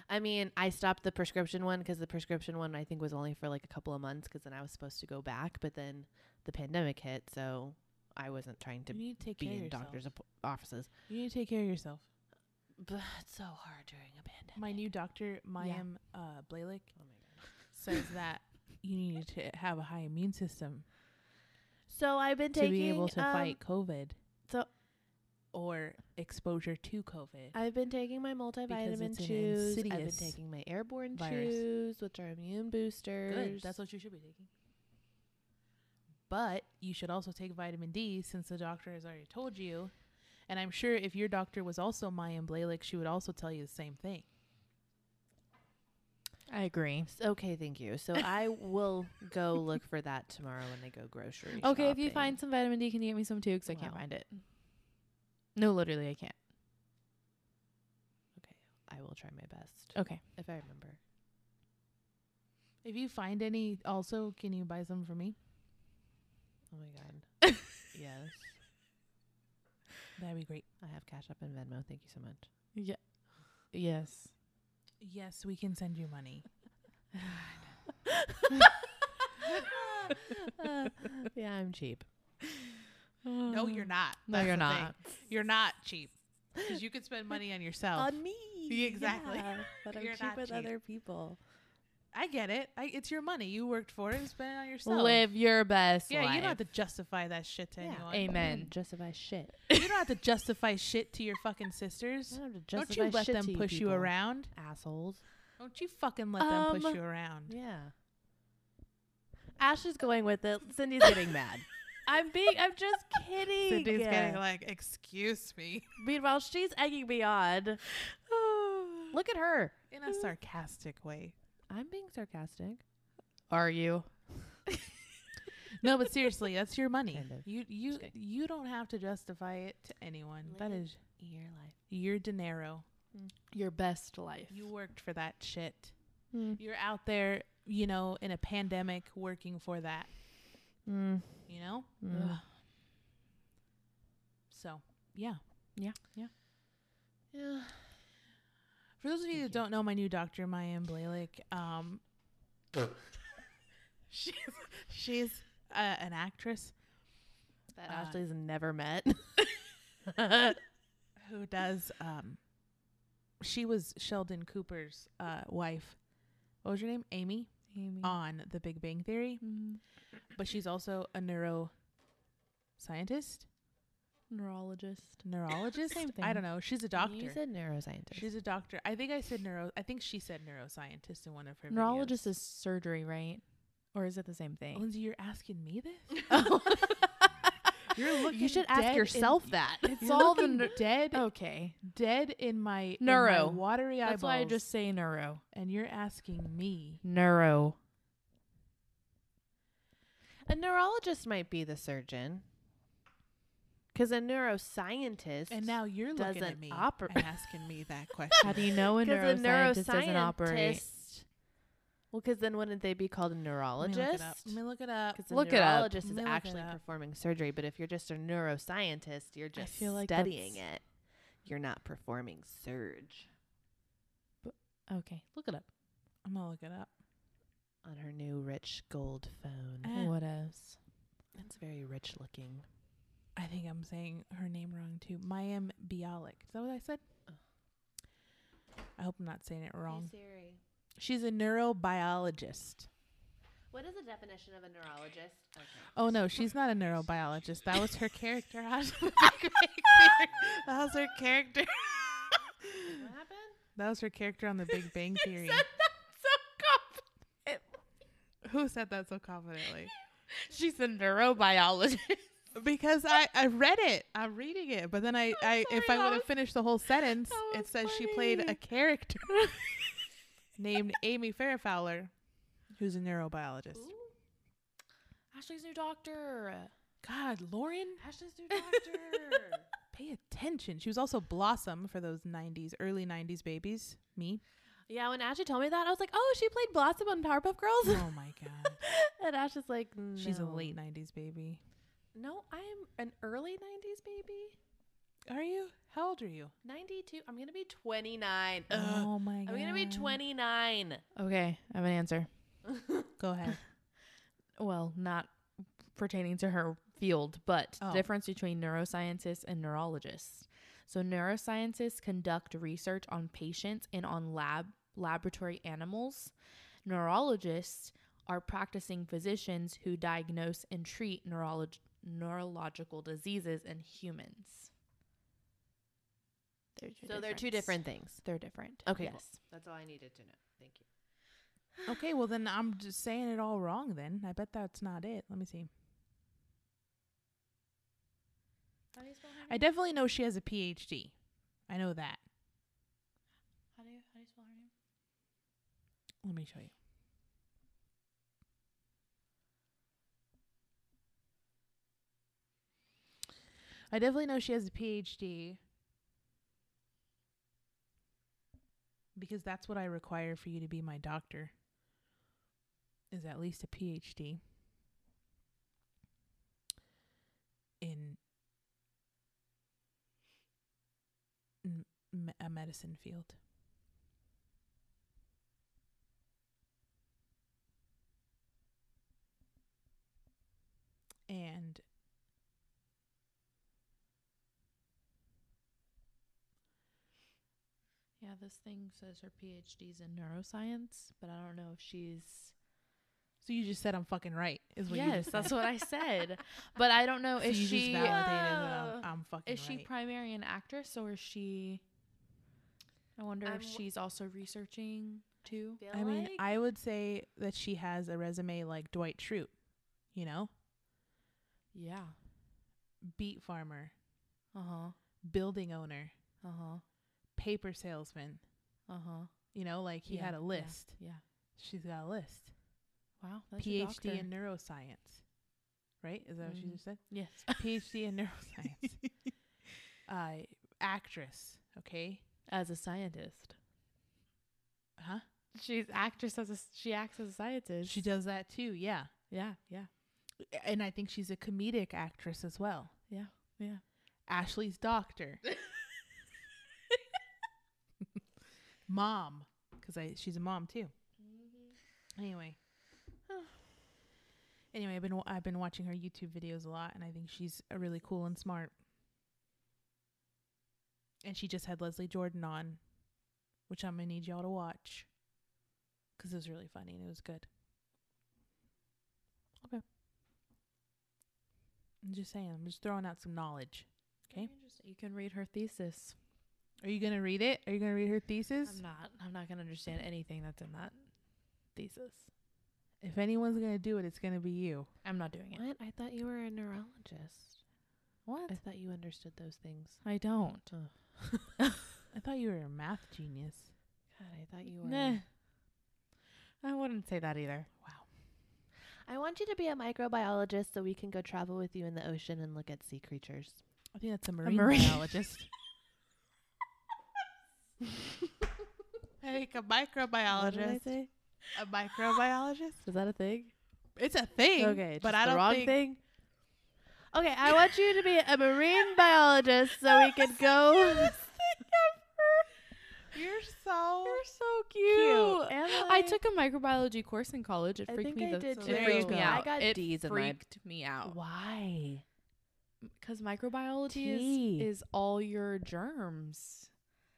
[SPEAKER 3] I mean, I stopped the prescription one because the prescription one I think was only for like a couple of months because then I was supposed to go back. But then the pandemic hit. So I wasn't trying to
[SPEAKER 2] you need to take
[SPEAKER 3] be
[SPEAKER 2] care of
[SPEAKER 3] in
[SPEAKER 2] yourself.
[SPEAKER 3] doctors' app- offices.
[SPEAKER 2] You need to take care of yourself.
[SPEAKER 3] But it's so hard during a pandemic.
[SPEAKER 2] My new doctor, Mayim uh, Blalik,
[SPEAKER 3] Oh my God.
[SPEAKER 2] says that you need to have a high immune system
[SPEAKER 3] So I've been
[SPEAKER 2] to
[SPEAKER 3] taking
[SPEAKER 2] be able to
[SPEAKER 3] um,
[SPEAKER 2] fight COVID. or exposure to COVID.
[SPEAKER 3] um, I've been taking my multivitamin
[SPEAKER 2] it's an
[SPEAKER 3] chews. I've been
[SPEAKER 2] insidious
[SPEAKER 3] taking my airborne
[SPEAKER 2] virus.
[SPEAKER 3] chews, which are immune boosters.
[SPEAKER 2] Good. That's what you should be taking. But you should also take vitamin D since the doctor has already told you. And I'm sure if your doctor was also Mayan Blalik, she would also tell you the same thing.
[SPEAKER 1] I agree.
[SPEAKER 3] S- Okay, thank you. So I will go look for that tomorrow when I go grocery
[SPEAKER 1] Okay, if you
[SPEAKER 3] shopping.
[SPEAKER 1] find some vitamin D, can you get me some too? Because I can't
[SPEAKER 3] Wow.
[SPEAKER 1] find it. No, literally, I can't.
[SPEAKER 3] I will try my best
[SPEAKER 1] Okay.
[SPEAKER 3] if I remember.
[SPEAKER 2] If you find any, also, can you buy some for me?
[SPEAKER 3] Oh my god. yes.
[SPEAKER 2] That'd be great.
[SPEAKER 3] I have Cash App and Venmo. Thank you so much.
[SPEAKER 1] Yeah. Yes.
[SPEAKER 2] Yes, we can send you money.
[SPEAKER 3] yeah, I'm cheap.
[SPEAKER 2] No, you're not.
[SPEAKER 1] Mm. No,
[SPEAKER 2] That's
[SPEAKER 1] you're
[SPEAKER 2] the thing.
[SPEAKER 1] not.
[SPEAKER 2] You're not cheap because you could spend money on yourself.
[SPEAKER 3] me.
[SPEAKER 2] Oh. Yeah, exactly.
[SPEAKER 3] but I'm
[SPEAKER 2] You're
[SPEAKER 3] cheap
[SPEAKER 2] not
[SPEAKER 3] with
[SPEAKER 2] cheap.
[SPEAKER 3] other people.
[SPEAKER 2] I get it. I, it's your money. You worked for it. and Spend it on yourself.
[SPEAKER 1] Live your best
[SPEAKER 2] Yeah,
[SPEAKER 1] life.
[SPEAKER 2] you don't have to justify that shit to
[SPEAKER 3] Yeah.
[SPEAKER 2] anyone.
[SPEAKER 1] Amen.
[SPEAKER 3] Justify shit.
[SPEAKER 2] You don't have to justify shit to your fucking
[SPEAKER 3] I
[SPEAKER 2] sisters.
[SPEAKER 3] don't have to
[SPEAKER 2] Don't
[SPEAKER 3] justify
[SPEAKER 2] you let
[SPEAKER 3] shit
[SPEAKER 2] them
[SPEAKER 3] to
[SPEAKER 2] push you
[SPEAKER 3] people.
[SPEAKER 2] around.
[SPEAKER 3] Assholes.
[SPEAKER 2] Don't you fucking let them push
[SPEAKER 1] Um,
[SPEAKER 2] you around.
[SPEAKER 3] Yeah. Ash is going with it. Cindy's getting mad. I'm being. I'm just kidding.
[SPEAKER 2] Cindy's getting like, excuse me.
[SPEAKER 3] Meanwhile, she's egging me on. Look at her.
[SPEAKER 2] In a sarcastic way.
[SPEAKER 3] I'm being sarcastic.
[SPEAKER 1] Are you?
[SPEAKER 2] No, but seriously, that's your money.
[SPEAKER 3] Kind of.
[SPEAKER 2] You you
[SPEAKER 3] Just kidding.
[SPEAKER 2] you don't have to justify it to anyone. That
[SPEAKER 3] Live
[SPEAKER 2] is
[SPEAKER 3] Your life.
[SPEAKER 2] your dinero.
[SPEAKER 1] Your best life.
[SPEAKER 2] You worked for that shit.
[SPEAKER 3] Mm.
[SPEAKER 2] You're out there, you know, in a pandemic working for that,
[SPEAKER 3] Mm.
[SPEAKER 2] you know?
[SPEAKER 3] Mm.
[SPEAKER 2] Ugh. So, yeah.
[SPEAKER 1] Yeah. Yeah.
[SPEAKER 3] Yeah.
[SPEAKER 2] For those of you
[SPEAKER 3] Thank
[SPEAKER 2] that
[SPEAKER 3] you.
[SPEAKER 2] don't know my new doctor, Maya Blalik, um, she's she's uh, an actress
[SPEAKER 3] That
[SPEAKER 2] Uh,
[SPEAKER 3] Ashley's never met.
[SPEAKER 2] who does. Um, she was Sheldon Cooper's uh, wife. What was her name? Amy
[SPEAKER 1] Amy.
[SPEAKER 2] on The Big Bang Theory,
[SPEAKER 1] Mm.
[SPEAKER 2] but she's also a neuroscientist,
[SPEAKER 1] Neurologist.
[SPEAKER 2] neurologist.
[SPEAKER 1] Same
[SPEAKER 2] I
[SPEAKER 1] thing.
[SPEAKER 2] don't know. She's a doctor.
[SPEAKER 3] You said neuroscientist.
[SPEAKER 2] she's a doctor. I think I said neuro. I think she said neuroscientist in one of her
[SPEAKER 1] Neurologist is surgery, right? Or is it the same
[SPEAKER 2] Videos.
[SPEAKER 1] thing?
[SPEAKER 2] Lindsay, you're asking me this.
[SPEAKER 3] Oh.
[SPEAKER 2] You're looking.
[SPEAKER 3] you should
[SPEAKER 2] dead
[SPEAKER 3] ask
[SPEAKER 2] in-
[SPEAKER 3] yourself that.
[SPEAKER 1] It's
[SPEAKER 2] You're
[SPEAKER 1] all the
[SPEAKER 2] looking
[SPEAKER 1] ner-
[SPEAKER 2] dead
[SPEAKER 1] okay.
[SPEAKER 2] dead in my in my
[SPEAKER 1] Neuro.
[SPEAKER 2] watery eyeballs.
[SPEAKER 1] That's why I just say neuro.
[SPEAKER 2] and you're asking me.
[SPEAKER 1] Neuro.
[SPEAKER 3] A neurologist might be the surgeon. Because a neuroscientist.
[SPEAKER 2] And now you're looking
[SPEAKER 3] Doesn't
[SPEAKER 2] at me
[SPEAKER 3] oper-
[SPEAKER 2] and asking me that question.
[SPEAKER 1] How do you know a
[SPEAKER 3] 'Cause a
[SPEAKER 1] neuroscientist, doesn't operate?
[SPEAKER 3] neuroscientist- Well, because then wouldn't they be called a
[SPEAKER 2] Let me look it
[SPEAKER 3] neurologist?
[SPEAKER 2] up. Let me look it up.
[SPEAKER 3] Because a
[SPEAKER 1] Look it up.
[SPEAKER 3] neurologist is
[SPEAKER 2] Let me look it
[SPEAKER 3] actually
[SPEAKER 2] up.
[SPEAKER 3] performing surgery, but if you're just a neuroscientist, you're just
[SPEAKER 1] feel like
[SPEAKER 3] studying it. You're not performing surge
[SPEAKER 1] Okay, look it up.
[SPEAKER 2] I'm gonna look it up.
[SPEAKER 3] on her new rich gold phone.
[SPEAKER 2] Eh.
[SPEAKER 1] What else?
[SPEAKER 3] That's very rich looking.
[SPEAKER 2] I think I'm saying her name wrong too. Mayim Bialik. Is that what I said? I hope I'm not saying it wrong.
[SPEAKER 3] Siri,
[SPEAKER 2] She's a neurobiologist.
[SPEAKER 3] what is the definition of a neurologist? Okay.
[SPEAKER 2] Oh no, she's not a neurobiologist. That was her character. That was that was her character.
[SPEAKER 3] What happened?
[SPEAKER 2] That was her character on The Big Bang Theory. Who said that so confidently?
[SPEAKER 1] She's a neurobiologist.
[SPEAKER 2] Because I, I read it. I'm reading it. But then I, I if
[SPEAKER 1] sorry, that
[SPEAKER 2] I would have
[SPEAKER 1] was-
[SPEAKER 2] finished the whole sentence,
[SPEAKER 1] that
[SPEAKER 2] it
[SPEAKER 1] was
[SPEAKER 2] says she played a
[SPEAKER 1] funny.
[SPEAKER 2] character named Amy Fairfowler, who's a neurobiologist.
[SPEAKER 1] Ashley's new doctor.
[SPEAKER 2] God, Lauren,
[SPEAKER 1] Ashley's new doctor.
[SPEAKER 2] pay attention. She was also Blossom for those 90s, early 90s babies. Me.
[SPEAKER 3] Yeah, when Ashley told me that, I was like, "Oh, she played Blossom on Powerpuff Girls,"
[SPEAKER 2] Oh my God.
[SPEAKER 3] and Ash is like,
[SPEAKER 2] She's a
[SPEAKER 3] "No."
[SPEAKER 2] late 90s baby.
[SPEAKER 3] No, I'm an early '90s baby.
[SPEAKER 2] Are you? How old are you?
[SPEAKER 3] 92. I'm gonna be 29. Ugh.
[SPEAKER 2] Oh my
[SPEAKER 3] Uh, I'm
[SPEAKER 2] God.
[SPEAKER 3] gonna be 29.
[SPEAKER 1] okay, I have an answer.
[SPEAKER 2] Go ahead.
[SPEAKER 1] Well, not pertaining to her field, but the
[SPEAKER 2] Oh.
[SPEAKER 1] difference between neuroscientists and neurologists. So neuroscientists conduct research on patients and on lab laboratory animals. Neurologists are practicing physicians who diagnose and treat neurolog- neurological diseases in humans.
[SPEAKER 4] They're two
[SPEAKER 3] So they're two different things.
[SPEAKER 4] They're different.
[SPEAKER 3] Okay,
[SPEAKER 4] Yes.
[SPEAKER 3] cool. That's all I needed to know. Thank you.
[SPEAKER 2] Okay, well then I'm just saying it all wrong. Then I bet that's not it. Let me see.
[SPEAKER 3] How do you spell
[SPEAKER 2] I definitely know she has a PhD. I know that.
[SPEAKER 1] How do you how do you spell her name?
[SPEAKER 2] Let me show you. I definitely know she has a PhD because that's what I require for you to be my doctor. Is at least a PhD in n- me- a medicine field. and
[SPEAKER 1] Yeah, this thing says her PhD's in neuroscience, but I don't know if she's
[SPEAKER 2] so you just said I'm fucking right is what you
[SPEAKER 1] Yes,
[SPEAKER 2] just
[SPEAKER 1] that's
[SPEAKER 2] said.
[SPEAKER 1] what I said. But I don't know
[SPEAKER 2] so
[SPEAKER 1] if
[SPEAKER 2] you
[SPEAKER 1] she uh,
[SPEAKER 2] just validated that I'm, I'm fucking
[SPEAKER 1] is she
[SPEAKER 2] right.
[SPEAKER 1] primary an actress or is she I wonder
[SPEAKER 3] I'm
[SPEAKER 1] if
[SPEAKER 3] w-
[SPEAKER 1] she's also researching too.
[SPEAKER 3] feel
[SPEAKER 2] I mean,
[SPEAKER 3] like-
[SPEAKER 2] I would say that she has a resume like Dwight Schrute, you know,
[SPEAKER 1] Yeah.
[SPEAKER 2] beet farmer,
[SPEAKER 1] Uh-huh.
[SPEAKER 2] building owner,
[SPEAKER 1] Uh-huh.
[SPEAKER 2] paper salesman.
[SPEAKER 1] Uh-huh.
[SPEAKER 2] You know, like he
[SPEAKER 1] Yeah,
[SPEAKER 2] had a
[SPEAKER 1] yeah.
[SPEAKER 2] list.
[SPEAKER 1] Yeah.
[SPEAKER 2] She's got a list.
[SPEAKER 1] Wow. That's your doctor.
[SPEAKER 2] PhD in neuroscience, right? Is that what she
[SPEAKER 1] Mhm.
[SPEAKER 2] just said?
[SPEAKER 1] Yes.
[SPEAKER 2] PhD in neuroscience. uh, actress. Okay.
[SPEAKER 1] As a scientist.
[SPEAKER 2] Huh?
[SPEAKER 1] She's actress as a she acts as a scientist.
[SPEAKER 2] She does that too. Yeah.
[SPEAKER 1] Yeah, yeah.
[SPEAKER 2] and I think she's a comedic actress as well.
[SPEAKER 1] Yeah, yeah.
[SPEAKER 2] Ashley's doctor. mom, because I she's a mom too.
[SPEAKER 1] Mm-hmm.
[SPEAKER 2] Anyway, anyway, I've been wa- I've been watching her YouTube videos a lot, and I think she's a really cool and smart. And she just had Leslie Jordan on, which I'm gonna need y'all to watch, because it was really funny and it was good. Okay. I'm just saying. I'm just throwing out some knowledge. Okay.
[SPEAKER 1] You can read her thesis.
[SPEAKER 2] Are you gonna read it? Are you gonna read her thesis?
[SPEAKER 1] I'm not I'm not gonna understand anything that's in that thesis.
[SPEAKER 2] If anyone's gonna do it, it's gonna be you.
[SPEAKER 1] I'm not doing it.
[SPEAKER 3] What? I thought you were a neurologist.
[SPEAKER 2] What?
[SPEAKER 3] I thought you understood those things.
[SPEAKER 1] I don't.
[SPEAKER 2] I thought you were a math genius.
[SPEAKER 3] God, I thought you were.
[SPEAKER 1] Nah. I wouldn't say that either.
[SPEAKER 3] I want you to be a microbiologist so we can go travel with you in the ocean and look at sea creatures.
[SPEAKER 2] I think that's a marine,
[SPEAKER 1] marine-
[SPEAKER 2] biologist. I think a microbiologist. A microbiologist.
[SPEAKER 3] Is that a thing?
[SPEAKER 2] It's a thing.
[SPEAKER 3] Okay,
[SPEAKER 2] but
[SPEAKER 3] just
[SPEAKER 2] I
[SPEAKER 3] the
[SPEAKER 2] don't
[SPEAKER 3] wrong
[SPEAKER 2] think
[SPEAKER 3] thing. Okay, I want you to be a marine biologist so we could go.
[SPEAKER 2] you're so.
[SPEAKER 3] so
[SPEAKER 1] cute.
[SPEAKER 3] Am
[SPEAKER 1] I took a microbiology course in college. It
[SPEAKER 3] I
[SPEAKER 1] freaked
[SPEAKER 3] think
[SPEAKER 1] me
[SPEAKER 3] I
[SPEAKER 1] the
[SPEAKER 3] did
[SPEAKER 1] it
[SPEAKER 2] too.
[SPEAKER 1] freaked me
[SPEAKER 2] I
[SPEAKER 1] out.
[SPEAKER 3] got
[SPEAKER 1] it
[SPEAKER 3] D's in my-
[SPEAKER 1] freaked me
[SPEAKER 3] Oh.
[SPEAKER 1] out
[SPEAKER 3] Why?
[SPEAKER 1] because microbiology
[SPEAKER 3] Tea.
[SPEAKER 1] is, is all your germs.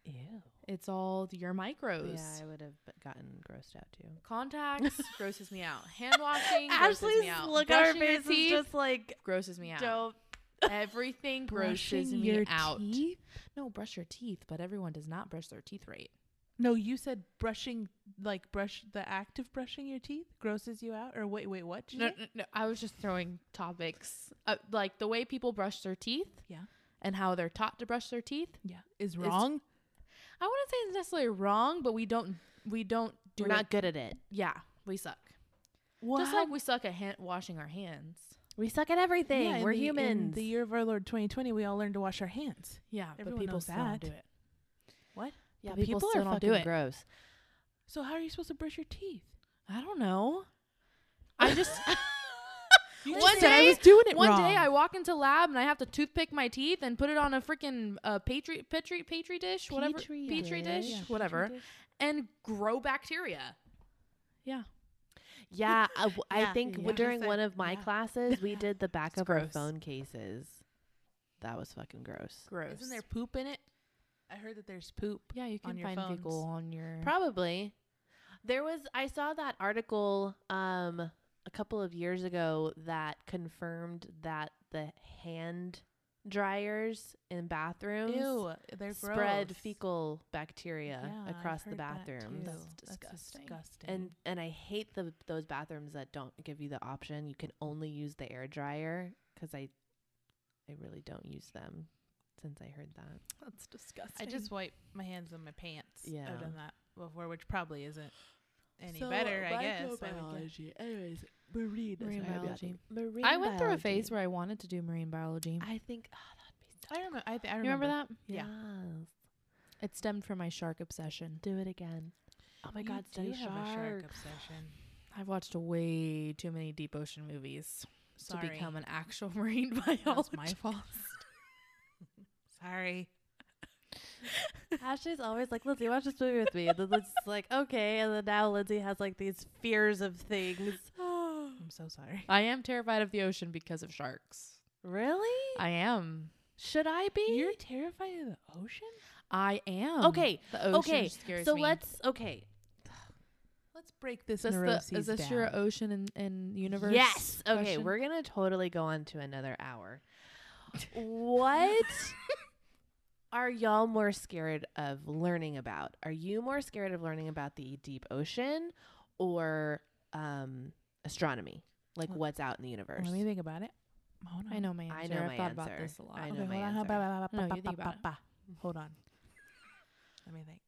[SPEAKER 3] Ew.
[SPEAKER 1] It's all your microbes.
[SPEAKER 3] Yeah, I would have b- gotten grossed out too.
[SPEAKER 1] Contacts grosses me out. Hand washing grosses
[SPEAKER 3] Ashley's
[SPEAKER 1] me out.
[SPEAKER 3] look on her
[SPEAKER 1] Brushing your
[SPEAKER 3] face is
[SPEAKER 1] teeth
[SPEAKER 3] just like
[SPEAKER 1] grosses me out.
[SPEAKER 3] dope.
[SPEAKER 1] Everything grosses me out. No, brush your teeth, but everyone does not brush their teeth right.
[SPEAKER 2] No, you said brushing, like brush the act of brushing your teeth grosses you out. Or wait, wait, what? did you
[SPEAKER 1] No,
[SPEAKER 2] say?
[SPEAKER 1] no, no, I was just throwing topics uh, like the way people brush their teeth.
[SPEAKER 2] Yeah.
[SPEAKER 1] And how they're taught to brush their teeth.
[SPEAKER 2] Yeah, is wrong.
[SPEAKER 1] I wouldn't say it's necessarily wrong, but we don't we don't do
[SPEAKER 3] We're
[SPEAKER 1] it-
[SPEAKER 3] not good at it.
[SPEAKER 1] Yeah, we suck.
[SPEAKER 2] Wow.
[SPEAKER 1] Just like we suck at hand- washing our hands.
[SPEAKER 3] We suck at everything.
[SPEAKER 2] in
[SPEAKER 3] We're
[SPEAKER 2] the- In
[SPEAKER 3] humans.
[SPEAKER 2] the year of our Lord 2020, we all learned to wash our hands.
[SPEAKER 1] Yeah,
[SPEAKER 2] Everyone
[SPEAKER 1] but people
[SPEAKER 2] knows
[SPEAKER 1] still don't
[SPEAKER 2] that.
[SPEAKER 1] do it.
[SPEAKER 2] What?
[SPEAKER 3] yeah,
[SPEAKER 1] people
[SPEAKER 3] people,
[SPEAKER 1] still
[SPEAKER 3] are
[SPEAKER 1] don't do
[SPEAKER 3] fucking
[SPEAKER 1] it.
[SPEAKER 3] gross.
[SPEAKER 2] So how are you supposed to brush your teeth?
[SPEAKER 1] I don't know. I just
[SPEAKER 2] You
[SPEAKER 1] One
[SPEAKER 2] just said I
[SPEAKER 1] day-
[SPEAKER 2] was doing it
[SPEAKER 1] one
[SPEAKER 2] wrong.
[SPEAKER 1] day I walk into lab and I have to toothpick my teeth and put it on a freaking uh, petri petri petri dish, whatever
[SPEAKER 3] Petri
[SPEAKER 1] petri dish,
[SPEAKER 3] dish. Yeah,
[SPEAKER 1] whatever, and grow bacteria. Yeah.
[SPEAKER 3] Yeah, I, w- I
[SPEAKER 2] Yeah.
[SPEAKER 3] think w
[SPEAKER 2] Yeah.
[SPEAKER 3] during one of my
[SPEAKER 2] Yeah.
[SPEAKER 3] classes, we did the back
[SPEAKER 1] It's
[SPEAKER 3] of our
[SPEAKER 1] gross.
[SPEAKER 3] phone cases. That was fucking gross.
[SPEAKER 1] Gross.
[SPEAKER 2] Isn't there poop in it? I heard that there's poop.
[SPEAKER 1] Yeah, you
[SPEAKER 2] on
[SPEAKER 1] can
[SPEAKER 2] your
[SPEAKER 1] find
[SPEAKER 2] phones?
[SPEAKER 1] fecal on your.
[SPEAKER 3] Probably. There was I saw that article um a couple of years ago that confirmed that the hand dryers in bathrooms
[SPEAKER 2] Ew, they're
[SPEAKER 3] spread
[SPEAKER 2] gross.
[SPEAKER 3] fecal bacteria
[SPEAKER 2] Yeah, I've
[SPEAKER 3] across the
[SPEAKER 2] heard that too.
[SPEAKER 3] bathrooms.
[SPEAKER 1] That's disgusting.
[SPEAKER 2] disgusting.
[SPEAKER 3] And and I hate the those bathrooms that don't give you the option. You can only use the air dryer because I I really don't use them since I heard that.
[SPEAKER 1] That's disgusting.
[SPEAKER 2] I just wipe my hands on my pants.
[SPEAKER 3] Yeah.
[SPEAKER 2] I've done that before, which probably isn't any better, I guess. I would guess.
[SPEAKER 3] Biology. Anyways, marine,
[SPEAKER 1] Marine biology.
[SPEAKER 3] Marine
[SPEAKER 1] I went through a phase where I wanted to do marine biology.
[SPEAKER 3] I think oh, that'd be so
[SPEAKER 2] I remember. I, th- I
[SPEAKER 1] you
[SPEAKER 2] remember.
[SPEAKER 1] remember that?
[SPEAKER 2] Yeah.
[SPEAKER 3] Yes.
[SPEAKER 1] It stemmed from my shark obsession.
[SPEAKER 3] Do it again. Oh my
[SPEAKER 2] You
[SPEAKER 3] god, study
[SPEAKER 2] do have a shark
[SPEAKER 3] shark.
[SPEAKER 2] obsession.
[SPEAKER 1] I've watched way too many deep ocean movies
[SPEAKER 2] Sorry.
[SPEAKER 1] to become an actual marine biologist.
[SPEAKER 2] That's my fault. Sorry.
[SPEAKER 3] Ashley's always like, Lindsay, watch this movie with me. And then Lindsay's like, okay. And then now Lindsay has like these fears of things.
[SPEAKER 2] I'm so sorry.
[SPEAKER 1] I am terrified of the ocean because of sharks.
[SPEAKER 3] Really?
[SPEAKER 1] I am.
[SPEAKER 3] Should I be?
[SPEAKER 2] You're terrified of the ocean?
[SPEAKER 1] I am.
[SPEAKER 3] Okay,
[SPEAKER 1] The ocean
[SPEAKER 3] okay,
[SPEAKER 1] scares
[SPEAKER 3] so
[SPEAKER 1] me.
[SPEAKER 3] let's okay.
[SPEAKER 2] Let's break this
[SPEAKER 1] Is this,
[SPEAKER 2] neuroses
[SPEAKER 1] the, is this
[SPEAKER 2] down.
[SPEAKER 1] your ocean and, and universe?
[SPEAKER 3] Yes. Okay,
[SPEAKER 1] question?
[SPEAKER 3] we're gonna totally go on to another hour. what are y'all more scared of learning about? Are you more scared of learning about the deep ocean or um astronomy? Like
[SPEAKER 2] Let-
[SPEAKER 3] what's out in the universe?
[SPEAKER 2] Let me think about it. Hold on.
[SPEAKER 1] I know my answer.
[SPEAKER 3] I know
[SPEAKER 1] I've
[SPEAKER 3] my
[SPEAKER 1] thought about
[SPEAKER 3] answer.
[SPEAKER 1] this a lot.
[SPEAKER 3] I know
[SPEAKER 2] Okay,
[SPEAKER 3] my
[SPEAKER 2] hold on. How
[SPEAKER 3] answer.
[SPEAKER 2] about-
[SPEAKER 1] No, you
[SPEAKER 2] ba-
[SPEAKER 1] think
[SPEAKER 2] ba-
[SPEAKER 1] about it.
[SPEAKER 2] ba- ba- Hold on. Let me think.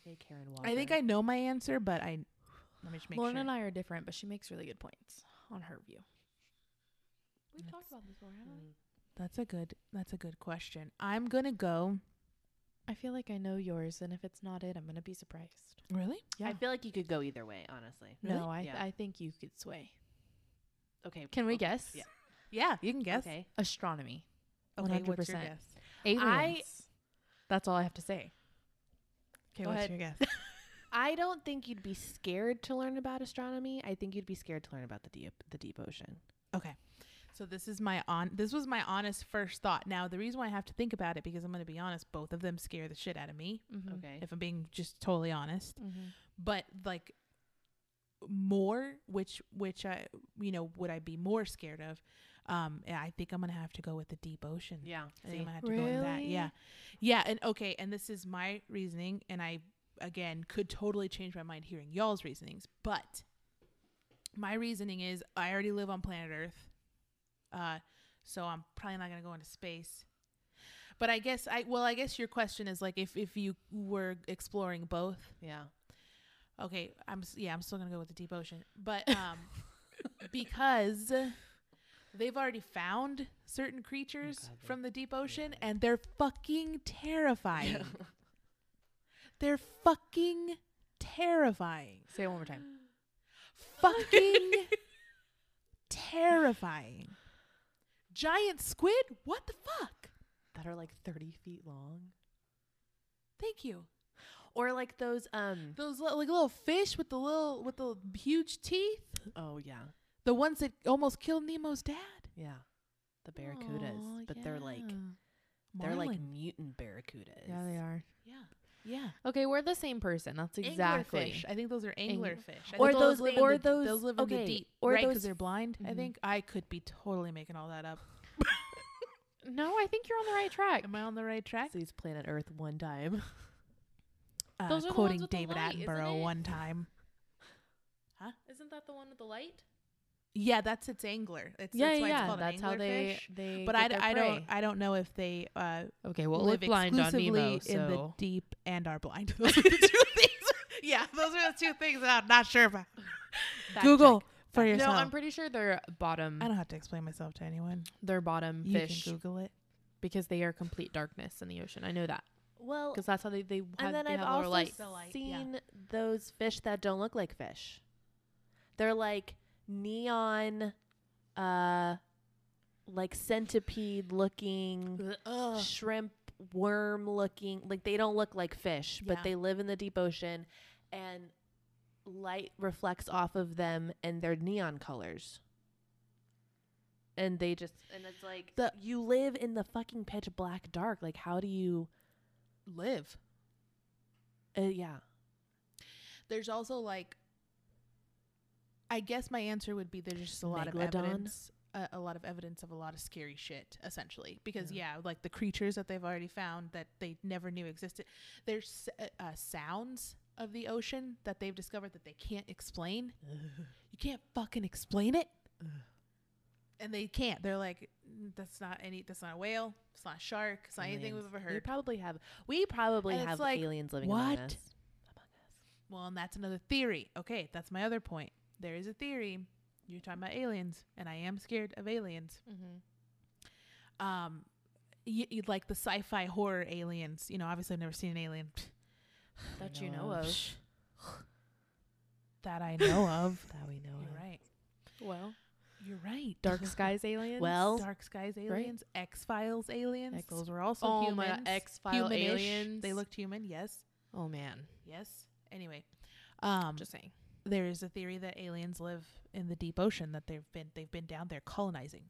[SPEAKER 3] Okay, Karen
[SPEAKER 2] I think
[SPEAKER 3] Walker.
[SPEAKER 2] I know my answer, but I let me just make
[SPEAKER 1] Lauren
[SPEAKER 2] sure.
[SPEAKER 1] and I are different, but she makes really good points on her view.
[SPEAKER 2] We've talked
[SPEAKER 1] about this before,
[SPEAKER 3] Mm.
[SPEAKER 2] That's a good. That's a good question. I'm gonna go.
[SPEAKER 1] I feel like I know yours, and if it's not it, I'm gonna be surprised.
[SPEAKER 2] Really?
[SPEAKER 1] Yeah.
[SPEAKER 3] I feel like you could go either way, honestly.
[SPEAKER 2] Really?
[SPEAKER 1] No, I
[SPEAKER 3] Yeah.
[SPEAKER 1] I think you could sway.
[SPEAKER 3] Okay.
[SPEAKER 1] Can we
[SPEAKER 3] okay,
[SPEAKER 1] guess?
[SPEAKER 3] Yeah.
[SPEAKER 2] Yeah, you can guess.
[SPEAKER 3] Okay.
[SPEAKER 1] Astronomy.
[SPEAKER 2] Okay, what's your
[SPEAKER 1] 100%.
[SPEAKER 2] guess?
[SPEAKER 1] Aliens.
[SPEAKER 3] I-
[SPEAKER 1] That's all I have to say.
[SPEAKER 2] Okay,
[SPEAKER 3] Go
[SPEAKER 2] what's
[SPEAKER 3] ahead.
[SPEAKER 2] your guess?
[SPEAKER 3] I don't think you'd be scared to learn about astronomy. I think you'd be scared to learn about the deep the deep ocean.
[SPEAKER 2] Okay. So this is my on this was my honest first thought. Now the reason why I have to think about it because I'm gonna be honest, both of them scare the shit out of me.
[SPEAKER 1] Mm-hmm.
[SPEAKER 3] Okay.
[SPEAKER 2] If I'm being just totally honest.
[SPEAKER 1] Mm-hmm.
[SPEAKER 2] But like more which which I you know, would I be more scared of? Um and I think I'm gonna have to go with the deep ocean.
[SPEAKER 3] yeah.
[SPEAKER 2] I think I'm gonna have to go with that. Yeah.
[SPEAKER 1] Really?
[SPEAKER 2] Yeah, and okay, and this is my reasoning and I again could totally change my mind hearing y'all's reasonings, but my reasoning is I already live on planet Earth. Uh so I'm probably not gonna go into space. But I guess I well, I guess your question is like if if you were exploring both
[SPEAKER 3] Yeah.
[SPEAKER 2] Okay, I'm s- yeah, I'm still gonna go with the deep ocean, but um, because they've already found certain creatures
[SPEAKER 3] Oh, God, they-
[SPEAKER 2] from the deep ocean, and they're fucking terrifying. they're fucking terrifying.
[SPEAKER 1] Say it one more time.
[SPEAKER 2] Fucking terrifying. Giant squid? What the fuck?
[SPEAKER 3] That are like thirty feet long.
[SPEAKER 2] Thank you.
[SPEAKER 3] Or like those um
[SPEAKER 2] Those li- like little fish with the little with the huge teeth,
[SPEAKER 3] Oh yeah.
[SPEAKER 2] the ones that almost killed Nemo's dad.
[SPEAKER 3] Yeah. The barracudas.
[SPEAKER 1] Aw,
[SPEAKER 3] but they're like
[SPEAKER 1] yeah.
[SPEAKER 3] they're like
[SPEAKER 2] Marlin.
[SPEAKER 3] mutant barracudas.
[SPEAKER 1] yeah, they are.
[SPEAKER 2] yeah, yeah.
[SPEAKER 1] Okay, we're the same person. That's exactly.
[SPEAKER 2] Anglerfish. I think those are
[SPEAKER 1] Angler-
[SPEAKER 2] anglerfish. I
[SPEAKER 3] Or
[SPEAKER 2] think
[SPEAKER 3] those
[SPEAKER 2] live in
[SPEAKER 3] or
[SPEAKER 2] the-
[SPEAKER 3] those-
[SPEAKER 2] those live in
[SPEAKER 3] okay,
[SPEAKER 2] the deep,
[SPEAKER 3] or
[SPEAKER 2] right?
[SPEAKER 3] those-
[SPEAKER 2] Because they're blind. I
[SPEAKER 1] Mhm.
[SPEAKER 2] think I could be totally making all that up.
[SPEAKER 1] No, I think you're on the right track.
[SPEAKER 2] Am I on the right track?
[SPEAKER 3] Sees planet Earth one time.
[SPEAKER 2] Uh,
[SPEAKER 1] Those are the
[SPEAKER 2] quoting
[SPEAKER 1] ones with the
[SPEAKER 2] David
[SPEAKER 1] light, isn't
[SPEAKER 2] Attenborough
[SPEAKER 1] it?
[SPEAKER 2] one time.
[SPEAKER 1] Isn't that the one with the light?
[SPEAKER 2] Yeah, that's its angler. It's,
[SPEAKER 1] Yeah,
[SPEAKER 2] that's
[SPEAKER 1] yeah,
[SPEAKER 2] why
[SPEAKER 1] yeah.
[SPEAKER 2] It's called
[SPEAKER 1] That's
[SPEAKER 2] an
[SPEAKER 1] how they
[SPEAKER 2] anglerfish.
[SPEAKER 1] they.
[SPEAKER 2] But
[SPEAKER 1] get
[SPEAKER 2] I, d-
[SPEAKER 1] their
[SPEAKER 2] I don't
[SPEAKER 1] prey.
[SPEAKER 2] I don't know if they uh,
[SPEAKER 1] Okay, well, live
[SPEAKER 2] live
[SPEAKER 1] blind on
[SPEAKER 2] exclusively
[SPEAKER 1] Nemo.
[SPEAKER 2] in the
[SPEAKER 1] So
[SPEAKER 2] deep and are blind. Those are the two things. Yeah, those are the two things that I'm not sure about.
[SPEAKER 1] Fact
[SPEAKER 2] Google for
[SPEAKER 1] check.
[SPEAKER 2] yourself.
[SPEAKER 1] No, I'm pretty sure they're bottom.
[SPEAKER 2] I don't have to explain myself to anyone.
[SPEAKER 1] They're bottom
[SPEAKER 2] You
[SPEAKER 1] fish
[SPEAKER 2] can Google it.
[SPEAKER 1] because they are complete darkness in the ocean. I know that
[SPEAKER 3] Well
[SPEAKER 1] because that's how they they have,
[SPEAKER 3] and then
[SPEAKER 1] they
[SPEAKER 3] I've
[SPEAKER 1] have lower
[SPEAKER 3] also
[SPEAKER 1] light.
[SPEAKER 2] The light, yeah.
[SPEAKER 3] seen those fish that don't look like fish. They're like neon uh like centipede looking shrimp worm looking like they don't look like fish
[SPEAKER 2] Yeah.
[SPEAKER 3] but they live in the deep ocean and light reflects off of them and they're neon colors and they just and it's like
[SPEAKER 2] The-
[SPEAKER 3] you live in the fucking pitch black dark like how do you
[SPEAKER 2] Live.
[SPEAKER 3] uh, yeah
[SPEAKER 2] there's also like I guess my answer would be there's just a lot
[SPEAKER 3] Megalodon?
[SPEAKER 2] of evidence a, a lot of evidence of a lot of scary shit, essentially. Because yeah, like the creatures that they've already found that they never knew existed. There's s- uh, uh, sounds of the ocean that they've discovered that they can't explain. you can't fucking explain it. And they can't. They're like, "Mm, that's not any. That's not a whale. It's not a shark. It's not anything we've
[SPEAKER 3] Aliens.
[SPEAKER 2] ever
[SPEAKER 3] We
[SPEAKER 2] heard.
[SPEAKER 3] probably have. We probably
[SPEAKER 2] And it's
[SPEAKER 3] have
[SPEAKER 2] like,
[SPEAKER 3] aliens living among
[SPEAKER 2] what?
[SPEAKER 3] us.
[SPEAKER 2] Well, and that's another theory. Okay, that's my other point. There is a theory. You're talking about aliens, and I am scared of aliens. Um, y- y- like the sci-fi horror aliens. You know, obviously I've never seen an alien
[SPEAKER 3] That you know of.
[SPEAKER 2] that I know of.
[SPEAKER 3] That we know
[SPEAKER 2] You're
[SPEAKER 3] of.
[SPEAKER 2] right.
[SPEAKER 1] Well,
[SPEAKER 2] You're right.
[SPEAKER 1] Dark Skies aliens.
[SPEAKER 3] Well,
[SPEAKER 2] Dark Skies aliens, X Files aliens.
[SPEAKER 1] X-
[SPEAKER 2] Those were also
[SPEAKER 1] oh
[SPEAKER 2] humans.
[SPEAKER 1] my X File
[SPEAKER 2] Humanish.
[SPEAKER 1] aliens.
[SPEAKER 2] They looked human. Yes.
[SPEAKER 1] Oh man,
[SPEAKER 2] Yes. Anyway, um,
[SPEAKER 1] just saying.
[SPEAKER 2] there is a theory that aliens live in the deep ocean that they've been they've been down there colonizing.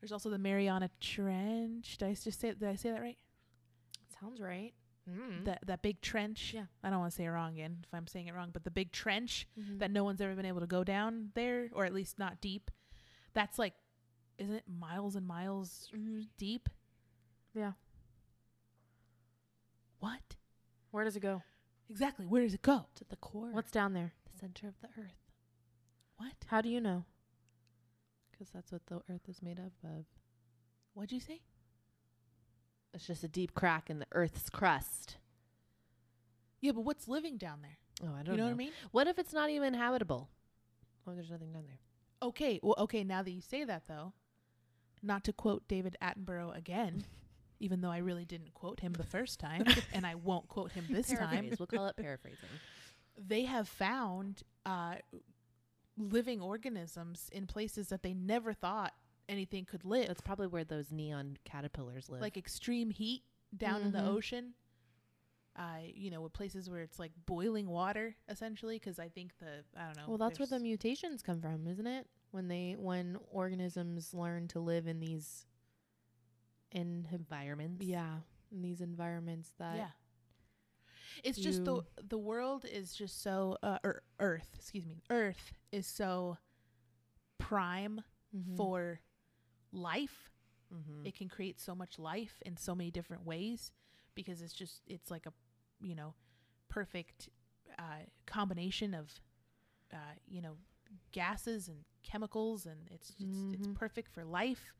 [SPEAKER 2] There's also the Mariana Trench. Did I s- just say did I say that right?
[SPEAKER 1] Sounds right.
[SPEAKER 3] Mm-hmm.
[SPEAKER 1] Mm.
[SPEAKER 2] That that big trench.
[SPEAKER 1] Yeah.
[SPEAKER 2] I don't want to say it wrong again if I'm saying it wrong, but the big trench
[SPEAKER 3] Mm-hmm.
[SPEAKER 1] Mhm.
[SPEAKER 2] that no one's ever been able to go down there, or at least not deep. That's like isn't it miles and miles deep?
[SPEAKER 1] Mm-hmm. Yeah.
[SPEAKER 2] What?
[SPEAKER 1] Where does it go?
[SPEAKER 2] Exactly. Where does it go?
[SPEAKER 3] To the core.
[SPEAKER 1] What's down there?
[SPEAKER 3] the center of the earth?
[SPEAKER 2] What?
[SPEAKER 1] How do you know?
[SPEAKER 3] Because that's what the earth is made up of.
[SPEAKER 2] What'd you say?
[SPEAKER 3] It's just a deep crack in the earth's crust.
[SPEAKER 2] Yeah, but what's living down there?
[SPEAKER 3] Oh, I don't
[SPEAKER 2] You know
[SPEAKER 3] know.
[SPEAKER 2] what I mean?
[SPEAKER 3] What if it's not even habitable? Oh, there's nothing down there.
[SPEAKER 2] Okay, well, okay. Now that you say that, though, not to quote David Attenborough again, even though I really didn't quote him the first time, and I won't quote him this time.
[SPEAKER 3] Paraphrase. we'll call it paraphrasing.
[SPEAKER 2] They have found uh, living organisms in places that they never thought anything could live,
[SPEAKER 3] That's probably where those neon caterpillars live.
[SPEAKER 2] like extreme heat down in
[SPEAKER 1] Mhm.
[SPEAKER 2] the ocean. Uh, you know, with places where it's like boiling water, essentially, because I think the I don't know.
[SPEAKER 1] Well, that's where the
[SPEAKER 2] there's-
[SPEAKER 1] mutations come from, isn't it? When they when organisms learn to live in these inhib-
[SPEAKER 3] environments.
[SPEAKER 1] yeah, in these environments that
[SPEAKER 2] yeah. It's just the
[SPEAKER 1] you-
[SPEAKER 2] the world is just so uh, er, Earth, excuse me, Earth is so prime
[SPEAKER 1] Mhm.
[SPEAKER 2] for life.
[SPEAKER 1] Mm.
[SPEAKER 3] Mm-hmm.
[SPEAKER 2] It can create so much life in so many different ways because it's just it's like a you know perfect uh, combination of uh, you know gases and chemicals and it's it's,
[SPEAKER 1] Mhm.
[SPEAKER 2] it's perfect for life.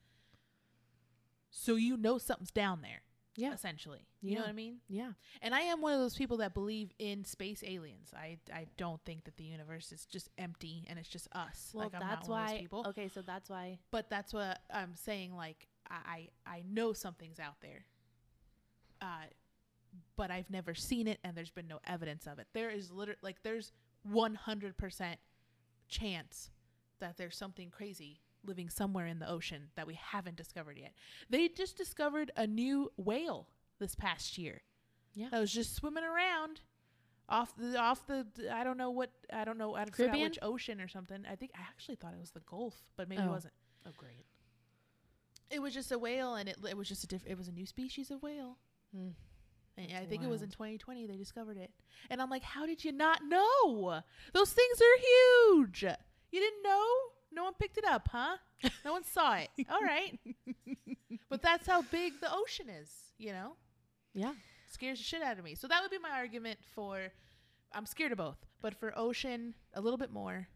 [SPEAKER 2] So you know something's down there,
[SPEAKER 1] Yeah.
[SPEAKER 2] Essentially, you know
[SPEAKER 1] Yeah.
[SPEAKER 2] what I mean.
[SPEAKER 1] yeah.
[SPEAKER 2] And I am one of those people that believe in space aliens. I I don't think that the universe is just empty and it's just us.
[SPEAKER 3] Well,
[SPEAKER 2] like I'm
[SPEAKER 3] that's
[SPEAKER 2] not one
[SPEAKER 3] why.
[SPEAKER 2] of those people.
[SPEAKER 3] Okay, so that's why.
[SPEAKER 2] But that's what I'm saying. Like I I I know something's out there. Uh, but I've never seen it, and there's been no evidence of it. There is liter like there's 100 percent chance that there's something crazy living somewhere in the ocean that we haven't discovered yet. They just discovered a new whale this past year.
[SPEAKER 1] Yeah.
[SPEAKER 2] that was just swimming around off the off the I don't know what I don't know I forgot
[SPEAKER 1] Caribbean?
[SPEAKER 2] which ocean or something. I think I actually thought it was the Gulf, but maybe
[SPEAKER 1] Oh.
[SPEAKER 2] it wasn't.
[SPEAKER 3] Oh, great.
[SPEAKER 2] It was just a whale, and it it was just a diff- it was a new species of whale.
[SPEAKER 1] Mm.
[SPEAKER 2] And
[SPEAKER 1] That's
[SPEAKER 2] I think it was in
[SPEAKER 1] wild.
[SPEAKER 2] 2020 they discovered it, and I'm like, how did you not know? Those things are huge. You didn't know? No one picked it up, huh? No one saw it. All right, but that's how big the ocean is. You know,
[SPEAKER 1] Yeah.
[SPEAKER 2] scares the shit out of me. So that would be my argument for I'm scared of both, but for ocean a little bit more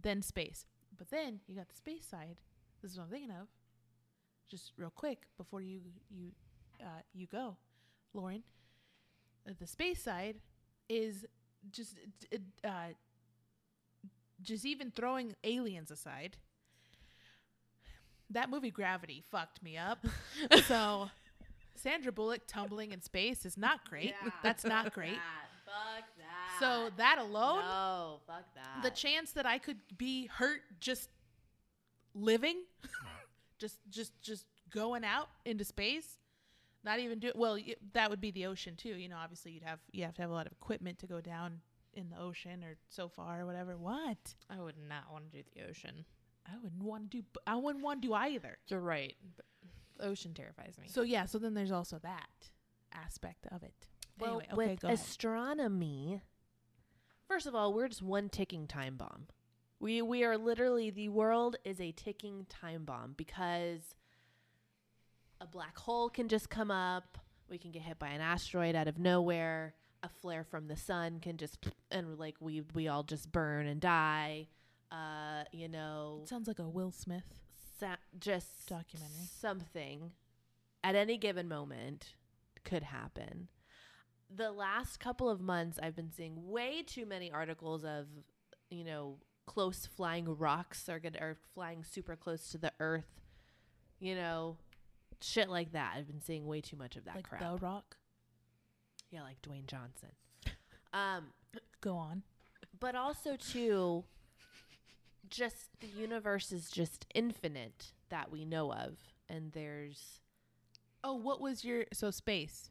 [SPEAKER 2] than space. But then you got the space side. This is what I'm thinking of. Just real quick before you you uh, you go, Lauren. Uh, The space side is just uh, d- uh, just even throwing aliens aside. That movie Gravity fucked me up. so Sandra Bullock tumbling in space is not great. That's not great.
[SPEAKER 3] Fuck that.
[SPEAKER 2] So that
[SPEAKER 3] Oh,
[SPEAKER 2] alone,
[SPEAKER 3] No, fuck that.
[SPEAKER 2] the chance that I could be hurt just living, just just just going out into space, not even do well. y that would be the ocean too. You know, obviously you'd have you have to have a lot of equipment to go down in the ocean or so far or whatever. What
[SPEAKER 1] I would not want to do the ocean.
[SPEAKER 2] I wouldn't want to do. b- I wouldn't want to do either.
[SPEAKER 1] You're right. But the ocean terrifies me.
[SPEAKER 2] So yeah. So then there's also that aspect of it.
[SPEAKER 3] well,
[SPEAKER 2] anyway, okay,
[SPEAKER 3] with
[SPEAKER 2] go ahead.
[SPEAKER 3] astronomy, first of all, we're just one ticking time bomb. We we are literally the world is a ticking time bomb because a black hole can just come up. We can get hit by an asteroid out of nowhere. A flare from the sun can just and like we we all just burn and die. Uh, you know,
[SPEAKER 2] Sounds like a Will Smith.
[SPEAKER 3] sa- just
[SPEAKER 2] Documentary.
[SPEAKER 3] something at any given moment could happen. The last couple of months, I've been seeing way too many articles of, you know, close flying rocks are gonna are flying super close to the earth, you know, shit like that. I've been seeing way too much of that
[SPEAKER 2] like
[SPEAKER 3] crap.
[SPEAKER 2] Bell Rock.
[SPEAKER 3] yeah, like Dwayne Johnson. Um,
[SPEAKER 2] Go on.
[SPEAKER 3] but also too just the universe is just infinite that we know of and there's
[SPEAKER 2] Oh, what was your so space?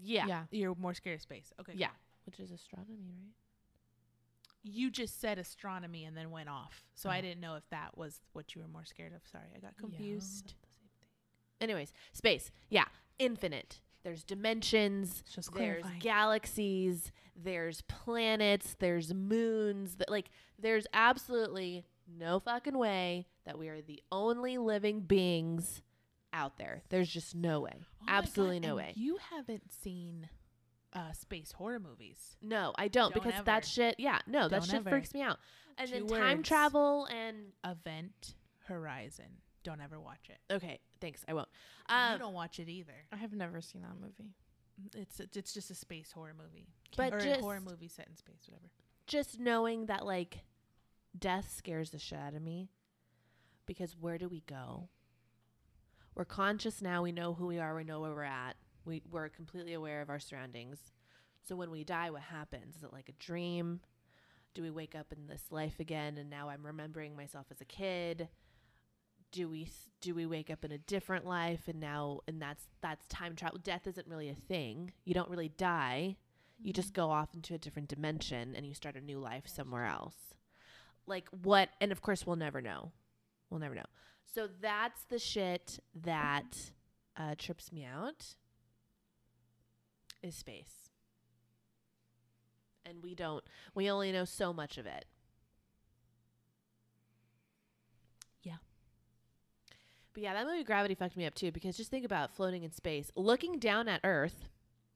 [SPEAKER 3] yeah yeah,
[SPEAKER 2] You're more scared of space. Okay.
[SPEAKER 3] which is astronomy right
[SPEAKER 2] You just said astronomy and then went off. So I
[SPEAKER 3] Oh.
[SPEAKER 2] didn't know if that was what you were more scared of. Sorry, I got confused.
[SPEAKER 3] anyways space yeah infinite there's dimensions
[SPEAKER 2] It's just
[SPEAKER 3] there's
[SPEAKER 2] clarifying.
[SPEAKER 3] galaxies there's planets there's moons that like there's absolutely no fucking way that we are the only living beings out there there's just no way
[SPEAKER 2] Oh my God,
[SPEAKER 3] absolutely no
[SPEAKER 2] and
[SPEAKER 3] way
[SPEAKER 2] You haven't seen uh space horror movies.
[SPEAKER 3] No, I don't,
[SPEAKER 2] Don't
[SPEAKER 3] because
[SPEAKER 2] ever.
[SPEAKER 3] that shit. Yeah, no, that
[SPEAKER 2] Don't
[SPEAKER 3] shit
[SPEAKER 2] ever.
[SPEAKER 3] freaks me out. And then
[SPEAKER 2] Two
[SPEAKER 3] time
[SPEAKER 2] words.
[SPEAKER 3] travel and
[SPEAKER 2] Event Horizon. Don't ever watch it.
[SPEAKER 3] okay, thanks, I won't.
[SPEAKER 2] you
[SPEAKER 3] Um,
[SPEAKER 2] don't watch it either.
[SPEAKER 4] I have never seen that movie.
[SPEAKER 2] It's it's just a space horror movie.
[SPEAKER 3] But
[SPEAKER 2] or a
[SPEAKER 3] just-
[SPEAKER 2] horror movie set in space, whatever.
[SPEAKER 3] just knowing that like death scares the shit out of me, because where do we go? We're conscious now. We know who we are. We know where we're at. We we're completely aware of our surroundings. So when we die, what happens? Is it like a dream? Do we wake up in this life again and now I'm remembering myself as a kid? Do we s- do we wake up in a different life and now and that's that's time travel. Death isn't really a thing. You don't really die. You
[SPEAKER 2] Mm-hmm.
[SPEAKER 3] just go off into a different dimension and you start a new life somewhere else. Like what and of course we'll never know. We'll never know. So that's the shit that uh, trips me out is space and we don't we only know so much of it
[SPEAKER 2] Yeah.
[SPEAKER 3] but yeah that movie gravity fucked me up too because just think about floating in space looking down at earth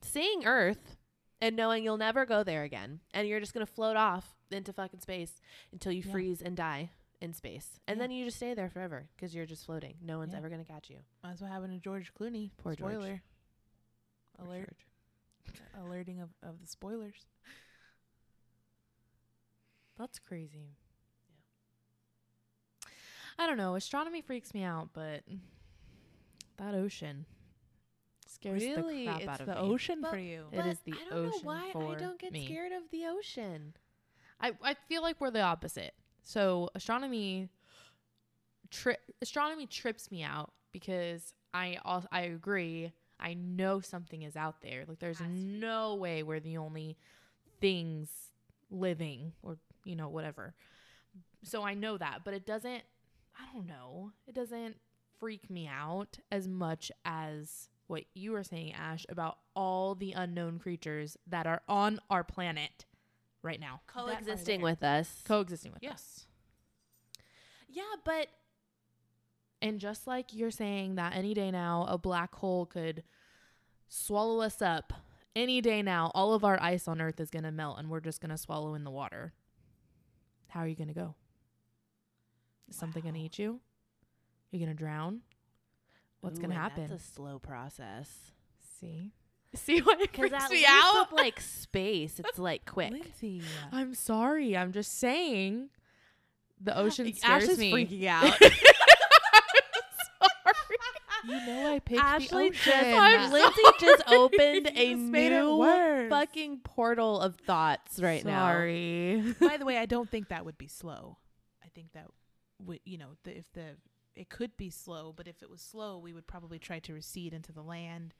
[SPEAKER 3] seeing earth and knowing you'll never go there again and you're just going to float off into fucking space until you
[SPEAKER 2] Yeah.
[SPEAKER 3] freeze and die in space and
[SPEAKER 2] Yeah.
[SPEAKER 3] then you just stay there forever because you're just floating no one's
[SPEAKER 2] Yeah.
[SPEAKER 3] ever going to catch you
[SPEAKER 2] That's what happened to George Clooney.
[SPEAKER 3] Poor George.
[SPEAKER 2] Spoiler.
[SPEAKER 3] Poor
[SPEAKER 2] Alert. Alerting of, of the spoilers.
[SPEAKER 4] That's crazy.
[SPEAKER 1] I don't know. Astronomy freaks me out, but that ocean scares
[SPEAKER 4] Really?
[SPEAKER 1] the crap
[SPEAKER 4] It's
[SPEAKER 1] out of
[SPEAKER 2] the
[SPEAKER 1] me.
[SPEAKER 2] ocean
[SPEAKER 3] But-
[SPEAKER 2] for you.
[SPEAKER 1] It is the
[SPEAKER 3] I don't know
[SPEAKER 1] ocean
[SPEAKER 3] why
[SPEAKER 1] for
[SPEAKER 3] I don't get
[SPEAKER 1] me.
[SPEAKER 3] scared of the ocean.
[SPEAKER 1] I, I feel like we're the opposite. So astronomy, tri- astronomy trips me out because I also I agree. I know something is out there. Like there's
[SPEAKER 3] Has to be.
[SPEAKER 1] no way we're the only things living or you know whatever. So I know that, but it doesn't. I don't know. It doesn't freak me out as much as what you were saying, Ash, about all the unknown creatures that are on our planet right now
[SPEAKER 3] Coexisting Oh, with us.
[SPEAKER 1] coexisting with us.
[SPEAKER 2] Yes.
[SPEAKER 3] yeah, but
[SPEAKER 1] And just like you're saying that any day now a black hole could swallow us up. Any day now all of our ice on earth is going to melt and we're just going to swallow in the water. How are you going to go? Is something going to
[SPEAKER 2] Wow.
[SPEAKER 1] eat you? You're going to drown? What's going to
[SPEAKER 3] Ooh, and
[SPEAKER 1] happen?
[SPEAKER 3] That's a slow process.
[SPEAKER 1] See? See what it
[SPEAKER 3] Because
[SPEAKER 1] freaks
[SPEAKER 3] at
[SPEAKER 1] me
[SPEAKER 3] least
[SPEAKER 1] out?
[SPEAKER 3] with like space, it's like quick.
[SPEAKER 2] Lindsay. uh,
[SPEAKER 1] I'm sorry. I'm just saying the ocean scares
[SPEAKER 4] Ash is
[SPEAKER 1] me.
[SPEAKER 4] freaking out.
[SPEAKER 2] you know I picked
[SPEAKER 3] Ashley
[SPEAKER 2] the
[SPEAKER 3] just
[SPEAKER 2] ocean.
[SPEAKER 1] I'm
[SPEAKER 3] Lindsay just opened a
[SPEAKER 2] just made it
[SPEAKER 3] new
[SPEAKER 2] worse.
[SPEAKER 3] fucking portal of thoughts right now.
[SPEAKER 1] sorry.
[SPEAKER 2] By the way, I don't think that would be slow. I think that would you know the, if the it could be slow, but if it was slow, we would probably try to recede into the land,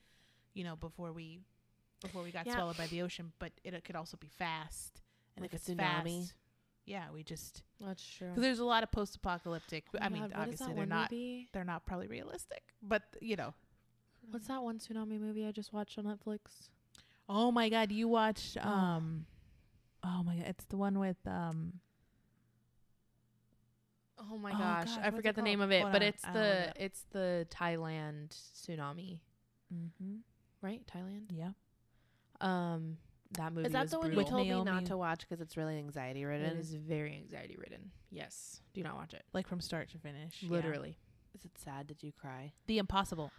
[SPEAKER 2] you know, before we before we got
[SPEAKER 3] Yeah.
[SPEAKER 2] swallowed by the ocean. But it, could also be fast, and
[SPEAKER 3] Like
[SPEAKER 2] if
[SPEAKER 3] a
[SPEAKER 2] it's
[SPEAKER 3] tsunami.
[SPEAKER 2] fast, yeah, we just
[SPEAKER 1] That's true.
[SPEAKER 2] because there's a lot of post-apocalyptic.
[SPEAKER 1] Oh my
[SPEAKER 2] I mean,
[SPEAKER 1] God, what is
[SPEAKER 2] obviously
[SPEAKER 1] that
[SPEAKER 2] they're
[SPEAKER 1] one
[SPEAKER 2] not
[SPEAKER 1] movie?
[SPEAKER 2] they're not probably realistic, but you know.
[SPEAKER 1] What's that one tsunami movie I just watched on Netflix?
[SPEAKER 2] Oh my God, you watched
[SPEAKER 1] Oh.
[SPEAKER 2] um, oh my God, it's the one with um,
[SPEAKER 1] Oh my
[SPEAKER 2] Oh,
[SPEAKER 1] gosh, I
[SPEAKER 2] gosh, what's it
[SPEAKER 1] forget the name
[SPEAKER 2] called?
[SPEAKER 1] of it,
[SPEAKER 2] Hold
[SPEAKER 1] but
[SPEAKER 2] on,
[SPEAKER 1] it's
[SPEAKER 2] I'll look it
[SPEAKER 1] the
[SPEAKER 2] up.
[SPEAKER 1] it's the Thailand tsunami,
[SPEAKER 3] Mm-hmm.
[SPEAKER 4] right? Thailand.
[SPEAKER 2] Yeah.
[SPEAKER 1] um, that movie
[SPEAKER 3] Is that
[SPEAKER 1] was
[SPEAKER 3] the one you
[SPEAKER 1] brutal.
[SPEAKER 3] told me
[SPEAKER 2] Naomi.
[SPEAKER 3] not to watch because it's really anxiety
[SPEAKER 4] It
[SPEAKER 3] ridden?
[SPEAKER 4] is very anxiety ridden. Yes. Do not watch it.
[SPEAKER 2] Like from start to finish. yeah.
[SPEAKER 4] Literally.
[SPEAKER 3] Is it sad? Did you cry?
[SPEAKER 2] The Impossible.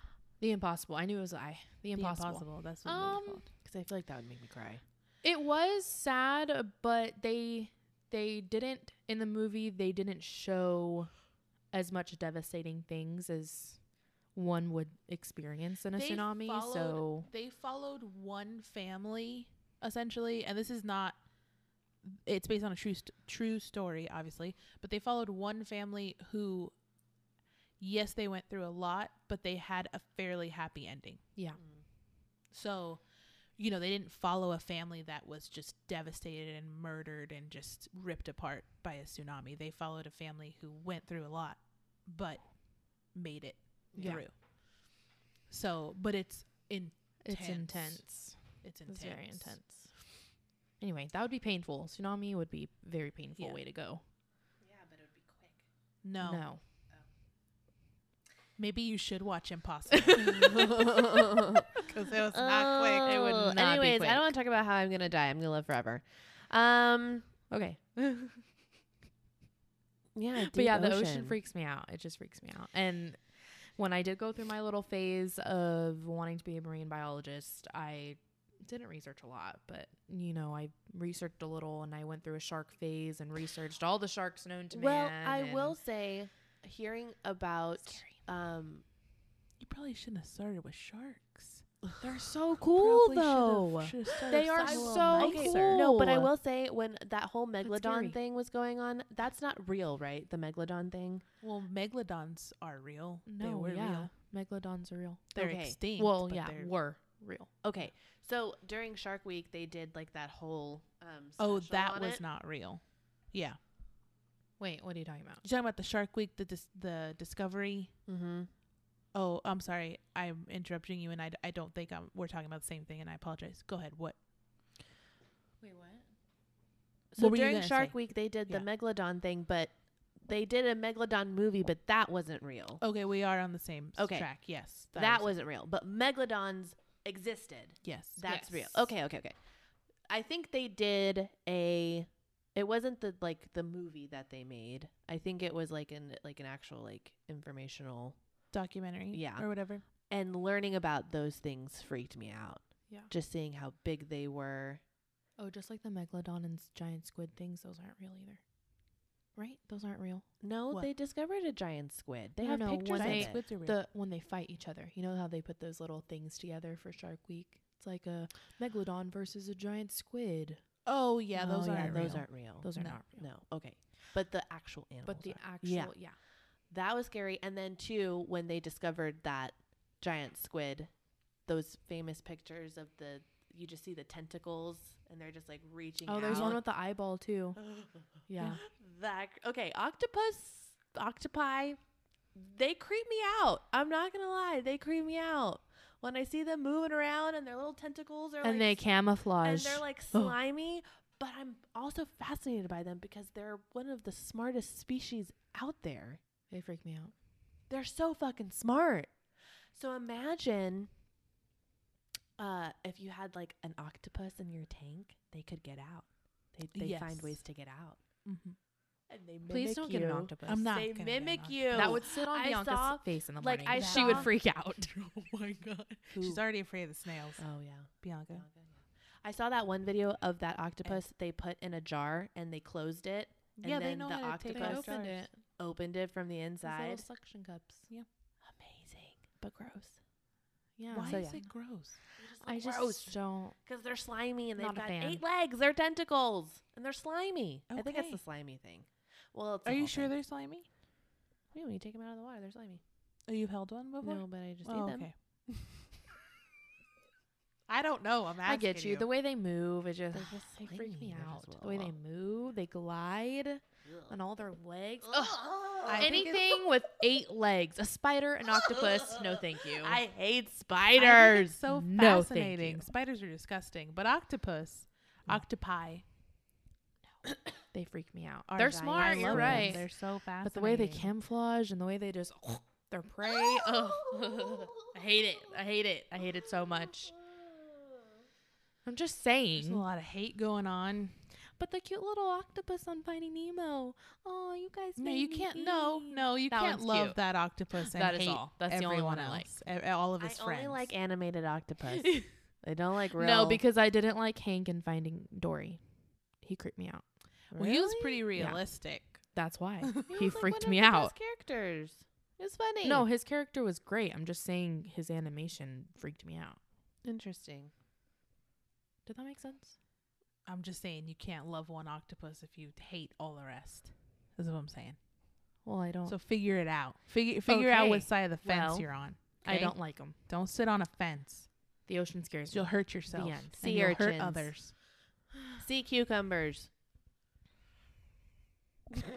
[SPEAKER 4] The impossible. I knew it was I. The impossible.
[SPEAKER 2] The Impossible. That's what um,
[SPEAKER 1] Um,
[SPEAKER 2] called.
[SPEAKER 3] Because I feel like that would make me cry.
[SPEAKER 1] It was sad, but they they didn't in the movie they didn't show as much devastating things as one would experience in a
[SPEAKER 2] They
[SPEAKER 1] tsunami.
[SPEAKER 2] followed-
[SPEAKER 1] So
[SPEAKER 2] They followed one family essentially, and this is not. It's based on a true st- true story, obviously, but they followed one family who, yes, they went through a lot, but they had a fairly happy ending.
[SPEAKER 1] yeah,
[SPEAKER 2] So, you know, they didn't follow a family that was just devastated and murdered and just ripped apart by a tsunami. They followed a family who went through a lot, but made it
[SPEAKER 4] Yeah.
[SPEAKER 2] through. So, but it's in
[SPEAKER 4] It's
[SPEAKER 2] Tense.
[SPEAKER 4] intense. It's
[SPEAKER 2] it's intense.
[SPEAKER 4] very intense. Anyway, that would be painful. Tsunami would be very painful
[SPEAKER 2] Yeah.
[SPEAKER 4] way to go.
[SPEAKER 3] Yeah, but it would be quick.
[SPEAKER 2] No,
[SPEAKER 4] No.
[SPEAKER 2] maybe you should watch Impossible because it was not quick.
[SPEAKER 1] It would
[SPEAKER 3] Oh,
[SPEAKER 1] not be
[SPEAKER 3] Anyways, I
[SPEAKER 1] quick.
[SPEAKER 3] don't want to talk about how I'm gonna die. I'm gonna live forever. Um. Okay. yeah.
[SPEAKER 1] but
[SPEAKER 3] deep
[SPEAKER 1] yeah, the ocean freaks me out. It just freaks me out. And when I did go through my little phase of wanting to be a marine biologist, I didn't research a lot, but you know, I researched a little and I went through a shark phase and researched all the sharks known to
[SPEAKER 3] Well,
[SPEAKER 1] man.
[SPEAKER 3] I
[SPEAKER 1] and-
[SPEAKER 3] will say, hearing about um,
[SPEAKER 2] Uh, You probably shouldn't have started with sharks.
[SPEAKER 1] They're so cool though. They are
[SPEAKER 3] I will-
[SPEAKER 1] so
[SPEAKER 3] okay,
[SPEAKER 1] cool.
[SPEAKER 3] No, but I will say when that whole
[SPEAKER 1] scary.
[SPEAKER 3] megalodon thing was going on, that's not real, right? The megalodon thing.
[SPEAKER 2] Well, megalodons are real. they
[SPEAKER 1] No,
[SPEAKER 2] were
[SPEAKER 1] yeah,
[SPEAKER 2] real.
[SPEAKER 1] megalodons are real.
[SPEAKER 2] They're
[SPEAKER 3] Okay.
[SPEAKER 2] extinct.
[SPEAKER 1] well,
[SPEAKER 2] but
[SPEAKER 1] yeah,
[SPEAKER 2] they're-
[SPEAKER 1] were real.
[SPEAKER 3] Okay, so during Shark Week, they did like that whole. Um,
[SPEAKER 2] Oh,
[SPEAKER 3] special
[SPEAKER 2] that
[SPEAKER 3] on
[SPEAKER 2] was
[SPEAKER 3] it.
[SPEAKER 2] not real. Yeah.
[SPEAKER 1] Wait, what are you talking about?
[SPEAKER 2] You talking about the Shark Week, the dis- the Discovery?
[SPEAKER 3] Mhm.
[SPEAKER 2] Oh, I'm sorry. I'm interrupting you, and I, d- I don't think I'm, we're talking about the same thing, and I apologize. Go ahead. What?
[SPEAKER 1] Wait, what?
[SPEAKER 3] So
[SPEAKER 2] What were you
[SPEAKER 3] during
[SPEAKER 2] gonna
[SPEAKER 3] Shark
[SPEAKER 2] say?
[SPEAKER 3] Week, they did
[SPEAKER 2] Yeah.
[SPEAKER 3] the megalodon thing, but they did a megalodon movie, but that wasn't real.
[SPEAKER 2] Okay, we are on the same s-
[SPEAKER 3] Okay.
[SPEAKER 2] track. Yes.
[SPEAKER 3] that wasn't real, but megalodons existed.
[SPEAKER 2] Yes.
[SPEAKER 3] That's
[SPEAKER 4] Yes.
[SPEAKER 3] real. Okay, okay, okay. I think they did a. It wasn't the like the movie that they made. I think it was like an like an actual like informational
[SPEAKER 2] Documentary.
[SPEAKER 3] Yeah.
[SPEAKER 2] Or whatever.
[SPEAKER 3] and learning about those things freaked me out.
[SPEAKER 4] Yeah.
[SPEAKER 3] Just seeing how big they were.
[SPEAKER 1] Oh, just like the megalodon and s- giant squid things, those aren't real either. Right? Those aren't real.
[SPEAKER 3] No,
[SPEAKER 2] What?
[SPEAKER 3] they discovered a giant squid. They
[SPEAKER 1] I
[SPEAKER 3] have
[SPEAKER 1] know,
[SPEAKER 3] pictures
[SPEAKER 1] when
[SPEAKER 3] of
[SPEAKER 1] they-
[SPEAKER 3] it.
[SPEAKER 2] squids are real.
[SPEAKER 1] The when they fight each other. You know how they put those little things together for Shark Week? It's like a megalodon versus a giant squid.
[SPEAKER 2] oh, yeah.
[SPEAKER 1] No,
[SPEAKER 2] Those
[SPEAKER 1] yeah,
[SPEAKER 2] aren't
[SPEAKER 3] those
[SPEAKER 2] real.
[SPEAKER 3] aren't real.
[SPEAKER 1] Those are
[SPEAKER 2] No.
[SPEAKER 1] not real.
[SPEAKER 3] No, okay. But the actual animals.
[SPEAKER 1] But the
[SPEAKER 3] are.
[SPEAKER 1] actual
[SPEAKER 3] Yeah.
[SPEAKER 1] yeah.
[SPEAKER 3] that was scary. And then too, when they discovered that giant squid, those famous pictures of the you just see the tentacles and they're just like reaching.
[SPEAKER 1] Oh, there's
[SPEAKER 3] out.
[SPEAKER 1] one with the eyeball too. Yeah.
[SPEAKER 3] that. Okay, octopus, octopi, they creep me out. I'm not gonna lie, they creep me out when I see them moving around and their little tentacles are
[SPEAKER 1] and they
[SPEAKER 3] like, and
[SPEAKER 1] camouflage.
[SPEAKER 3] they're like
[SPEAKER 1] Ugh.
[SPEAKER 3] slimy. But I'm also fascinated by them because they're one of the smartest species out there.
[SPEAKER 1] they freak me out.
[SPEAKER 3] They're so fucking smart. So imagine uh, if you had like an octopus in your tank, they could get out. They they find
[SPEAKER 2] Yes.
[SPEAKER 3] ways to get out,
[SPEAKER 2] Mhm.
[SPEAKER 3] and they mimic
[SPEAKER 1] Please don't
[SPEAKER 3] you.
[SPEAKER 1] get an octopus.
[SPEAKER 2] I'm not.
[SPEAKER 3] They
[SPEAKER 2] gonna get an
[SPEAKER 3] mimic
[SPEAKER 2] octopus.
[SPEAKER 3] you.
[SPEAKER 1] That would sit on
[SPEAKER 3] I
[SPEAKER 1] Bianca's
[SPEAKER 3] saw-
[SPEAKER 1] face in the
[SPEAKER 3] like,
[SPEAKER 1] morning.
[SPEAKER 3] I
[SPEAKER 1] she would
[SPEAKER 3] saw-
[SPEAKER 1] freak out.
[SPEAKER 2] oh, my God. She's
[SPEAKER 3] Who-
[SPEAKER 2] already afraid of the snails.
[SPEAKER 3] oh yeah.
[SPEAKER 2] Bianca.
[SPEAKER 3] I saw that one video of that octopus they put in a jar and they closed it and
[SPEAKER 2] yeah,
[SPEAKER 3] then
[SPEAKER 2] they know
[SPEAKER 3] the
[SPEAKER 2] how to take
[SPEAKER 3] octopus-
[SPEAKER 2] out
[SPEAKER 3] opened
[SPEAKER 2] jars.
[SPEAKER 3] opened it from the inside.
[SPEAKER 1] suction cups.
[SPEAKER 3] Amazing, but gross.
[SPEAKER 1] Yeah.
[SPEAKER 2] Why
[SPEAKER 3] So,
[SPEAKER 2] is
[SPEAKER 3] yeah.
[SPEAKER 2] it gross?
[SPEAKER 1] I just
[SPEAKER 3] gross.
[SPEAKER 1] don't.
[SPEAKER 3] Because they're slimy and they've
[SPEAKER 1] Not a
[SPEAKER 3] got
[SPEAKER 1] fan.
[SPEAKER 3] eight legs. They're tentacles and they're slimy. I think that's
[SPEAKER 2] Okay.
[SPEAKER 3] the slimy thing. Well, it's the
[SPEAKER 2] Are you
[SPEAKER 3] whole
[SPEAKER 2] sure
[SPEAKER 3] thing.
[SPEAKER 2] they're slimy?
[SPEAKER 3] Yeah, when you take them out of the water, they're slimy.
[SPEAKER 2] Oh, you've held one before?
[SPEAKER 3] No, but I just
[SPEAKER 2] Oh,
[SPEAKER 3] ate them.
[SPEAKER 2] okay. I don't know. I'm asking
[SPEAKER 1] I get you.
[SPEAKER 2] you.
[SPEAKER 1] The way they move is just,
[SPEAKER 3] They're just
[SPEAKER 1] they freak
[SPEAKER 3] slimy.
[SPEAKER 1] me
[SPEAKER 3] They're
[SPEAKER 1] out.
[SPEAKER 3] just
[SPEAKER 1] The way they
[SPEAKER 3] little-
[SPEAKER 1] move, they glide on all their legs.
[SPEAKER 2] Uh,
[SPEAKER 1] Ugh.
[SPEAKER 2] I think it's-
[SPEAKER 1] Anything with eight legs, a spider, an octopus, no thank you.
[SPEAKER 3] I hate
[SPEAKER 2] I think
[SPEAKER 3] spiders.
[SPEAKER 2] it's so
[SPEAKER 1] No, thank
[SPEAKER 2] fascinating.
[SPEAKER 1] you. Mm.
[SPEAKER 2] Spiders are disgusting, but octopus, octopi.
[SPEAKER 1] They freak me out.
[SPEAKER 3] Are
[SPEAKER 1] They're
[SPEAKER 3] valuable. I
[SPEAKER 1] smart. You're
[SPEAKER 3] love them.
[SPEAKER 1] right.
[SPEAKER 2] They're so fast.
[SPEAKER 1] But the way they camouflage and the way they just their prey, oh, I hate it. I hate it. I hate it so much. I'm just
[SPEAKER 2] There's a
[SPEAKER 1] saying.
[SPEAKER 2] lot of hate going on.
[SPEAKER 1] But the cute little octopus on Finding Nemo. Oh, you guys.
[SPEAKER 2] No, you can't. No, no, you
[SPEAKER 1] That
[SPEAKER 2] can't
[SPEAKER 1] one's
[SPEAKER 2] love
[SPEAKER 1] cute.
[SPEAKER 2] that octopus. And
[SPEAKER 1] That is
[SPEAKER 2] hate
[SPEAKER 1] all. That's the only
[SPEAKER 2] everyone
[SPEAKER 1] one I like.
[SPEAKER 2] else, e- all of
[SPEAKER 3] I
[SPEAKER 2] his
[SPEAKER 3] only
[SPEAKER 2] friends.
[SPEAKER 3] like animated octopus. I don't like real.
[SPEAKER 1] No, because I didn't like Hank in Finding Dory. He creeped me out.
[SPEAKER 2] well, he was
[SPEAKER 3] Really?
[SPEAKER 2] pretty realistic.
[SPEAKER 1] That's why
[SPEAKER 3] was,
[SPEAKER 1] he
[SPEAKER 3] like, one
[SPEAKER 1] freaked
[SPEAKER 3] of
[SPEAKER 1] me
[SPEAKER 3] the best
[SPEAKER 1] out.
[SPEAKER 3] Characters. It's funny.
[SPEAKER 1] No, his character was great. I'm just saying his animation freaked me out.
[SPEAKER 3] interesting.
[SPEAKER 1] Did that make sense?
[SPEAKER 2] I'm just saying you can't love one octopus if you hate all the rest. That's what I'm saying.
[SPEAKER 1] Well, I don't.
[SPEAKER 2] So figure it out. Figure figure out what
[SPEAKER 1] Okay.
[SPEAKER 2] side of the fence
[SPEAKER 1] Well,
[SPEAKER 2] you're on.
[SPEAKER 1] I
[SPEAKER 2] okay?
[SPEAKER 1] don't like him.
[SPEAKER 2] Don't sit on a fence.
[SPEAKER 1] The ocean scares me.
[SPEAKER 2] You'll hurt yourself.
[SPEAKER 1] end.
[SPEAKER 2] and
[SPEAKER 3] Sea
[SPEAKER 2] you'll hurt
[SPEAKER 3] urchins.
[SPEAKER 2] others.
[SPEAKER 3] Sea cucumbers.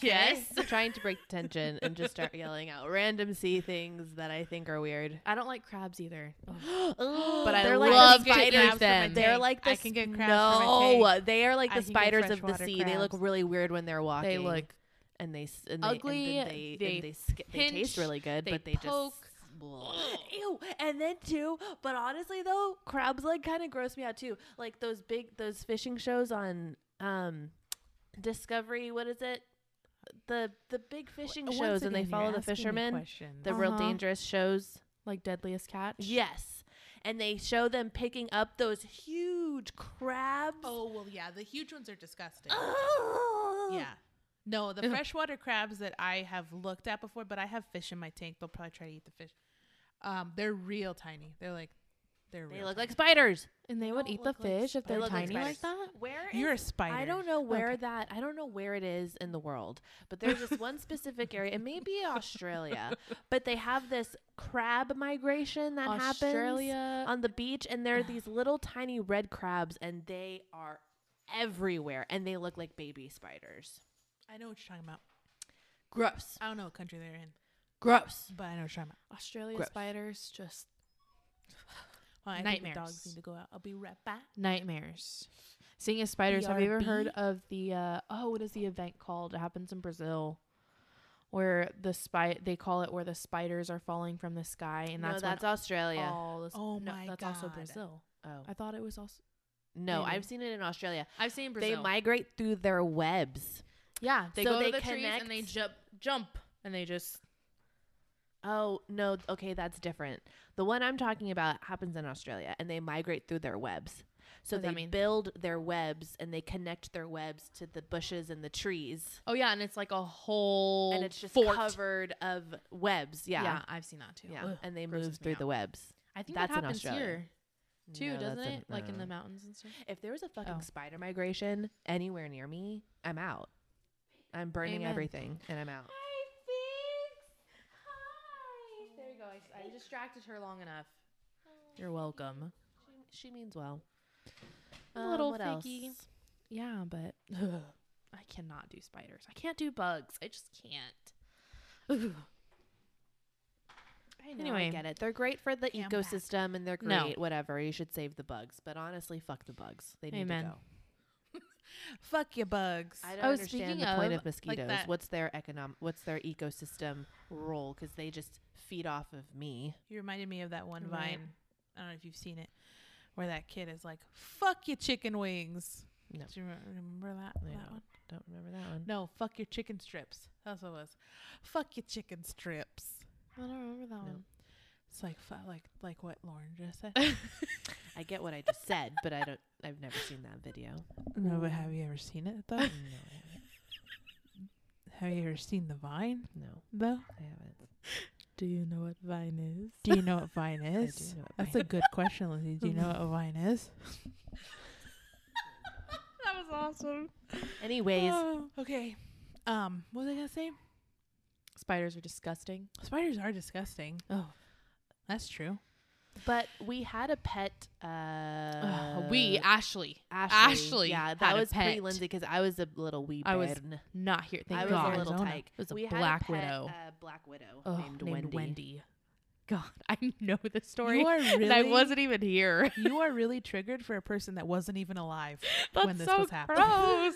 [SPEAKER 1] Yes.
[SPEAKER 3] I'm trying to break the tension and just start yelling out random sea things that I think are weird.
[SPEAKER 1] I don't like crabs either.
[SPEAKER 3] Oh, but I
[SPEAKER 1] They're like the
[SPEAKER 3] love
[SPEAKER 1] spiders
[SPEAKER 3] to eat
[SPEAKER 1] from my
[SPEAKER 3] them. They're
[SPEAKER 2] tank.
[SPEAKER 3] like the
[SPEAKER 2] I can get
[SPEAKER 3] sp-
[SPEAKER 2] crabs from my
[SPEAKER 3] no, they are like the
[SPEAKER 2] I can get
[SPEAKER 3] spiders of the
[SPEAKER 2] freshwater
[SPEAKER 3] sea. They look
[SPEAKER 2] crabs.
[SPEAKER 3] really weird when they're walking.
[SPEAKER 1] They look
[SPEAKER 3] and they s- and they,
[SPEAKER 1] ugly,
[SPEAKER 3] And then they,
[SPEAKER 1] they
[SPEAKER 3] and they, sk- they
[SPEAKER 1] pinch,
[SPEAKER 3] taste really good,
[SPEAKER 1] they
[SPEAKER 3] but they
[SPEAKER 1] poke.
[SPEAKER 3] just Blech. ew. And then too, but honestly though, crabs like kind of gross me out too. Like those big those fishing shows on um Discovery. What is it? The the big fishing
[SPEAKER 2] Once
[SPEAKER 3] shows and they
[SPEAKER 2] again, you're
[SPEAKER 3] follow the
[SPEAKER 2] asking me
[SPEAKER 3] fishermen.
[SPEAKER 2] questions.
[SPEAKER 3] The real
[SPEAKER 1] Uh-huh.
[SPEAKER 3] dangerous shows.
[SPEAKER 1] like deadliest catch.
[SPEAKER 3] Yes. And they show them picking up those huge crabs.
[SPEAKER 2] Oh well, yeah. The huge ones are disgusting.
[SPEAKER 3] Oh. Ugh.
[SPEAKER 2] Yeah. No, the
[SPEAKER 1] Ew.
[SPEAKER 2] freshwater crabs that I have looked at before, but I have fish in my tank. They'll probably try to eat the fish. Um, they're real tiny. They're like, they're.
[SPEAKER 3] They
[SPEAKER 2] real
[SPEAKER 3] look
[SPEAKER 2] tiny.
[SPEAKER 3] like spiders.
[SPEAKER 1] And they would
[SPEAKER 3] don't
[SPEAKER 1] eat the
[SPEAKER 3] look like
[SPEAKER 1] fish if
[SPEAKER 3] They
[SPEAKER 1] they're
[SPEAKER 3] look
[SPEAKER 1] tiny
[SPEAKER 3] like
[SPEAKER 1] like,
[SPEAKER 3] spiders.
[SPEAKER 1] that.
[SPEAKER 3] Where is
[SPEAKER 2] You're a spider.
[SPEAKER 3] I don't know where
[SPEAKER 2] Okay.
[SPEAKER 3] that I don't know where it is in the world, but there's this one specific area, and maybe Australia, but they have this crab migration that happens
[SPEAKER 1] Australia.
[SPEAKER 3] on the beach, and there are these little tiny red crabs, and they are everywhere, and they look like baby spiders.
[SPEAKER 2] I know what you're talking about.
[SPEAKER 3] Gross.
[SPEAKER 2] I don't know what country they're in,
[SPEAKER 3] Gross.
[SPEAKER 2] but I know what you're talking about.
[SPEAKER 1] Australia
[SPEAKER 3] Gross.
[SPEAKER 1] spiders just
[SPEAKER 2] Well, I think the
[SPEAKER 1] Nightmares.
[SPEAKER 2] dogs need to go out. I'll be right back.
[SPEAKER 1] nightmares. Seeing as spiders, have you ever
[SPEAKER 3] E
[SPEAKER 1] heard
[SPEAKER 2] BRB?
[SPEAKER 1] of the uh oh what is the event called? It happens in Brazil. Where the spy they call it where the spiders are falling from the sky and
[SPEAKER 3] no,
[SPEAKER 1] that's,
[SPEAKER 3] that's, Australia.
[SPEAKER 1] when all the,
[SPEAKER 2] Oh
[SPEAKER 1] no,
[SPEAKER 2] my
[SPEAKER 1] that's also
[SPEAKER 2] God.
[SPEAKER 1] Brazil.
[SPEAKER 3] oh
[SPEAKER 1] I thought it was also
[SPEAKER 3] no,
[SPEAKER 1] maybe.
[SPEAKER 3] I've seen it in Australia.
[SPEAKER 1] I've seen
[SPEAKER 3] They migrate through their webs.
[SPEAKER 1] yeah, they
[SPEAKER 3] so
[SPEAKER 1] go to
[SPEAKER 3] they
[SPEAKER 1] the trees and they
[SPEAKER 3] connect-
[SPEAKER 1] jump jump and they just
[SPEAKER 3] Oh no, okay, that's different. The one I'm talking about happens in Australia and they migrate through their webs. So
[SPEAKER 1] What does that
[SPEAKER 3] they
[SPEAKER 1] mean?
[SPEAKER 3] build their webs and they connect their webs to the bushes and the trees.
[SPEAKER 1] Oh yeah, and it's like a whole
[SPEAKER 3] and it's just
[SPEAKER 1] fort.
[SPEAKER 3] covered of webs.
[SPEAKER 1] Yeah.
[SPEAKER 3] Yeah. Yeah.
[SPEAKER 1] I've seen that too.
[SPEAKER 3] and they
[SPEAKER 1] grosses
[SPEAKER 3] move
[SPEAKER 1] me
[SPEAKER 3] through
[SPEAKER 1] out.
[SPEAKER 3] the webs.
[SPEAKER 1] I think
[SPEAKER 3] That's
[SPEAKER 1] that
[SPEAKER 3] in
[SPEAKER 1] happens
[SPEAKER 3] Australia.
[SPEAKER 1] here too,
[SPEAKER 3] No,
[SPEAKER 1] doesn't
[SPEAKER 3] that's
[SPEAKER 1] it? like in uh,
[SPEAKER 3] no.
[SPEAKER 1] the mountains and stuff.
[SPEAKER 3] If there was a fucking
[SPEAKER 1] Oh.
[SPEAKER 3] spider migration anywhere near me, I'm out. I'm burning
[SPEAKER 1] Amen.
[SPEAKER 3] everything and I'm out.
[SPEAKER 1] There you go. I, I distracted her long enough. You're welcome.
[SPEAKER 3] She means well.
[SPEAKER 1] A
[SPEAKER 3] Um,
[SPEAKER 1] little
[SPEAKER 3] what
[SPEAKER 1] figgy.
[SPEAKER 3] else?
[SPEAKER 1] Yeah, but I cannot do spiders. I can't do bugs. I just can't.
[SPEAKER 3] I know, I
[SPEAKER 1] Anyway.
[SPEAKER 3] get it. They're great for the
[SPEAKER 2] Yeah, I'm back.
[SPEAKER 3] ecosystem and they're
[SPEAKER 1] No.
[SPEAKER 3] great, whatever. You should save the bugs. But honestly, fuck the bugs. They need
[SPEAKER 1] Amen.
[SPEAKER 3] to go.
[SPEAKER 2] Fuck you, bugs.
[SPEAKER 3] I
[SPEAKER 2] I
[SPEAKER 3] don't
[SPEAKER 1] Oh,
[SPEAKER 3] understand
[SPEAKER 1] speaking
[SPEAKER 3] the point
[SPEAKER 1] of,
[SPEAKER 3] of mosquitoes.
[SPEAKER 2] that-
[SPEAKER 3] what's their economic what's their ecosystem role cuz they just feed off of me.
[SPEAKER 2] you reminded me of that one
[SPEAKER 1] Right.
[SPEAKER 2] vine. I don't know if you've seen it, where that kid is like, "Fuck your chicken wings."
[SPEAKER 3] No.
[SPEAKER 2] Do you re- remember that,
[SPEAKER 3] I
[SPEAKER 2] that one?
[SPEAKER 3] Don't remember that one.
[SPEAKER 2] No, fuck your chicken strips. That's what it was. Fuck your chicken strips.
[SPEAKER 1] I don't remember that one.
[SPEAKER 2] It's like fu- like like what Lauren just said.
[SPEAKER 3] I get what I just said, but I don't I've never seen that video.
[SPEAKER 2] no, but have you ever seen it though?
[SPEAKER 3] No, I haven't.
[SPEAKER 2] have you ever seen the vine
[SPEAKER 3] No,
[SPEAKER 2] though?
[SPEAKER 3] I haven't.
[SPEAKER 1] Do you know what Vine is?
[SPEAKER 2] Do you know what vine
[SPEAKER 3] I
[SPEAKER 2] is?
[SPEAKER 3] do know it by
[SPEAKER 2] That's a good question, Lindsay. Do you know what a vine is?
[SPEAKER 1] That was awesome.
[SPEAKER 3] Anyways,
[SPEAKER 2] Oh, okay. Um, what was I gonna say?
[SPEAKER 1] Spiders are disgusting.
[SPEAKER 2] Spiders are disgusting.
[SPEAKER 1] Oh.
[SPEAKER 2] That's true.
[SPEAKER 3] but we had a pet uh
[SPEAKER 1] we, Ashley.
[SPEAKER 3] Ashley.
[SPEAKER 1] Ashley
[SPEAKER 3] yeah,
[SPEAKER 1] had
[SPEAKER 3] that
[SPEAKER 1] a
[SPEAKER 3] was
[SPEAKER 1] pet.
[SPEAKER 3] pre-Lindsay because I was a little wee
[SPEAKER 1] I was-
[SPEAKER 3] bairn.
[SPEAKER 1] Not here. Thank
[SPEAKER 3] I was
[SPEAKER 1] God.
[SPEAKER 3] a little
[SPEAKER 2] Arizona.
[SPEAKER 3] tyke.
[SPEAKER 1] It was a
[SPEAKER 3] we
[SPEAKER 1] black
[SPEAKER 3] had a pet,
[SPEAKER 1] widow.
[SPEAKER 3] uh, black widow
[SPEAKER 1] Ugh,
[SPEAKER 3] named, Wendy.
[SPEAKER 1] God, I know this story.
[SPEAKER 2] You are
[SPEAKER 1] and I
[SPEAKER 2] really-
[SPEAKER 1] wasn't even here.
[SPEAKER 2] You are really triggered for a person that wasn't even alive
[SPEAKER 1] That's
[SPEAKER 2] when this
[SPEAKER 1] so
[SPEAKER 2] was happening.
[SPEAKER 1] gross.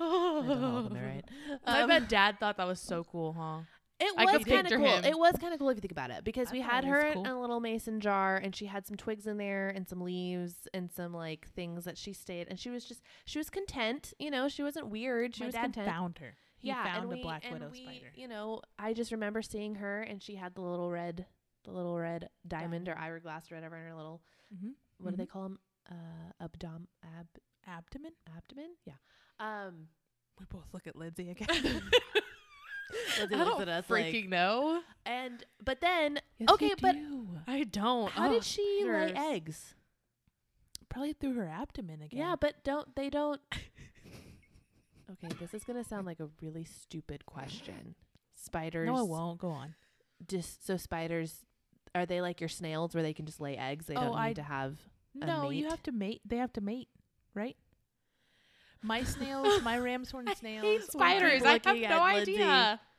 [SPEAKER 3] all of them, right?
[SPEAKER 1] I
[SPEAKER 3] Um,
[SPEAKER 1] bet dad thought that was so cool, huh?
[SPEAKER 3] It
[SPEAKER 1] I could
[SPEAKER 3] was kind
[SPEAKER 1] picture
[SPEAKER 3] of cool.
[SPEAKER 1] him.
[SPEAKER 3] It was kind of cool if you think about it because
[SPEAKER 2] I
[SPEAKER 3] we had
[SPEAKER 2] thought it was
[SPEAKER 3] her
[SPEAKER 2] cool.
[SPEAKER 3] in a little mason jar and she had some twigs in there and some leaves and some like things that she stayed and she was just she was content. You know, she wasn't weird. She
[SPEAKER 2] My
[SPEAKER 3] was
[SPEAKER 2] dad
[SPEAKER 3] content.
[SPEAKER 2] found her. He
[SPEAKER 3] yeah,
[SPEAKER 2] found
[SPEAKER 3] and
[SPEAKER 2] a
[SPEAKER 3] we-
[SPEAKER 2] black
[SPEAKER 3] and
[SPEAKER 2] widow
[SPEAKER 3] we,
[SPEAKER 2] spider.
[SPEAKER 3] You know, I just remember seeing her and she had the little red, the little red diamond or hourglass or whatever in her little
[SPEAKER 2] Mm-hmm.
[SPEAKER 3] what do they call them? Uh, abdom ab
[SPEAKER 2] Abdomen.
[SPEAKER 3] abdomen. Yeah. Um,
[SPEAKER 2] We both look at Lindsay again.
[SPEAKER 3] Lindsay
[SPEAKER 1] I
[SPEAKER 3] looks
[SPEAKER 1] don't
[SPEAKER 3] at us like-
[SPEAKER 1] freaking know.
[SPEAKER 3] and but then okay, but
[SPEAKER 1] I don't.
[SPEAKER 3] how
[SPEAKER 1] Ugh.
[SPEAKER 3] did she lay
[SPEAKER 1] haters.
[SPEAKER 3] eggs?
[SPEAKER 2] probably through her abdomen again.
[SPEAKER 3] Yeah, but don't they don't Okay, this is going to sound like a really stupid question. Spiders
[SPEAKER 2] no, it won't. Go on.
[SPEAKER 3] just so spiders are they like your snails where they can just lay eggs? They
[SPEAKER 2] Oh,
[SPEAKER 3] don't need
[SPEAKER 2] I-
[SPEAKER 3] to have A
[SPEAKER 2] No, you
[SPEAKER 3] mate?
[SPEAKER 2] have to mate. They have to mate, right? My snails, my ram's horn
[SPEAKER 1] hate
[SPEAKER 2] snails. when they're
[SPEAKER 1] spiders. I have
[SPEAKER 3] looking at
[SPEAKER 1] no
[SPEAKER 3] Lindsay.
[SPEAKER 1] idea.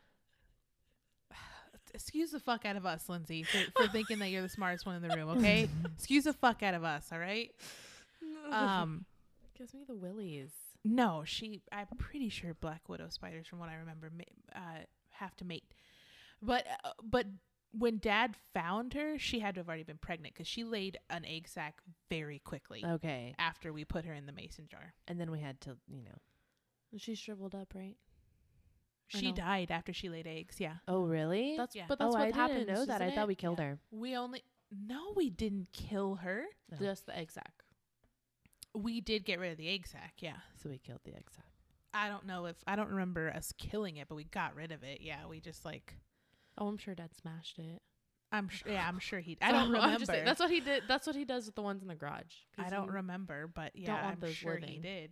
[SPEAKER 2] excuse the fuck out of us, Lindsay, for, for thinking that you're the smartest one in the room. Okay, excuse the fuck out of us. All right. Um,
[SPEAKER 3] gives me the willies.
[SPEAKER 2] no, she. I'm pretty sure black widow spiders, from what I remember, ma- uh, have to mate. But uh, but when Dad found her, she had to have already been pregnant because she laid an egg sac very quickly
[SPEAKER 3] Okay.
[SPEAKER 2] after we put her in the mason jar.
[SPEAKER 3] And then we had to, you know.
[SPEAKER 4] She shriveled up, right? I
[SPEAKER 2] She
[SPEAKER 4] know.
[SPEAKER 2] died after she laid eggs. Yeah.
[SPEAKER 3] Oh, really?
[SPEAKER 1] That's
[SPEAKER 2] Yeah.
[SPEAKER 1] but that's
[SPEAKER 3] oh,
[SPEAKER 1] what
[SPEAKER 3] I
[SPEAKER 1] happens.
[SPEAKER 3] didn't know that. I
[SPEAKER 1] isn't
[SPEAKER 3] thought
[SPEAKER 1] it?
[SPEAKER 3] we killed her.
[SPEAKER 2] We only no, we didn't kill her.
[SPEAKER 3] No.
[SPEAKER 1] just the egg sack.
[SPEAKER 2] We did get rid of the egg sac. Yeah.
[SPEAKER 3] So we killed the egg sac.
[SPEAKER 2] I don't know if I don't remember us killing it, but we got rid of it. Yeah, we just like
[SPEAKER 4] Oh, I'm sure Dad smashed it.
[SPEAKER 2] I'm sure. Yeah, I'm sure he. I don't
[SPEAKER 4] So, I'm
[SPEAKER 2] remember.
[SPEAKER 4] just saying, that's what he did. That's what he does with the ones in the garage. 'cause
[SPEAKER 2] I don't
[SPEAKER 4] he-
[SPEAKER 2] remember, but yeah,
[SPEAKER 4] want
[SPEAKER 2] I'm
[SPEAKER 4] those
[SPEAKER 2] sure he
[SPEAKER 4] living.
[SPEAKER 2] did.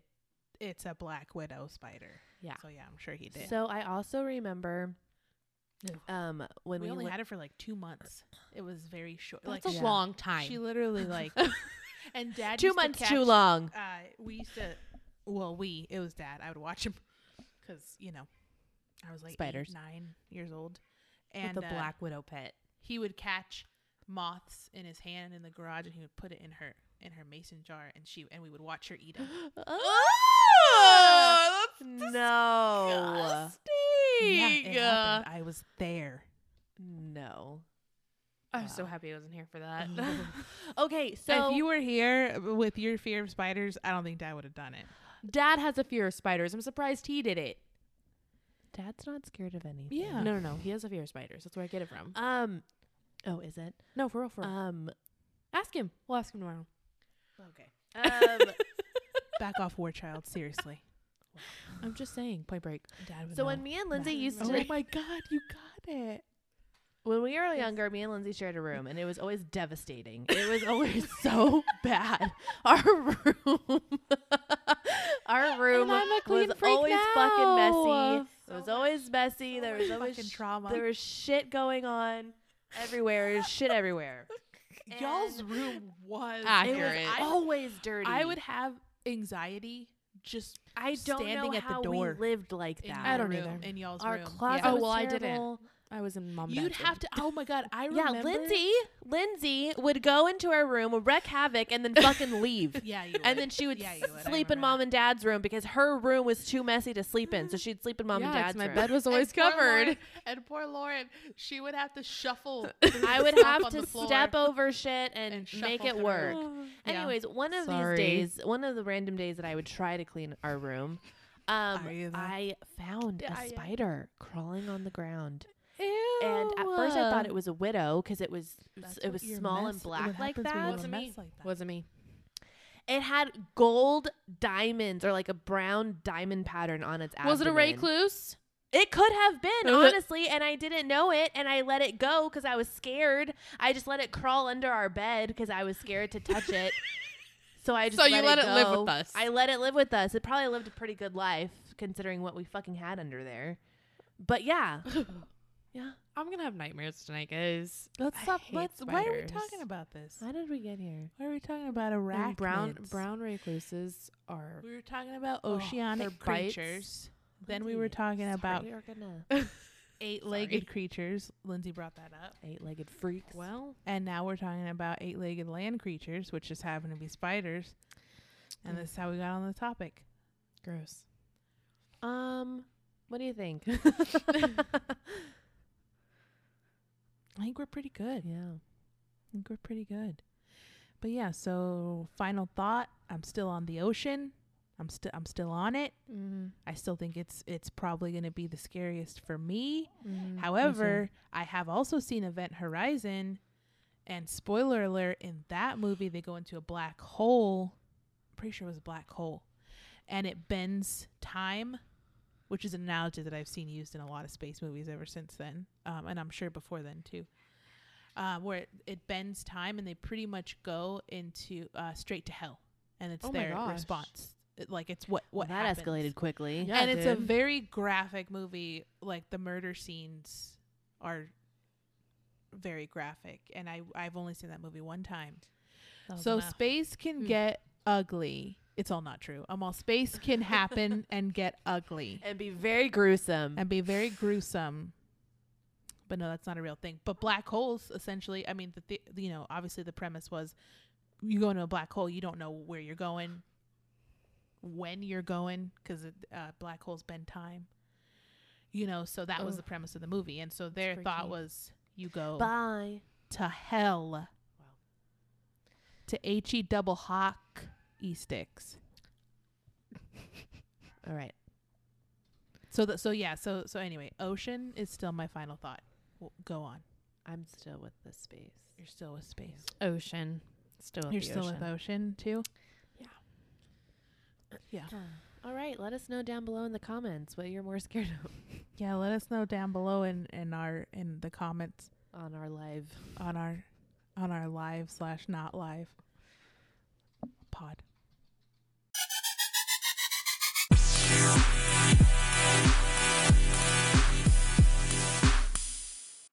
[SPEAKER 2] It's a black widow spider.
[SPEAKER 4] Yeah.
[SPEAKER 2] So yeah, I'm sure he did.
[SPEAKER 3] So I also remember um when
[SPEAKER 2] we,
[SPEAKER 3] we,
[SPEAKER 2] only
[SPEAKER 3] went-
[SPEAKER 2] had it for like two months. It was very short.
[SPEAKER 4] That's
[SPEAKER 2] like
[SPEAKER 4] a
[SPEAKER 3] Yeah.
[SPEAKER 4] long time.
[SPEAKER 2] she literally like, and dad
[SPEAKER 3] two
[SPEAKER 2] used to
[SPEAKER 3] months
[SPEAKER 2] catch-
[SPEAKER 3] too long.
[SPEAKER 2] Uh, we used to. Well, we it was dad. I would watch him because you know I was like eight,
[SPEAKER 3] Spiders.
[SPEAKER 2] nine years old,
[SPEAKER 4] with
[SPEAKER 2] and
[SPEAKER 4] the
[SPEAKER 2] uh,
[SPEAKER 4] Black Widow pet.
[SPEAKER 2] he would catch moths in his hand in the garage and he would put it in her in her mason jar and she and we would watch her eat them.
[SPEAKER 3] Oh, no.
[SPEAKER 2] yeah,
[SPEAKER 1] Disgusting.
[SPEAKER 2] it happened. I was there.
[SPEAKER 3] No.
[SPEAKER 4] I'm
[SPEAKER 3] Wow.
[SPEAKER 4] so happy I wasn't here for that.
[SPEAKER 3] Okay, so
[SPEAKER 2] if you were here with your fear of spiders, I don't think Dad would have done it.
[SPEAKER 4] Dad has a fear of spiders. I'm surprised he did it.
[SPEAKER 3] Dad's not scared of anything.
[SPEAKER 2] Yeah.
[SPEAKER 4] No, no, no. He has a fear of spiders. That's where I get it from.
[SPEAKER 3] Um. Oh, is it?
[SPEAKER 4] No, for real, for real.
[SPEAKER 3] Um.
[SPEAKER 4] ask him. uh, We'll ask him tomorrow.
[SPEAKER 3] Okay. Um.
[SPEAKER 2] Back off, war child. Seriously,
[SPEAKER 4] I'm just saying. Point Break.
[SPEAKER 2] Dad would
[SPEAKER 3] so
[SPEAKER 2] know.
[SPEAKER 3] when me and Lindsay
[SPEAKER 4] Nothing
[SPEAKER 3] used
[SPEAKER 4] about
[SPEAKER 3] to,
[SPEAKER 4] it.
[SPEAKER 2] my God, you got it.
[SPEAKER 3] when we were younger, me and Lindsay shared a room, and it was always devastating. It was always so bad. Our room, our room
[SPEAKER 4] I'm a clean
[SPEAKER 3] was
[SPEAKER 4] freak
[SPEAKER 3] always fucking
[SPEAKER 4] now.
[SPEAKER 3] messy. it was always messy. there was always
[SPEAKER 2] fucking
[SPEAKER 3] sh-
[SPEAKER 2] trauma.
[SPEAKER 3] There was shit going on everywhere. Shit everywhere.
[SPEAKER 2] Y'all's
[SPEAKER 3] And
[SPEAKER 2] room was
[SPEAKER 3] It
[SPEAKER 4] Accurate.
[SPEAKER 3] was always dirty.
[SPEAKER 2] Oh, I would have anxiety just
[SPEAKER 3] I don't
[SPEAKER 2] standing
[SPEAKER 3] know
[SPEAKER 2] at the
[SPEAKER 3] how
[SPEAKER 2] door.
[SPEAKER 3] we lived like
[SPEAKER 2] in
[SPEAKER 3] that.
[SPEAKER 2] your
[SPEAKER 4] I don't
[SPEAKER 2] room,
[SPEAKER 4] either.
[SPEAKER 2] in y'all's
[SPEAKER 3] Our
[SPEAKER 2] room.
[SPEAKER 3] closet
[SPEAKER 4] Oh,
[SPEAKER 3] was
[SPEAKER 4] well, I didn't.
[SPEAKER 3] terrible.
[SPEAKER 4] I was in mom.
[SPEAKER 2] You'd have to. Oh my God, I
[SPEAKER 3] Yeah,
[SPEAKER 2] remember.
[SPEAKER 3] Lindsay, Lindsay would go into her room, would wreck havoc, and then fucking leave.
[SPEAKER 2] Yeah, you.
[SPEAKER 3] And then she would
[SPEAKER 2] Yeah, you would. I
[SPEAKER 3] sleep in
[SPEAKER 2] remember
[SPEAKER 3] mom and dad's room because her room was too messy to sleep in. So
[SPEAKER 2] Mm-hmm.
[SPEAKER 3] she'd sleep in mom and dad's
[SPEAKER 4] my
[SPEAKER 3] room.
[SPEAKER 4] bed was always
[SPEAKER 2] And poor
[SPEAKER 4] covered.
[SPEAKER 2] Lauren- and poor Lauren, she would have to shuffle.
[SPEAKER 3] I would
[SPEAKER 2] stuff
[SPEAKER 3] have
[SPEAKER 2] on
[SPEAKER 3] to
[SPEAKER 2] the floor
[SPEAKER 3] step over shit and,
[SPEAKER 2] and
[SPEAKER 3] make
[SPEAKER 2] shuffle
[SPEAKER 3] it
[SPEAKER 2] through.
[SPEAKER 3] work.
[SPEAKER 2] Yeah.
[SPEAKER 3] Anyways, one of
[SPEAKER 4] Sorry.
[SPEAKER 3] these days, one of the random days that I would try to clean our room, um,
[SPEAKER 2] Are you though?
[SPEAKER 3] I found
[SPEAKER 2] Yeah,
[SPEAKER 3] a
[SPEAKER 2] yeah.
[SPEAKER 3] spider crawling on the ground. And at first, I thought it was a widow because it was
[SPEAKER 2] uh. That's
[SPEAKER 3] it
[SPEAKER 2] what
[SPEAKER 3] was
[SPEAKER 2] your
[SPEAKER 3] small
[SPEAKER 2] mess-
[SPEAKER 3] and
[SPEAKER 2] what
[SPEAKER 3] black like
[SPEAKER 2] happens when you
[SPEAKER 3] that.
[SPEAKER 2] have a
[SPEAKER 4] Wasn't
[SPEAKER 2] mess
[SPEAKER 4] me.
[SPEAKER 2] like that.
[SPEAKER 4] Wasn't me.
[SPEAKER 3] It had gold diamonds or like a brown diamond pattern on its abdomen.
[SPEAKER 4] Was it a recluse?
[SPEAKER 3] It could have been,
[SPEAKER 4] Uh.
[SPEAKER 3] honestly, and I didn't know it, and I let it go because I was scared. I just let it crawl under our bed because I was scared to touch it. So I just
[SPEAKER 4] So you let it live
[SPEAKER 3] go.
[SPEAKER 4] with us.
[SPEAKER 3] I let it live with us. It probably lived a pretty good life considering what we fucking had under there. But yeah, yeah.
[SPEAKER 4] I'm gonna have nightmares tonight, guys.
[SPEAKER 2] Let's
[SPEAKER 4] I
[SPEAKER 2] stop.
[SPEAKER 4] hate
[SPEAKER 2] Let's. Why are we
[SPEAKER 4] spiders.
[SPEAKER 2] talking about this?
[SPEAKER 3] How did we get here?
[SPEAKER 2] Why are we talking about arachnids?
[SPEAKER 4] And brown brown recluses are
[SPEAKER 2] We were talking about
[SPEAKER 4] Oh,
[SPEAKER 2] oceanic
[SPEAKER 4] their bites.
[SPEAKER 2] creatures. Then we were talking about
[SPEAKER 3] Sorry, we're gonna-
[SPEAKER 2] eight-legged creatures. Lindsay brought that up.
[SPEAKER 3] Eight-legged freaks.
[SPEAKER 4] Well,
[SPEAKER 2] And now we're talking about eight legged land creatures, which just happen to be spiders. And this is how we got on the topic.
[SPEAKER 1] Gross.
[SPEAKER 3] um, what do you think?
[SPEAKER 2] I think we're pretty good.
[SPEAKER 3] yeah.
[SPEAKER 2] I think we're pretty good. But yeah, so final thought. I'm still on the ocean. I'm still I'm still on it.
[SPEAKER 1] Mm-hmm.
[SPEAKER 2] I still think it's it's probably gonna be the scariest for me.
[SPEAKER 1] Mm,
[SPEAKER 4] Mm-hmm.
[SPEAKER 2] However, I have also seen Event Horizon, and spoiler alert, in that movie, they go into a black hole. I'm pretty sure it was a black hole. And it bends time, which is an analogy that I've seen used in a lot of space movies ever since then. Um, and I'm sure before then, too. Uh, where it, it bends time and they pretty much go into uh, straight to hell. And it's
[SPEAKER 4] Oh my
[SPEAKER 2] their
[SPEAKER 4] gosh.
[SPEAKER 2] response. It- like, it's what, what
[SPEAKER 3] that
[SPEAKER 2] happens
[SPEAKER 3] escalated quickly.
[SPEAKER 4] Yeah,
[SPEAKER 2] and it's a
[SPEAKER 4] dude.
[SPEAKER 2] very graphic movie. Like the murder scenes are very graphic, and I I've only seen that movie one time. So space can
[SPEAKER 4] Oh, Hmm.
[SPEAKER 2] get ugly. It's all not true. Um, all space can happen and get ugly
[SPEAKER 3] and be very
[SPEAKER 4] Um,
[SPEAKER 3] gruesome.
[SPEAKER 2] and be very gruesome. But no, that's not a real thing. But black holes, essentially, I mean, the, the you know, obviously the premise was you go into a black hole, you don't know where you're going, when you're going, because uh, black holes bend time. You know, so that was
[SPEAKER 4] Oh.
[SPEAKER 2] the premise of the movie, and so their
[SPEAKER 4] freaky.
[SPEAKER 2] thought was you go
[SPEAKER 3] Bye.
[SPEAKER 2] to hell, to he double hawk e sticks.
[SPEAKER 3] All right.
[SPEAKER 2] So that so yeah so so anyway, ocean is still my final thought. W go on.
[SPEAKER 3] I'm still with the space.
[SPEAKER 2] You're still with space.
[SPEAKER 4] ocean. Still at
[SPEAKER 2] You're
[SPEAKER 4] the
[SPEAKER 2] still
[SPEAKER 4] ocean.
[SPEAKER 2] with ocean too.
[SPEAKER 3] All right. Let us know down below in the comments what you're more scared of
[SPEAKER 2] Yeah, let us know down below in in our in the comments
[SPEAKER 3] on our live.
[SPEAKER 2] on our on our live slash not live pod.